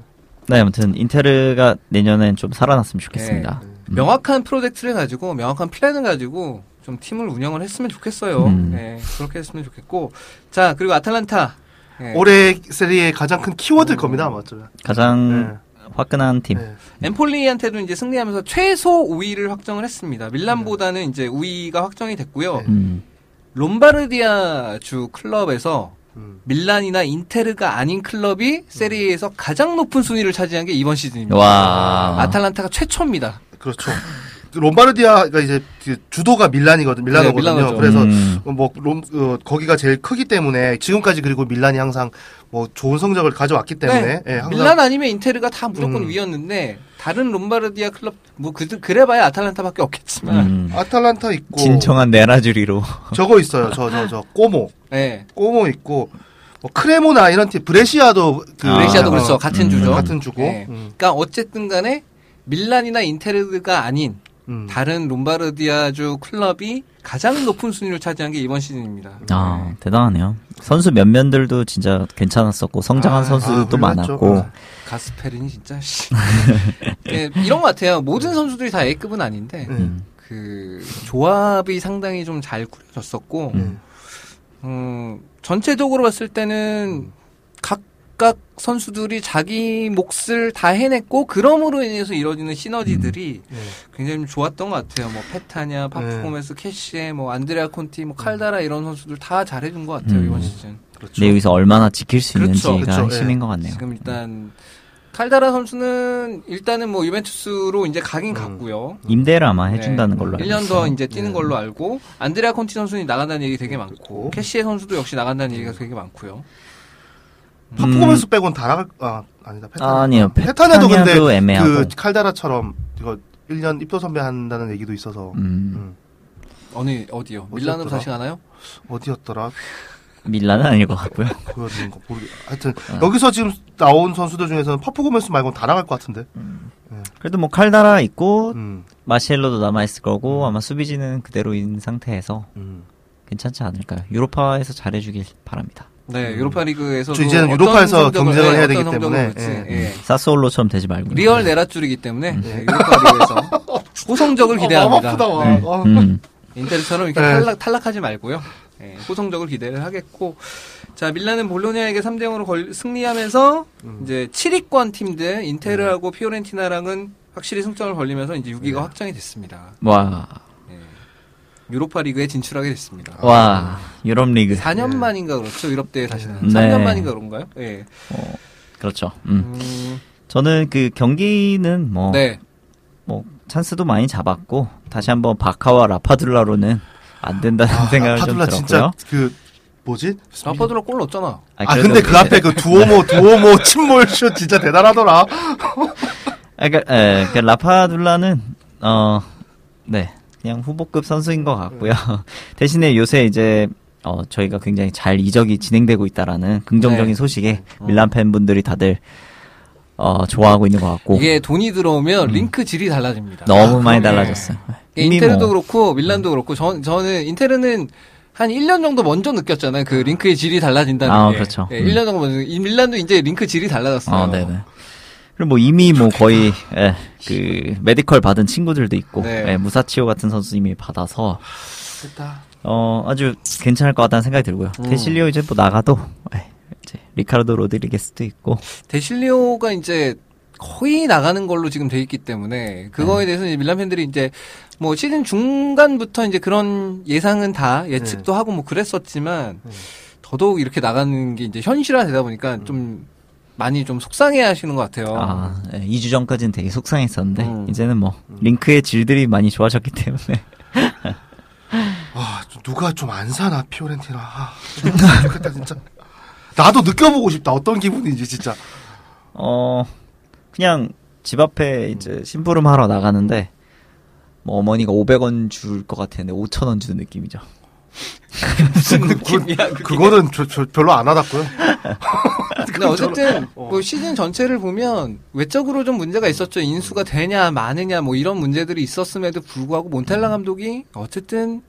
D: 예.
B: 네, 아무튼 인테르가 내년엔 좀 살아났으면 좋겠습니다.
A: 네.
B: 음.
A: 명확한 프로젝트를 가지고 명확한 플랜을 가지고 좀 팀을 운영을 했으면 좋겠어요.
B: 음.
A: 네, 그렇게 했으면 좋겠고 자 그리고 아tal란타 네.
D: 올해 세리의 가장 큰
B: 음.
D: 키워드일 겁니다 아마
C: 네.
D: 좀.
B: 가장 화끈한 팀.
D: 예.
A: 엠폴리한테도 이제 승리하면서 최소 5위를 확정을 했습니다. 밀란보다는 이제 5위가 확정이 됐고요.
D: 네.
B: 음.
A: 롬바르디아 주 클럽에서
D: 음.
A: 밀란이나 인테르가 아닌 클럽이 세리에서 가장 높은 순위를 차지한 게 이번 시즌입니다.
B: 와.
A: 아탈란타가 최초입니다.
D: 그렇죠.
C: 롬바르디아가 이제 그 주도가 밀란이거든 밀라노거든요.
A: 네, 밀라노죠.
C: 그래서
B: 음.
C: 뭐 롬, 어, 거기가 제일 크기 때문에 지금까지 그리고 밀란이 항상 뭐 좋은 성적을 가져왔기
A: 네.
C: 때문에 예, 항상
A: 밀란 아니면 인테르가 다 무조건
C: 음.
A: 위였는데 다른 롬바르디아 클럽 뭐 그, 그래봐야 아탈란타밖에 없겠지만
B: 음.
C: 아탈란타 있고
B: 진정한 내라주리로.
C: 저거 있어요. 저 저 저 꼬모
A: 네.
C: 꼬모 있고 뭐 크레모나 이런 팀 브레시아도 그
A: 브레시아도
C: 어,
A: 그렇죠 같은
B: 음.
A: 주죠.
C: 같은 주고
A: 네.
C: 음,
A: 그러니까 어쨌든간에 밀란이나 인테르가 아닌
C: 음.
A: 다른 롬바르디아주 클럽이 가장 높은 순위를 차지한 게 이번 시즌입니다.
B: 아, 대단하네요. 선수 몇 면들도 진짜 괜찮았었고, 성장한
A: 아,
B: 선수들도
C: 아, 훌륭했죠.
B: 많았고.
C: 아.
A: 가스페린이 진짜 씨. 예, 이런 것 같아요. 모든 선수들이 다 A급은 아닌데
C: 네.
B: 음.
A: 그 조합이 상당히 좀 잘 꾸려졌었고
B: 음.
A: 음, 전체적으로 봤을
B: 음.
A: 때는 각각 선수들이 자기 몫을 다 해냈고 그럼으로 인해서 이루어지는 시너지들이
B: 음.
C: 네.
A: 굉장히 좀 좋았던 것 같아요. 뭐
B: 네.
A: 페타냐, 파프코메스, 캐시에, 뭐 안드레아 콘티, 뭐 칼다라 이런 선수들 다 잘해준 것 같아요
B: 음.
A: 이번 시즌.
C: 그렇죠.
B: 근데 여기서 얼마나 지킬 수
A: 그렇죠,
B: 있는지가
C: 그렇죠,
B: 핵심인
C: 예.
B: 것 같네요.
A: 지금 일단 칼다라 선수는 일단은 뭐 유벤투스로 이제 가긴
C: 음.
A: 갔고요. 네.
B: 임대를 아마 해준다는 걸로 알고
A: 1년
B: 있어요. 네.
A: 더 이제 뛰는 걸로 알고 안드레아 콘티 선수는 나간다는 얘기 되게 많고
C: 그렇고.
A: 캐시의 선수도 역시 나간다는 얘기가
B: 음.
A: 되게 많고요.
C: 파프고메스 빼곤 다 나갈 아 아니다 페타냐
B: 아니요,
C: 페타냐도 근데
B: 페타냐도 애매하고.
C: 그 칼다라처럼 이거 1년 입도 선배 한다는 얘기도 있어서
B: 음,
C: 음.
A: 어느 어디요? 밀라노
C: 어디였더라?
A: 다시 가나요?
C: 어디였더라
B: 밀란은 아닐 것 같고요.
C: 보여주는 거 모르게 하여튼
B: 음.
C: 여기서 지금 나온 선수들 중에서는 파프고메스 말고는 다 나갈 것 같은데
B: 그래도 뭐 칼다라
A: 어?
B: 있고
C: 음.
B: 마시엘로도 남아 있을 거고 아마 수비진은 그대로인 상태에서
C: 음.
B: 괜찮지 않을까요? 유로파에서 잘해주길 바랍니다.
A: 네, 유로파 리그에서
C: 음. 저 이제는 유로파에서 경쟁을
A: 네,
C: 해야 되기 때문에, 예. 음.
A: 예.
B: 사스올로처럼 되지 말고.
A: 리얼 내라줄이기 때문에 예, 유로파 리그에서 호성적을 기대합니다.
C: 어, 아프다 와
B: 음,
C: 어.
B: 음.
A: 인텔처럼 이렇게
C: 네.
A: 탈락, 탈락하지 말고요. 예, 호성적을 기대를 하겠고 자 밀란은 볼로냐에게 3대 0으로 승리하면서
C: 음.
A: 이제 7위권 팀들 인테르하고 피오렌티나랑은 확실히 승점을 벌리면서 이제 6위가
C: 네.
A: 확정이 됐습니다. 네.
B: 와,
A: 유로파 리그에 진출하게 됐습니다. 아.
B: 와, 유럽 리그.
A: 4년 만인가 그렇죠 유럽 대회 다시는
B: 네.
A: 3년 만인가 그런가요? 예.
B: 어, 그렇죠. 음.
A: 음,
B: 저는 그 경기는 뭐,
A: 네.
B: 뭐 찬스도 많이 잡았고 다시 한번 바카와 라파둘라로는 안 된다는 음. 생각을 좀
C: 아, 파둘라
B: 들었고요.
C: 진짜 그 뭐지
A: 라파돌라 골 넣었잖아.
C: 아 근데 그
B: 네.
C: 앞에 그 두오모 두오모 침몰 슛 진짜 대단하더라
B: 그러니까, 에, 그 라파둘라는 어, 네, 그냥 후보급 선수인 것 같고요. 대신에 요새 이제 어, 저희가 굉장히 잘 이적이 진행되고 있다라는 긍정적인
A: 네.
B: 소식에
C: 어.
B: 밀란 팬분들이 다들 어, 좋아하고 있는 것 같고
A: 이게 돈이 들어오면 링크 질이 달라집니다.
B: 음.
C: 아,
B: 너무 많이 달라졌어요.
A: 예,
B: 이미
A: 인테르도
B: 뭐-
A: 그렇고 밀란도 그렇고 전, 저는 인테르는 한 1년 정도 먼저 느꼈잖아요. 그 링크의 질이 달라진다는
B: 아,
A: 게.
B: 그렇죠.
A: 예,
B: 음.
A: 1년 정도 먼저. 이 밀란도 이제 링크 질이 달라졌어요.
B: 어, 네네. 그리고 뭐 이미 뭐 거의 예, 그 메디컬 받은 친구들도 있고
A: 네.
B: 예, 무사치오 같은 선수 이미 받아서
C: 됐다
B: 어 아주 괜찮을 것 같다는 생각이 들고요.
A: 음.
B: 데실리오 이제 뭐 나가도 예, 이제 리카르도 로드리게스도 있고
A: 데실리오가 이제 거의 나가는 걸로 지금 돼 있기 때문에 그거에 대해서 이제 밀란 팬들이 이제 뭐 시즌 중간부터 이제 그런 예상은 다 예측도 하고 뭐 그랬었지만 더더욱 이렇게 나가는 게 이제 현실화되다 보니까 좀 많이 좀 속상해하시는 것 같아요.
B: 아 예, 2주 전까지는 되게 속상했었는데
A: 어. 음.
B: 이제는 뭐 링크의 질들이 많이 좋아졌기 때문에
C: 아 누가 좀 안 사나 피오렌티나 아, 진짜 좋겠다 진짜 나도 느껴보고 싶다 어떤 기분인지 진짜
B: 어 그냥 집 앞에
A: 음.
B: 이제 심부름 하러 나가는데 뭐 어머니가 500원 줄 것 같았는데 5,000원 주는 느낌이죠.
A: 무슨 느낌이야? 그게?
C: 그거는 저, 저 별로 안 와닿고요
A: 근데 어쨌든
C: 어.
A: 뭐 시즌 전체를 보면 외적으로 좀 문제가 있었죠. 인수가 되냐 마느냐 뭐 이런 문제들이 있었음에도 불구하고 몬텔라 감독이 어쨌든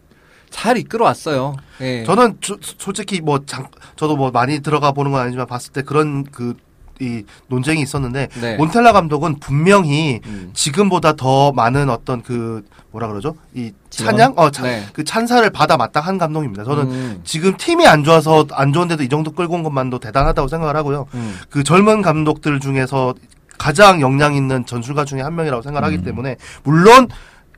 A: 잘 이끌어 왔어요. 예.
C: 저는 저- 솔직히 뭐 장, 저도 뭐 많이 들어가 보는 건 아니지만 봤을 때 그런 그 이 논쟁이 있었는데
A: 네.
C: 몬텔라 감독은 분명히
A: 음.
C: 지금보다 더 많은 어떤 그 뭐라 그러죠 이
B: 지원?
C: 찬양 어그
A: 네.
C: 찬사를 받아 마땅한 감독입니다. 저는
A: 음.
C: 지금 팀이 안 좋아서 안 좋은데도 이 정도 끌고 온 것만도 대단하다고 생각을 하고요.
A: 음.
C: 그 젊은 감독들 중에서 가장
A: 음.
C: 역량 있는 전술가 중에 한 명이라고 생각하기 때문에 물론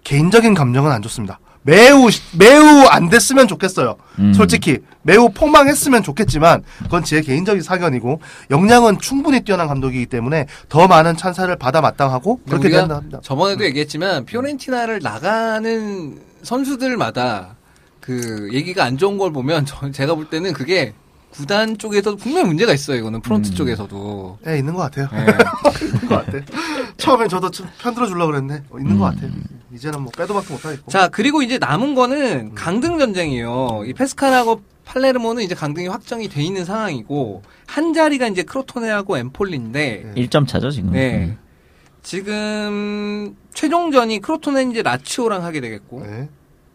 C: 개인적인 감정은 안 좋습니다. 매우 시- 매우 안 됐으면 좋겠어요.
B: 음.
C: 솔직히 매우 폭망했으면 좋겠지만 그건 제 개인적인 사견이고 역량은 충분히 뛰어난 감독이기 때문에 더 많은 찬사를 받아 마땅하고
A: 근데
C: 그렇게
A: 우리가
C: 된다 음. 합니다.
A: 저번에도 얘기했지만 피오렌티나를 나가는 선수들마다 그 얘기가 안 좋은 걸 보면 저- 제가 볼 때는 그게 구단 쪽에서도 분명히 문제가 있어요. 이거는
C: 음.
A: 프론트 쪽에서도.
C: 예, 있는 것 같아요.
A: 예.
C: 있는 것 같아. 처음엔 저도 좀 편들어 주려고 그랬는데 어, 있는 것 같아요. 이제는 뭐 빼도 박도 못 하겠고.
A: 음. 자, 그리고 이제 남은
C: 음.
A: 거는 강등 전쟁이에요. 이 페스칼하고 팔레르모는 이제 강등이 확정이 돼 있는 상황이고 한 자리가 이제 크로토네하고 엠폴리인데
C: 네.
B: 1점 차죠, 지금.
A: 네.
B: 음.
A: 지금 최종전이 크로토네는 이제 라치오랑 하게 되겠고
C: 네.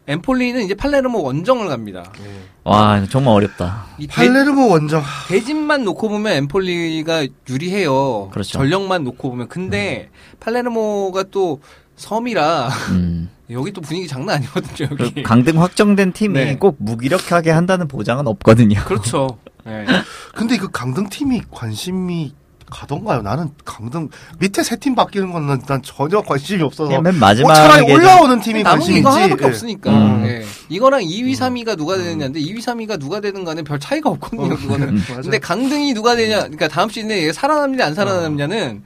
A: 엠폴리는 이제 팔레르모 원정을 갑니다.
C: 네.
B: 와, 이거 정말 어렵다.
A: 이 대-
C: 팔레르모 원정.
A: 대진만 놓고 보면 엠폴리가 유리해요.
B: 그렇죠.
A: 전력만 놓고 보면 근데 팔레르모가 또 섬이라
B: 음.
A: 여기 또 분위기 장난 아니거든요.
B: 그리고
A: 여기.
B: 강등 확정된 팀이
A: 네.
B: 꼭 무기력하게 한다는 보장은 없거든요.
A: 그렇죠. 네.
C: 근데 그 강등 팀이 관심이 가던가요? 나는 강등 밑에 세 팀 바뀌는 거는 난 전혀 관심이 없어서.
B: 그냥 맨
C: 어, 차라리
B: 네, 마지막에 좀-
C: 올라오는 팀이
A: 남은 게
C: 관심이지.
A: 이거 하나밖에
C: 예.
A: 없으니까
B: 음.
A: 예. 이거랑 2위, 3위가 누가 되느냐인데 2위, 3위가 누가 되는 간에 별 차이가 없거든요. 그거는.
C: 어. 음. 맞아요.
A: 근데 강등이 누가 되냐, 그러니까 다음 시즌에 얘가 살아남느냐 안 살아남느냐는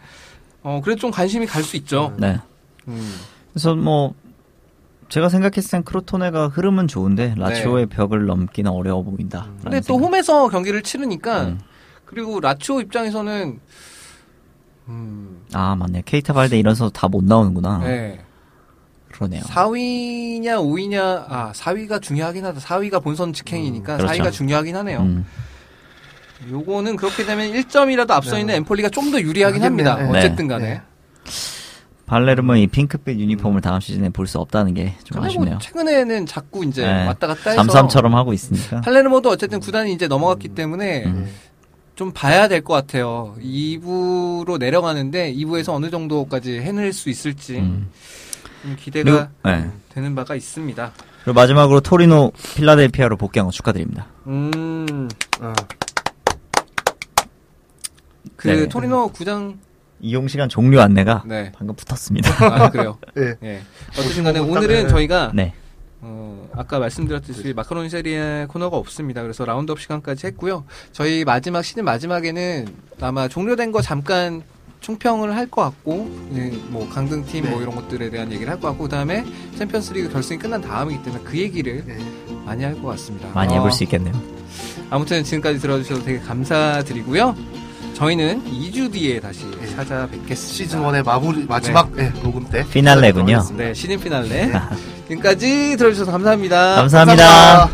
A: 어 그래도 좀 관심이 갈 수 있죠.
B: 네.
A: 음.
B: 그래서 뭐 제가 생각했을 땐 크로토네가 흐름은 좋은데 라치오의 벽을 넘기는 어려워 보인다.
A: 음. 근데 또 홈에서 경기를 치르니까
B: 음.
A: 그리고 라치오 입장에서는 음,
B: 아 맞네 케이타 발데 이런 선수 다 못 나오는구나.
A: 네.
B: 아, 그러네요.
A: 4위냐 5위냐 아 4위가 중요하긴 하다. 4위가 본선 직행이니까
B: 음, 그렇죠.
A: 4위가 중요하긴 하네요.
B: 음.
A: 요거는 그렇게 되면 1점이라도 앞서
B: 네.
A: 있는 엠폴리가 좀 더 유리하긴
C: 하겠네요.
A: 합니다.
C: 네.
A: 어쨌든 간에.
C: 네.
B: 발레르모의 이 핑크빛 유니폼을 다음 시즌에 볼 수 없다는 게
A: 근데
B: 좀
A: 뭐
B: 아쉽네요.
A: 최근에는 자꾸 이제
B: 네.
A: 왔다 갔다 해서
B: 잠삼처럼 하고 있으니까.
A: 팔레르모도 어쨌든 구단이 이제 넘어갔기 때문에
B: 음.
A: 좀 봐야 될 것 같아요. 2부로 내려가는데 2부에서 어느 정도까지 해낼 수 있을지
B: 음.
A: 좀
B: 그리고,
A: 기대가
B: 네.
A: 되는 바가 있습니다.
B: 그리고 마지막으로 토리노 필라델피아로 복귀한 거 축하드립니다.
A: 음,
C: 어.
A: 그
B: 네. 아.
A: 토리노 구장
B: 이용 시간 종료 안내가
A: 네.
B: 방금 붙었습니다.
A: 아 그래요.
C: 예.
A: 예. 어쨌든 간에 오늘은 저희가
B: 뭐 네. 그렇죠.
A: 어, 아까 말씀드렸듯이 마카로니 세리에 코너가 없습니다. 그래서 라운드업 시간까지 했고요. 저희 마지막 시즌 마지막에는 아마 종료된 거 잠깐 총평을 할 것 같고 이제 뭐 강등팀
B: 네.
A: 뭐 이런 것들에 대한 얘기를 할 것 같고 그다음에 챔피언스리그 결승이 끝난 다음이기 때문에 그 얘기를
C: 네.
A: 많이 할 것 같습니다.
B: 많이
A: 어,
B: 해볼 수 있겠네요.
A: 아무튼 지금까지 들어주셔서 되게 감사드리고요. 저희는 2주 뒤에 다시 찾아뵙겠습니다.
C: 시즌 1의 마무리 마지막 예, 녹음 때
B: 피날레군요.
A: 네, 시즌 피날레. 지금까지 들어주셔서 감사합니다.
B: 감사합니다.